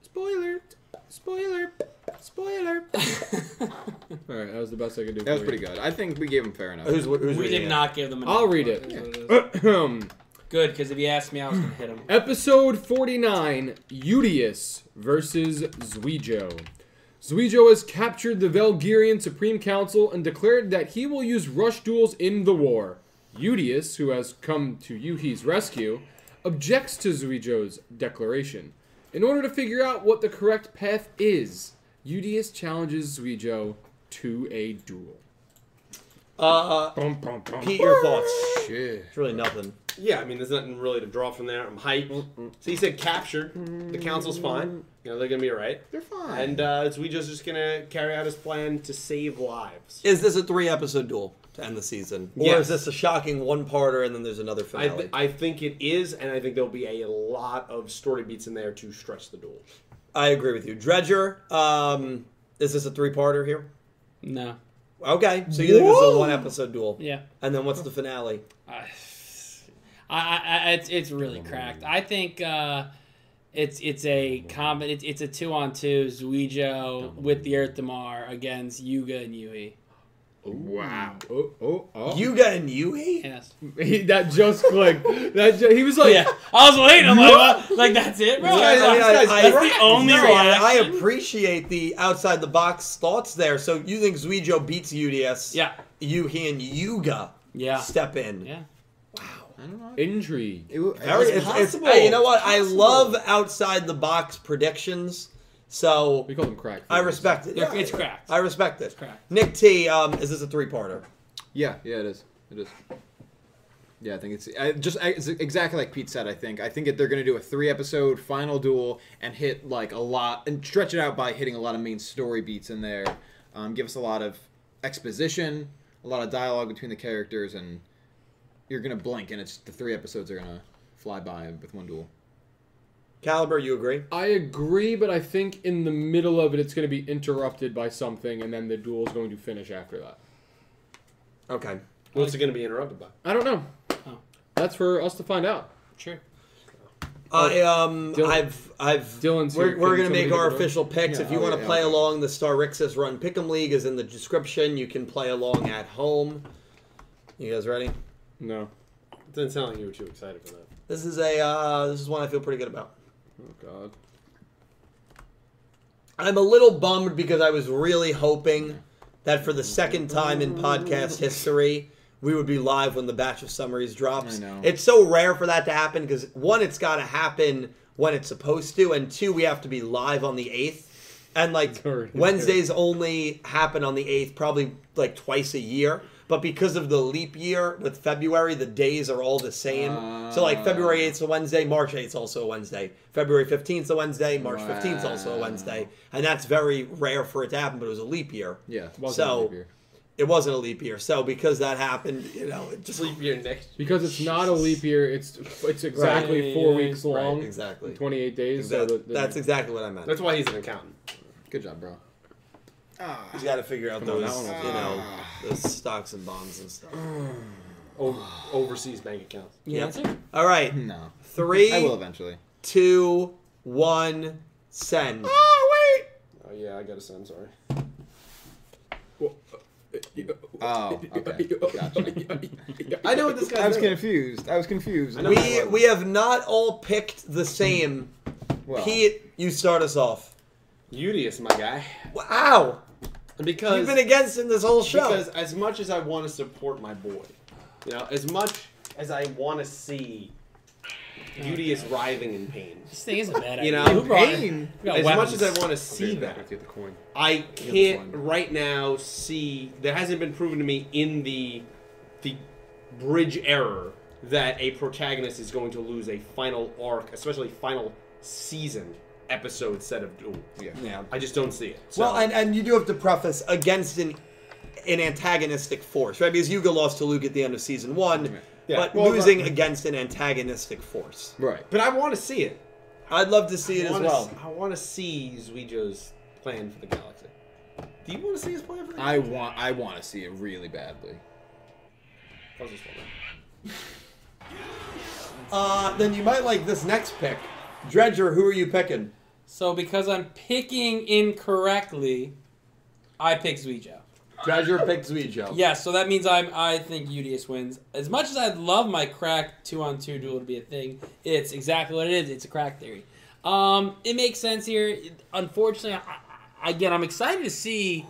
Spoiler, spoiler, spoiler. All right, that was the best I could do.
That was pretty good. I think we gave him fair enough.
Who's, who's
We
reading
did
it?
not give them.
I'll
enough.
read it.
That's what is.
good. Um,
Good, because if he asked me, I was gonna hit him.
Episode 49 Udius versus Zuijo. Zuijo has captured the Velgirian Supreme Council and declared that he will use rush duels in the war. Udius, who has come to Yuhi's rescue, objects to Zuijo's declaration. In order to figure out what the correct path is, Udius challenges Zuijo to a duel.
Uh,
Bum, bum, bum.
Pete, your thoughts.
Shit.
It's really nothing.
Yeah, I mean, there's nothing really to draw from there. I'm hyped. So he said captured. The council's fine. You know, they're gonna be all right.
They're fine.
And uh, it's Ouija's just gonna carry out his plan to save lives.
Is this a three-episode duel to end the season, or
Yes.
is this a shocking one-parter and then there's another
I,
finale?
th- I think it is, and I think there'll be a lot of story beats in there to stretch the duel.
I agree with you. Dredger, um, is this a three-parter here?
No.
Okay, so you think this is a one-episode duel?
Yeah. Oh.
And then what's the finale?
I, I, I it's, it's really cracked. I think uh, it's it's a com- it's, it's a two on two Zuijo with the Earth Damar against Yuga and Yui.
Wow. Oh, oh, oh.
Yuga and Yui?
Yes.
He, that just clicked. That ju- he was like,
Oh, Yeah. I was waiting. I'm like, what? like that's it, bro.
I, I mean, I-
that's
I-
the only
no, I, I
reaction.
appreciate the outside the box thoughts there. So you think Zuijo beats UDS?
yeah.
Yuhi and Yuga
Yeah.
step in.
Yeah.
I don't know.
intrigue.
It w- it
Very-
was
it's- it's-
possible.
hey, you know what? I
Possible.
love outside the box predictions. So
We call them crack.
I
theories.
respect it.
They're- it's cracked.
I respect it.
cracked.
Nick T, um, is this a three parter?
Yeah, yeah, it is. It is. Yeah, I think it's I just I, it's exactly like Pete said. I think I think that they're going to do a three-episode final duel and hit like a lot and stretch it out by hitting a lot of main story beats in there. Um, give us a lot of exposition, a lot of dialogue between the characters, and you're going to blink, and it's the three episodes are going to fly by with one duel.
Caliber, you agree?
I agree, but I think in the middle of it, it's going to be interrupted by something, and then the duel is going to finish after that.
Okay.
What's it gonna be interrupted by?
I don't know.
Oh.
That's for us to find out.
True.
I um
Dylan-
I've I've
Dylan's
we're,
here.
we're
Can
gonna make
somebody
our
take it
official picks.
Yeah,
if you
oh,
want to
yeah,
play
okay.
along, the Starrixis Run Pick'em League is in the description. You can play along at home. You guys ready?
No.
It doesn't sound like you were too excited for that.
This is a uh, this is one I feel pretty good about.
Oh God.
I'm a little bummed because I was really hoping that for the second time in podcast history, we would be live when the batch of summaries drops.
I know.
It's so rare for that to happen because one, it's got to happen when it's supposed to, and two, we have to be live on the 8th. and like
Third.
Wednesdays only happen on the eighth, probably like twice a year. But because of the leap year with February, the days are all the same. so like February eighth is a Wednesday, March eighth is also a Wednesday, February fifteenth is a Wednesday, March fifteenth is also a
Wow.
Wednesday, and that's very rare for it to happen. But it was a leap year.
Yeah.
Wasn't
so-
a leap year.
It wasn't a leap year, so because that happened, you know, it just
Sleep year next.
Because it's not a leap year, it's it's exactly four
Yeah,
weeks long,
exactly.
twenty eight days.
That-
so the, the,
that's exactly what I meant.
That's why he's an accountant.
Good job, bro. Ah.
You got to figure out
Come on,
those,
that one
you
was-
know, those stocks and bonds and stuff.
Over, overseas bank accounts.
You
Yep.
answer?
All right,
No. I will
three,
eventually.
two, one, send.
Ah!
Oh yeah, I gotta say I'm sorry.
Oh, okay. Gotcha.
I know what this guy's
I was
doing.
confused. I was confused.
I know
We we have not all picked the same.
Well,
Pete, you start us off.
Udius, my guy.
Wow,
Because
you've been against him this whole show.
Because as much as I want to support my boy, you know, as much as I want to see Beauty is writhing in pain,
This thing is a bad idea.
You know,
Who brought it?
pain.
We got
as
weapons.
much as I want to see that,
the coin.
I
the
can't
one.
right now see. There hasn't been proven to me in the the bridge error that a protagonist is going to lose a final arc, especially final season episode set of Duel.
Yeah.
yeah.
I just don't see it. So-
Well, and, and you do have to preface against an an antagonistic force, right? Because Yuga lost to Luke at the end of season one,
Yeah.
but
Well,
losing
but-
against an antagonistic force.
Right.
but I want to see it.
I'd love to see it
I
as
wanna
well.
s- I want to see Zuijo's plan for the galaxy. Do you want to see his plan for the galaxy?
I want. I want to see it really badly.
I was just wondering.
Uh, then you might like this next pick. Dredger, who are you picking?
So because I'm picking incorrectly, I pick Zuijo.
Dredger picked Zuijo.
Yeah, so that means I'm I think UDS wins. As much as I'd love my crack two on two duel to be a thing, it's exactly what it is. It's a crack theory. Um, it makes sense here. Unfortunately, I, I- again, I'm excited to see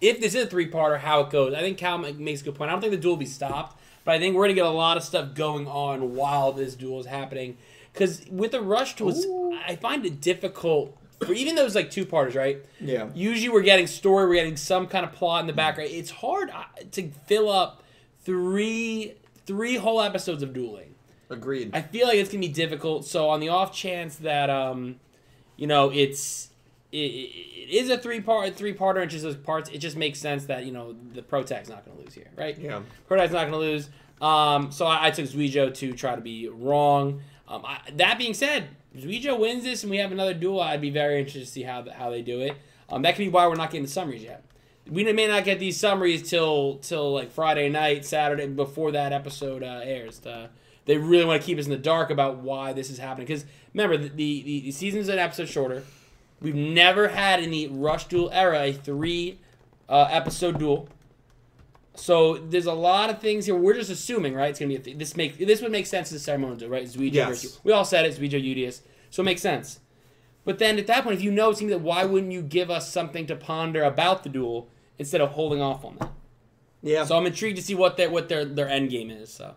if this is a three parter how it goes. I think Cal ma- makes a good point. I don't think the duel will be stopped, but I think we're gonna get a lot of stuff going on while this duel is happening. Because with the rush duels, I find it difficult. For even those like two parters, right?
Yeah.
usually we're getting story, we're getting some kind of plot in the background. It's hard uh, to fill up three three whole episodes of dueling.
Agreed.
I feel like it's gonna be difficult. So on the off chance that um, you know, it's it, it it is a three part three parter and just those parts, it just makes sense that you know the protag's not gonna lose here, right?
Yeah.
Protag's not gonna lose. Um, so I, I took Zuijo to try to be wrong. Um, I, that being said, Zuijo wins this and we have another duel. I'd be very interested to see how th- how they do it. Um, that could be why we're not getting the summaries yet. We may not get these summaries till till like Friday night, Saturday before that episode uh, airs. The, they really want to keep us in the dark about why this is happening. Because remember, the, the, the, the season's an episode shorter. We've never had in the Rush Duel era a three uh, episode duel. So there's a lot of things here. We're just assuming, right? It's gonna be a th- this make this would make sense to the ceremonial duel, right? Zuijo
Yes.
versus- we all said it, Zuijo Udius. So it makes sense. But then at that point, if you know it's gonna be that, why wouldn't you give us something to ponder about the duel instead of holding off on that?
Yeah.
So I'm intrigued to see what their what their their end game is. So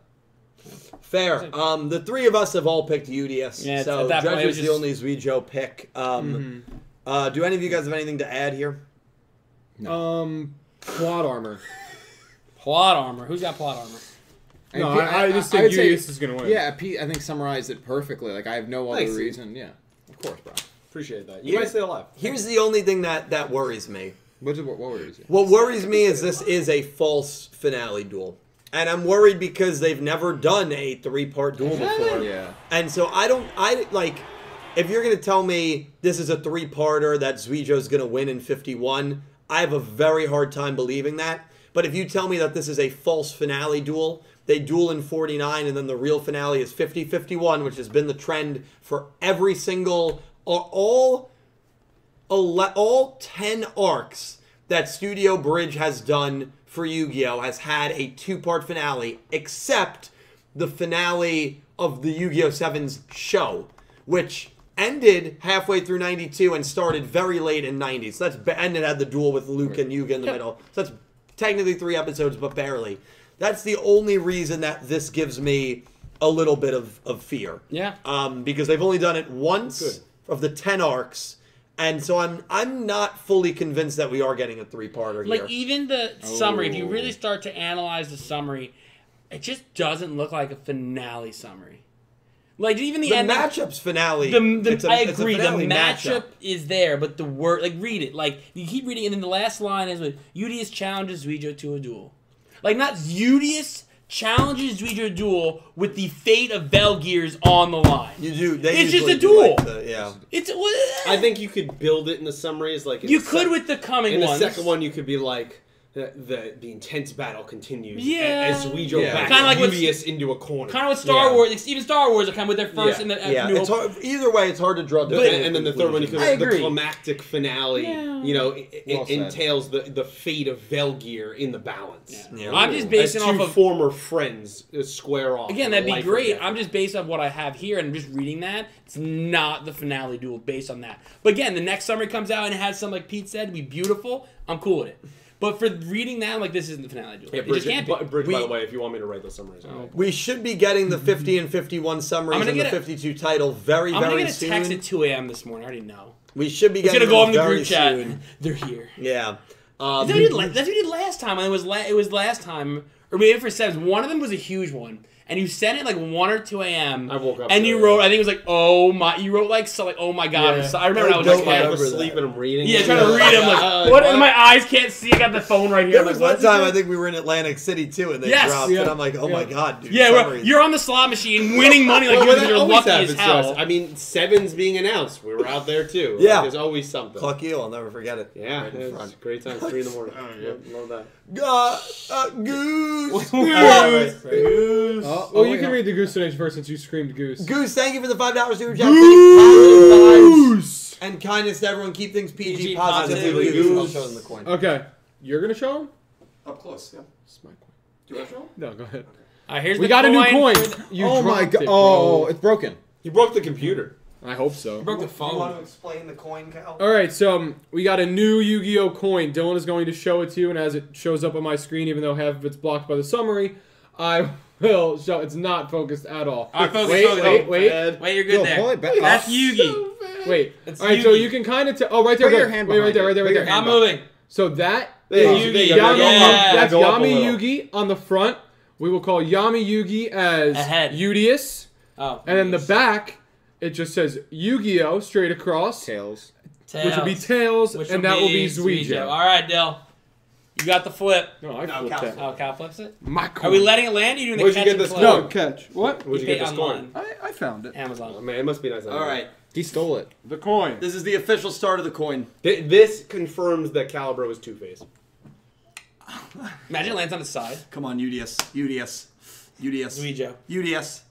Fair. Um, the three of us have all picked UDS.
Yeah, it's-
so
at that point,
Dredger's
it was
the
just-
only Zuijo pick. Um, uh, do any of you guys have anything to add here?
Um, plot armor.
plot armor. Who's got plot armor?
No,
Pete-
I, I just
would
think
say-
Julius is gonna win.
Yeah, Pete. I think summarized it perfectly. Like I have no other
Thanks.
reason. Yeah. Of course, bro.
Appreciate that. You guys stay alive.
Here's the only thing that that worries me.
What's what, what worries you?
What worries me is this is a false finale duel, and I'm worried because they've never done a three-part duel before.
Yeah.
And so I don't I like if you're gonna tell me this is a three parter that Zuijo's gonna win in fifty one, I have a very hard time believing that. But if you tell me that this is a false finale duel, they duel in 49 and then the real finale is 50 51, which has been the trend for every single all- all ele- all 10 arcs that Studio Bridge has done for Yu-Gi-Oh has had a two-part finale except the finale of the Yu-Gi-Oh 7's show which ended halfway through 92 and started very late in 90 so that's ba- and it had the duel with Luke and Yuga in the middle so that's technically three episodes but barely that's the only reason that this gives me a little bit of, of fear
Yeah.
um, because they've only done it once
Good.
of the 10 arcs and so I'm I'm not fully convinced that we are getting a three parter here.
Like e- even the summary, if you really start to analyze the summary, it just doesn't look like a finale summary. Like even the,
the
end
matchups finale.
The, the,
it's a-
I
it's a
agree. The
finale
matchup, is there, but the word like read it. Like you keep reading, and then the last line is with Udius challenges Zuijo to a duel. Like not Udius challenges Zuijo to a duel with the fate of Belgears on the line.
You do. They
It's just
usually
a
do like
duel.
the- yeah.
It's
I think you could build it in the summaries like in
you
the
could
sec-
with the coming
in the
ones.
second one you could be like the the, the intense battle continues a-
Yeah.
as we go
Yeah.
back
Kinda like what-
Julius into a corner
Kind of with Star
Yeah.
Wars, like, even Star Wars are kind of with their first
Yeah.
and then
Yeah,
New
it's
Hope.
hard, either way, it's hard to draw.
The- and, and then the third one you could
I
the
agree.
climactic finale
Yeah.
you know it,
Well
it
said.
entails the, the fate of Velgear in the balance
Yeah.
I'm just
as
basing
two
off of
former friends uh, square off
Again,
in
that'd be
life or
great.
death.
I'm just based off what I have here and just reading that. It's not the finale duel based on that. But again, the next summary comes out and it has some like Pete said, be beautiful. I'm cool with it. But for reading that, I'm like, this isn't the finale duel.
yeah,
it
Bridget,
just can't be.
bu- Bridget, by
We-
the way, if you want me to write those summaries, I'll-
We should be getting the 50 and 51
I'm
summaries
gonna
and the
get a-
52 title very,
I'm gonna
very
get a
soon.
text at 2 a.m. this morning. I already know.
We should be
It's
getting
gonna go
those
up in the
very
group chat.
soon.
They're here.
Yeah. Um,
That's what, we did la- that's what we did last time. And it was la- it was last time, or maybe for sevens. One of them was a huge one, and you sent it like one or two a.m.
I woke up
and you
early.
wrote. I think it was like, oh my. You wrote like so like, oh my god. or
Yeah.
so- I remember
I
I was
don't
like,
like,
yeah.
I'm
remember
asleep
that.
and I'm reading.
Yeah, trying to read him like
Uh,
what? And my eyes can't see. I got the phone right here.
there
I'm
was
like,
one
what is
time
it?
I think we were in Atlantic City too, and they
Yes.
dropped, and
Yeah.
I'm like, oh my
Yeah.
god, dude.
yeah, we're,
summaries.
you're on the slot machine, winning money like
Well,
you're,
that
you're
always
lucky as
happens to us.
hell.
I mean, sevens being announced. We were out there too.
Yeah.
there's always something.
Fuck you, I'll never forget it.
Yeah,
Right in
it's
front.
great time. Three in the morning. Love- Love that.
Uh, uh, goose.
Goose.
Goose.
Oh,
Oh,
well, you
wait,
can
no.
read the goose donation first since you screamed goose.
Goose, thank you for the five dollars super chat. Goose. And kindness to everyone. Keep things PG,
PG
positively.
positively,
Goose.
Goose.
I'll show them the coin.
Okay, you're gonna show him.
Up close, yeah.
It's my coin.
Do you have to roll?
No, go ahead.
Alright, here's
We
the
got a new coin.
for the-
You
oh my
dropped
god!
it,
oh,
bro.
it's broken.
He broke the computer.
I hope so.
broke the
You want to
phone.
explain the coin, Cal?
All right, so um, we got a new Yu-Gi-Oh coin. Dylan is going to show it to you, and as it shows up on my screen, even though half of it's blocked by the summary, I will show. It's not focused at all.
Alright, focus,
wait,
focus.
wait, wait, wait,
Wait, you're good
Yo,
there.
pull it back.
That's
up.
Yugi. It's
All right, so
Yugi.
you can kind of tell. Oh, right there.
Put
good.
your hand
wait, right
behind
there,
it.
right there, right
Put your
there.
I'm
hand
moving.
So that
There
is
you go.
Yami.
Yeah.
That's
Go up a
Yami
little.
Yugi on the front. We will call Yami Yugi as
Ahead.
Udius,
Oh,
and then the back it just says Yu-Gi-Oh straight across,
Tails.
which will be
Tails.
tails,
Which
and that will be
All
Zuijo.
right, Dill. You got the flip.
No, I
No,
flipped
Cal's-
that.
Oh, Cal flips it.
My coin.
Are we letting it land? Or are you doing
Where'd
the catch
you get
and
this
flip?
coin?
No, catch. What?
Where'd you
Pay
get this
online.
coin?
I, I found it.
Oh,
Amazon.
man, it must be nice.
All right.
He stole it.
The coin.
This is the official start of the coin.
Th- this confirms that Calibro is Two Face.
Imagine it lands on its side.
Come on, UDS. UDS. UDS.
Zuijo.
UDS.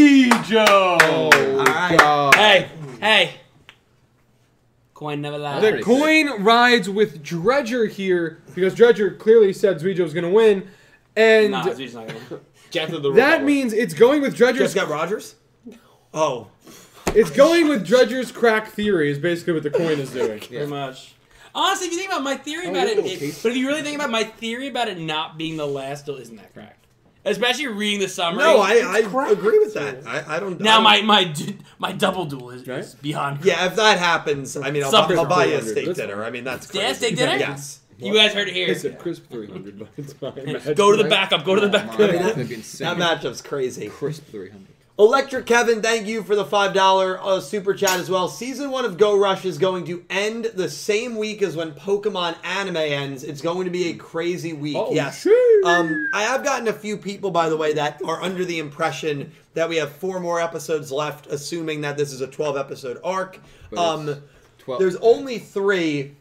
Zuijo.
Oh
right.
god!
Hey, hey. Coin never lies.
The coin rides with Dredger here because Dredger clearly said Zuijo was going to win, and
Nah, Zuijo's not gonna. win.
Death of the
that
Republic.
means it's going with Dredger's.
Just got Rogers. Oh,
It's going with Dredger's crack theory is basically what the coin is doing.
Pretty much. Honestly, if you think about my theory about it, it- but if you really think about my theory about it not being the last, still isn't that correct? Especially reading the summary.
no, I, I agree with that. I, I don't. I
now
don't-
my my du- my double duel is, is
Right?
beyond.
Yeah, if that happens, I mean, I'll,
Supper's
I'll buy you a
400.
steak
That's-
dinner. I mean, that's crazy.
Yeah, steak dinner?
Yes.
You guys heard it here.
It's a crisp 300, but it's fine.
Go to the backup. Go to the
My,
backup.
that'd be
That
insane.
matchup's crazy.
Crisp 300.
Electric Kevin, thank you for the $5 uh, super chat as well. Season 1 of Go Rush is going to end the same week as when Pokemon anime ends. It's going to be a crazy week.
Oh,
yes.
shoot.
Um, I have gotten a few people, by the way, that are under the impression that we have four more episodes left, assuming that this is a 12 episode arc.
But
Um,
it's 12.
there's only three,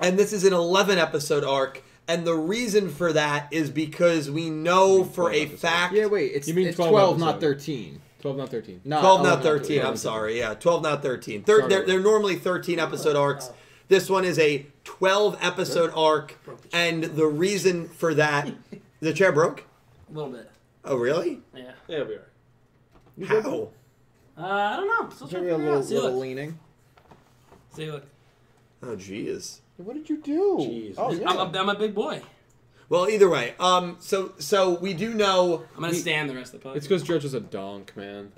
and this is an 11 episode arc. And the reason for that is because we know for a
episodes.
fact.
Yeah, wait. It's
You mean
it's
12
12,
episode.
not 13.
12, not 13.
Not
12 not
11,
13 i'm sorry yeah 12 not 13 Thir-
Sorry.
they're, they're normally 13 episode arcs this one is a 12 episode arc and the reason for that the chair broke
A little bit.
oh really
Yeah.
Yeah, we are.
how
Uh, I don't know. I'm still trying
Maybe
to
a
figure it
little,
out. See,
little
look.
leaning.
See, look.
oh jeez
What did you do?
Jeez.
Oh, yeah.
I'm a, I'm a big boy.
well either way um so so we do know
I'm gonna stand the rest of the podcast.
It's because Dredger's a donk, man.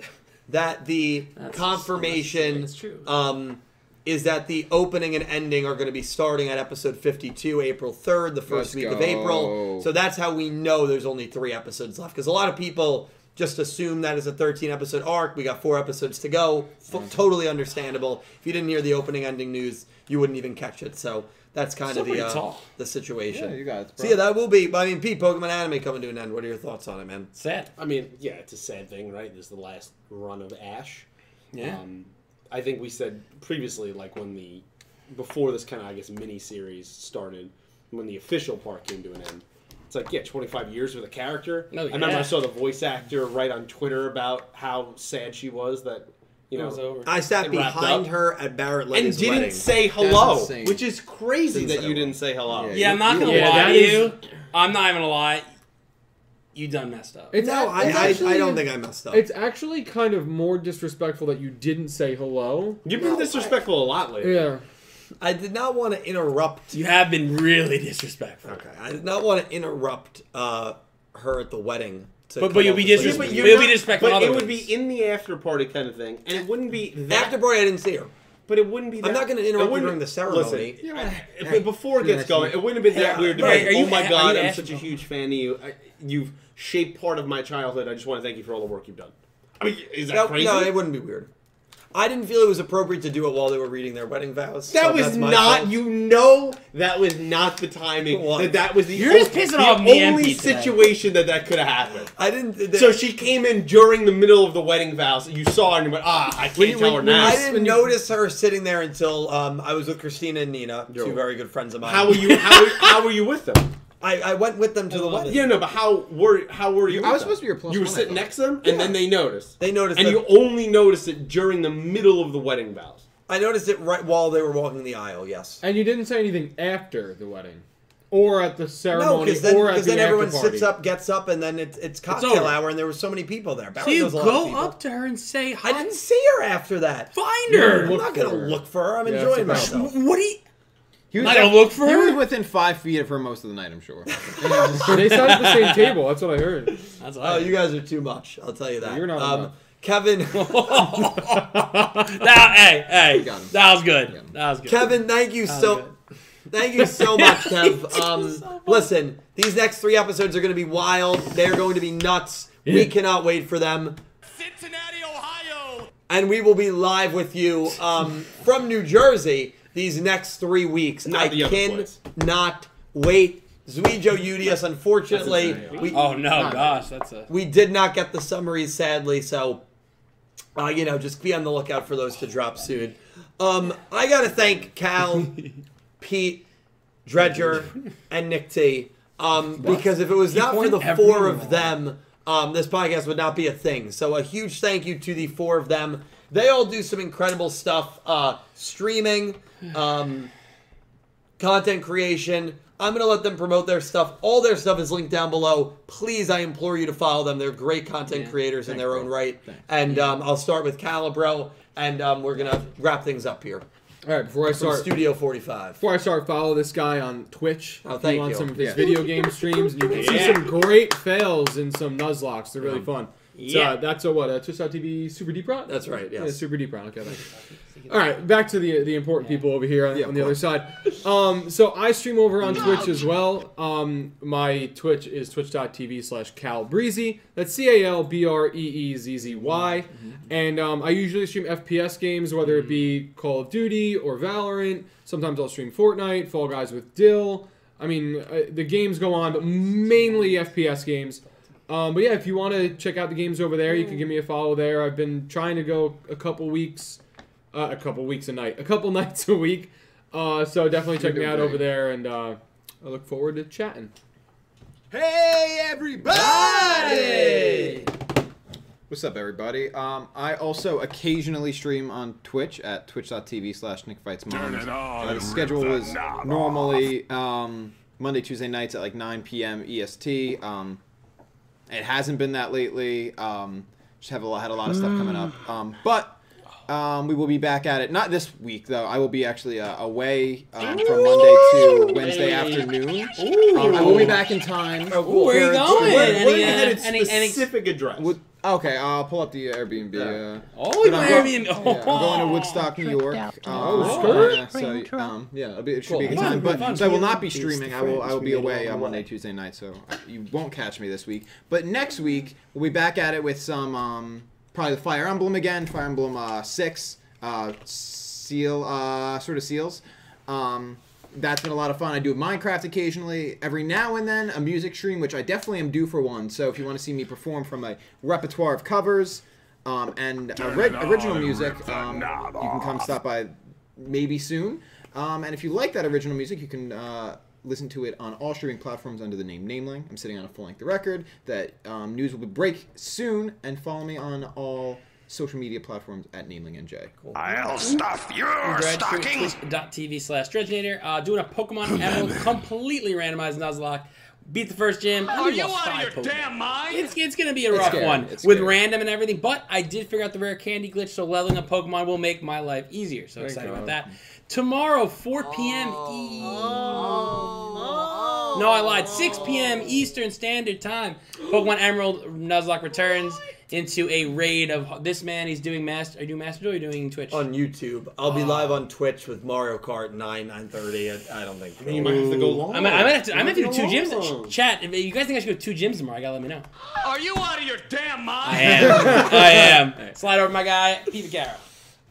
that the
That's-
confirmation
that's true.
um is that the opening and ending are going to be starting at episode 52, April 3rd, the 1st
Let's
week of
go.
April. So that's how we know there's only three episodes left. Because a lot of people just assume that is a 13 episode arc. We got four episodes to go.
Mm.
F- totally understandable. If you didn't hear the opening ending news, you wouldn't even catch it. So that's kind
Still
of the
pretty
uh,
tall.
the situation.
Yeah, you got it.
so yeah, that will be. I mean, Pete, Pokemon anime coming to an end. What are your thoughts on it, man?
Sad.
I mean, yeah, it's a sad thing, right? This is the last run of Ash.
Yeah.
Um, I think we said previously, like when the before this kind of I guess mini series started, when the official part came to an end. It's like yeah, 25 years with a character.
No,
I remember
Oh, yeah.
I saw the voice actor write on Twitter about how sad she was that you
It
know
was over.
I sat
It wrapped
behind
up.
her at Barrett
and
Lane's
didn't
wedding.
say hello,
insane.
which is crazy
Didn't
that
say
you
hello.
didn't say hello.
Yeah.
Yeah, I'm not gonna
Yeah,
lie
that
to
is-
you. I'm not even gonna lie. You done messed up.
It's
no,
a-
I,
it's
I, I
actually-
don't think I messed up.
It's actually kind of more disrespectful that you didn't say hello.
You've been disrespectful a lot lately.
Yeah.
I did not want to interrupt.
You have been really disrespectful.
Okay, I did not want to interrupt uh, her at the wedding. To
But
come
but you'll
up
be
with something.
Yeah,
disrespectful. You'll
but you're
be
not-
disrespectful.
But
in
it
other
would
ways.
be in the after party kind of thing, and it wouldn't be that.
After party, I didn't see her.
but it wouldn't be. That,
I'm not going to
it
interrupt you
wouldn't-
during the ceremony.
Listen, I- but before it gets
Yeah,
going, it wouldn't have been that
Yeah,
weird to
right, are
be. Like,
you-
oh my
are
god,
you
I'm
asking
such a
for-
huge fan of you. I, you've shaped part of my childhood. I just want to thank you for all the work you've done. I mean, is that
no,
crazy?
no, it wouldn't be weird. I didn't feel it was appropriate to do it while they were reading their wedding vows. so
that was
that's my
not.
fault.
You know, that was not the timing.
What?
That that was the.
You're just
o-
pissing
the
off me and
only
Pete today.
situation that that could have happened.
I didn't. th-
So she came in during the middle of the wedding vows, and you saw her and you went, ah, I can't
When-
tell
when-
her now.
I
when
didn't
when you-
notice her sitting there until um, I was with Christina and Nina, two
Yo.
very good friends of mine.
How were you? How were, how were you with them?
I, I went with them to the wedding.
Yeah, no, but how were how were you?
I was
with them?
supposed to be your plus
You were
one, I
sitting
thought.
next to them, and then they noticed.
They noticed
and
that-
you only noticed it during the middle of the wedding vows.
I noticed it right while they were walking the aisle. Yes.
And you didn't say anything after the wedding, or at the
No,
ceremony,
because then,
or at
'cause
the
then everyone
after party.
sits up, gets up, and then it's it's cocktail
over.
hour, and there were so many people there. Barrett
So you
knows a lot of
go
people.
up to her and say hi.
I didn't see her after that.
find
You
her.
I'm
look
not
for
gonna
her.
look for her. I'm
Yeah, that's
enjoying
the problem.
myself.
What do you?
He was
Not gonna
like-
look for
He
her?
was within five feet of her most of the night. I'm sure.
they sat at the same table. That's what I heard.
That's
Oh,
all.
you guys are too much. I'll tell you that.
You're not
um,
enough.
Kevin.
that, hey, hey,
Got him.
that was good.
him.
That was good.
Kevin, thank you so. Thank you so much, Kev. Um, listen, these next three episodes are going to be wild. They're going to be nuts. We cannot wait for them.
Cincinnati, Ohio.
and we will be live with you um, from New Jersey these next three weeks.
Not
I
the other place.
cannot wait. Zuijo Udius, unfortunately,
That's
we,
Oh no, gosh, that's a.
we did not get the summaries, sadly. So, uh, you know, just be on the lookout for those to drop soon. Um, I got to thank Cal, Pete, Dredger, and Nick T. Um, because if it was not for
point
the four
everyone
of them, um, this podcast would not be a thing. So, a huge thank you to the four of them. They all do some incredible stuff uh, streaming, um, content creation. I'm going to let them promote their stuff. All their stuff is linked down below. Please, I implore you to follow them. They're great content creators in their own right. And um, I'll start with Calibro, and um, we're going to wrap things up here.
All right, before I
From
start,
Studio 45.
before I start, follow this guy on Twitch.
Oh,
if
thank
you want
you.
some of his
Yeah.
video game streams, and you can see
Yeah.
some great fails and some nuzlocks. They're really fun. So,
Yeah.
uh, that's a what? Uh, Twitch.tv Super Deep Rot?
That's right,
Yeah,
yes.
Super Deep Rot. Okay, thanks. All right, back to the the important people over here on,
Yeah,
on
of
the other side. Um, so I stream over on Twitch as well. Um, my Twitch is twitch.tv slash calbreezy. That's C A L B R E E Z Z Y.
Mm-hmm.
And um, I usually stream FPS games, whether it
Mm-hmm.
be Call of Duty or Valorant. Sometimes I'll stream Fortnite, Fall Guys with Dill. I mean, uh, the games go on, but mainly FPS games. Um, but yeah, if you want to check out the games over there, you can give me a follow there. I've been trying to go a couple weeks uh, a couple weeks a night, a couple nights a week. Uh, so definitely check me
doing
out
great.
over there, and uh, I look forward to chatting.
hey everybody! What's up, everybody? Um, I also occasionally stream on Twitch at twitch.tv slash nickfightsmom. Uh, the schedule was normally um, Monday, Tuesday nights at like 9 p.m. EST. E Um, it hasn't been that lately. Um, just have a lot, had a lot of stuff coming up. Um, but um, we will be back at it. Not this week, though. I will be actually uh, away um, from Monday to Wednesday afternoon. Um, I will be back in time.
Ooh, where are you
for-
going?
Where, where
Any,
you
uh,
had a
any- any-
specific address?
Would- Okay, I'll pull up the Airbnb. Uh,
Oh, we
But
went
I'm go-
Airbnb.
yeah, I'm going to
Oh.
Woodstock, New York. Uh,
Oh,
uh,
skirt.
so, um, yeah, it'll be, it should
Cool.
be a good
Fun,
time. But
fun.
so I will not be
It's
streaming.
the
I will.
friends
I will
we
be
made
away
along
on
the
Monday,
way.
Tuesday night, so I, you won't catch me this week. But next week we'll be back at it with some um, probably the Fire Emblem again. Fire Emblem uh, Six, uh, Seal, uh, sort of Seals. Um, that's been a lot of fun. I do Minecraft occasionally. Every now and then, a music stream, which I definitely am due for one. So if you want to see me perform from a repertoire of covers um, and ori- original music, um, you can come stop by maybe soon. Um, and if you like that original music, you can uh, listen to it on all streaming platforms under the name Namelang. I'm sitting on a full length record that um, news will break soon. And follow me on all social media platforms at NamelingNJ. Cool.
I'll stuff your stocking.
Twitch.tv slash Dredgenator. Uh, doing a Pokemon animal completely randomized Nuzlocke. Beat the first gym. I
Are
think
you
lost
out
five
of your
Pokemon.
damn mind?
It's, it's gonna be a rough
scary.
one
It's
with
scary.
random and everything, but I did figure out the rare candy glitch, so leveling up Pokemon will make my life easier. So excited about
God.
that. Tomorrow, 4
Oh.
p.m. E- No, I lied. 6 p.m. Eastern Standard Time. Pokemon Emerald Nuzlocke returns into a raid of this man. He's doing master. Are you doing master duel or are you doing
Oh,
Twitch?
on YouTube. I'll be
Ah.
live on Twitch with Mario Kart 9, 9.30. I, I don't think.
You might have to go long.
I might, I might have to. I might have to do
Go
two gyms.
long.
Ch- Chat. If you guys think I should go to two gyms tomorrow, I gotta let me know.
Are you out of your damn mind?
I am. I am. Slide over my guy, Pete Vaccaro.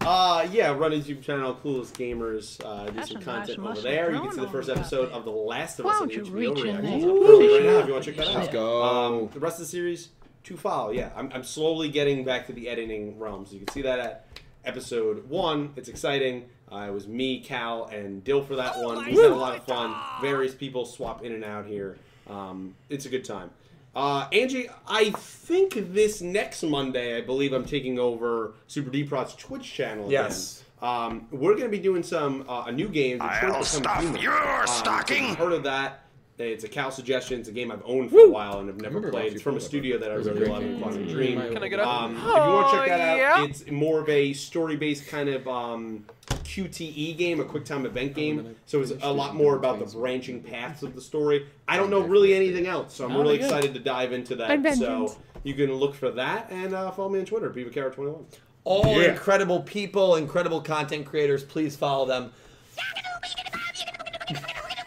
Uh, yeah, run a YouTube channel, Clueless Gamers. Uh, do
That's
some
a nice
content over
muscle.
there. You can
No,
see the
no,
first
no.
episode of The Last of
Why
Us on
don't you
HBO
reach in
Reactions.
there?
It's up for sale right now if you want to check that out.
Let's
go.
Um, the rest of the series to follow. Yeah, I'm, I'm slowly getting back to the editing realm. So you can see that at episode one. It's exciting. Uh, it was me, Cal, and Dill for that one. We had a lot of fun. Various people swap in and out here. Um, it's a good time. Uh, Angie, I think this next Monday, I believe I'm taking over Super D Prod's Twitch channel. again.
Yes.
Um, we're going to be doing some uh, a new game. Detroit
I'll
Become
stuff
Human.
your
Um,
stocking.
I've heard of that. It's a Cal suggestion. It's a game I've owned for a while and have never
remember
played.
Last
It's from a
Year
studio that I
was a
really
great
love,
game.
Quantum Dream.
Mm-hmm.
Can I
get up?
Um, if you want to check that out,
yeah.
it's more of a story-based kind of um, QTE game, a quick time event game. So it's a lot more about the branching paths of the story. I don't know really anything else, so I'm really excited to dive into that. So you can look for that and uh, follow me on Twitter, BeaverCarrot21.
All incredible people, incredible content creators. Please follow them.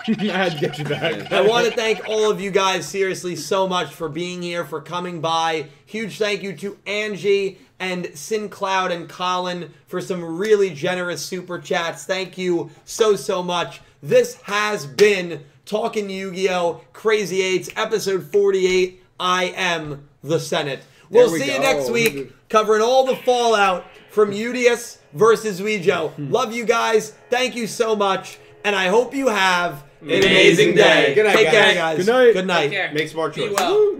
I had to get you back.
I want to thank all of you guys seriously so much for being here, for coming by. Huge thank you to Angie and SinCloud and Colin for some really generous super chats. Thank you so, so much. This has been Talking Yu Gi Oh! Crazy Eights, episode 48. I am the Senate. We'll
There we
see you
go.
next week covering all the fallout from UDS versus Wejo. Love you guys. Thank you so much. And I hope you have an amazing day.
Good night,
Take care,
guys.
guys.
Good night.
Good night.
Take care.
Make smart
Be
choices.
well.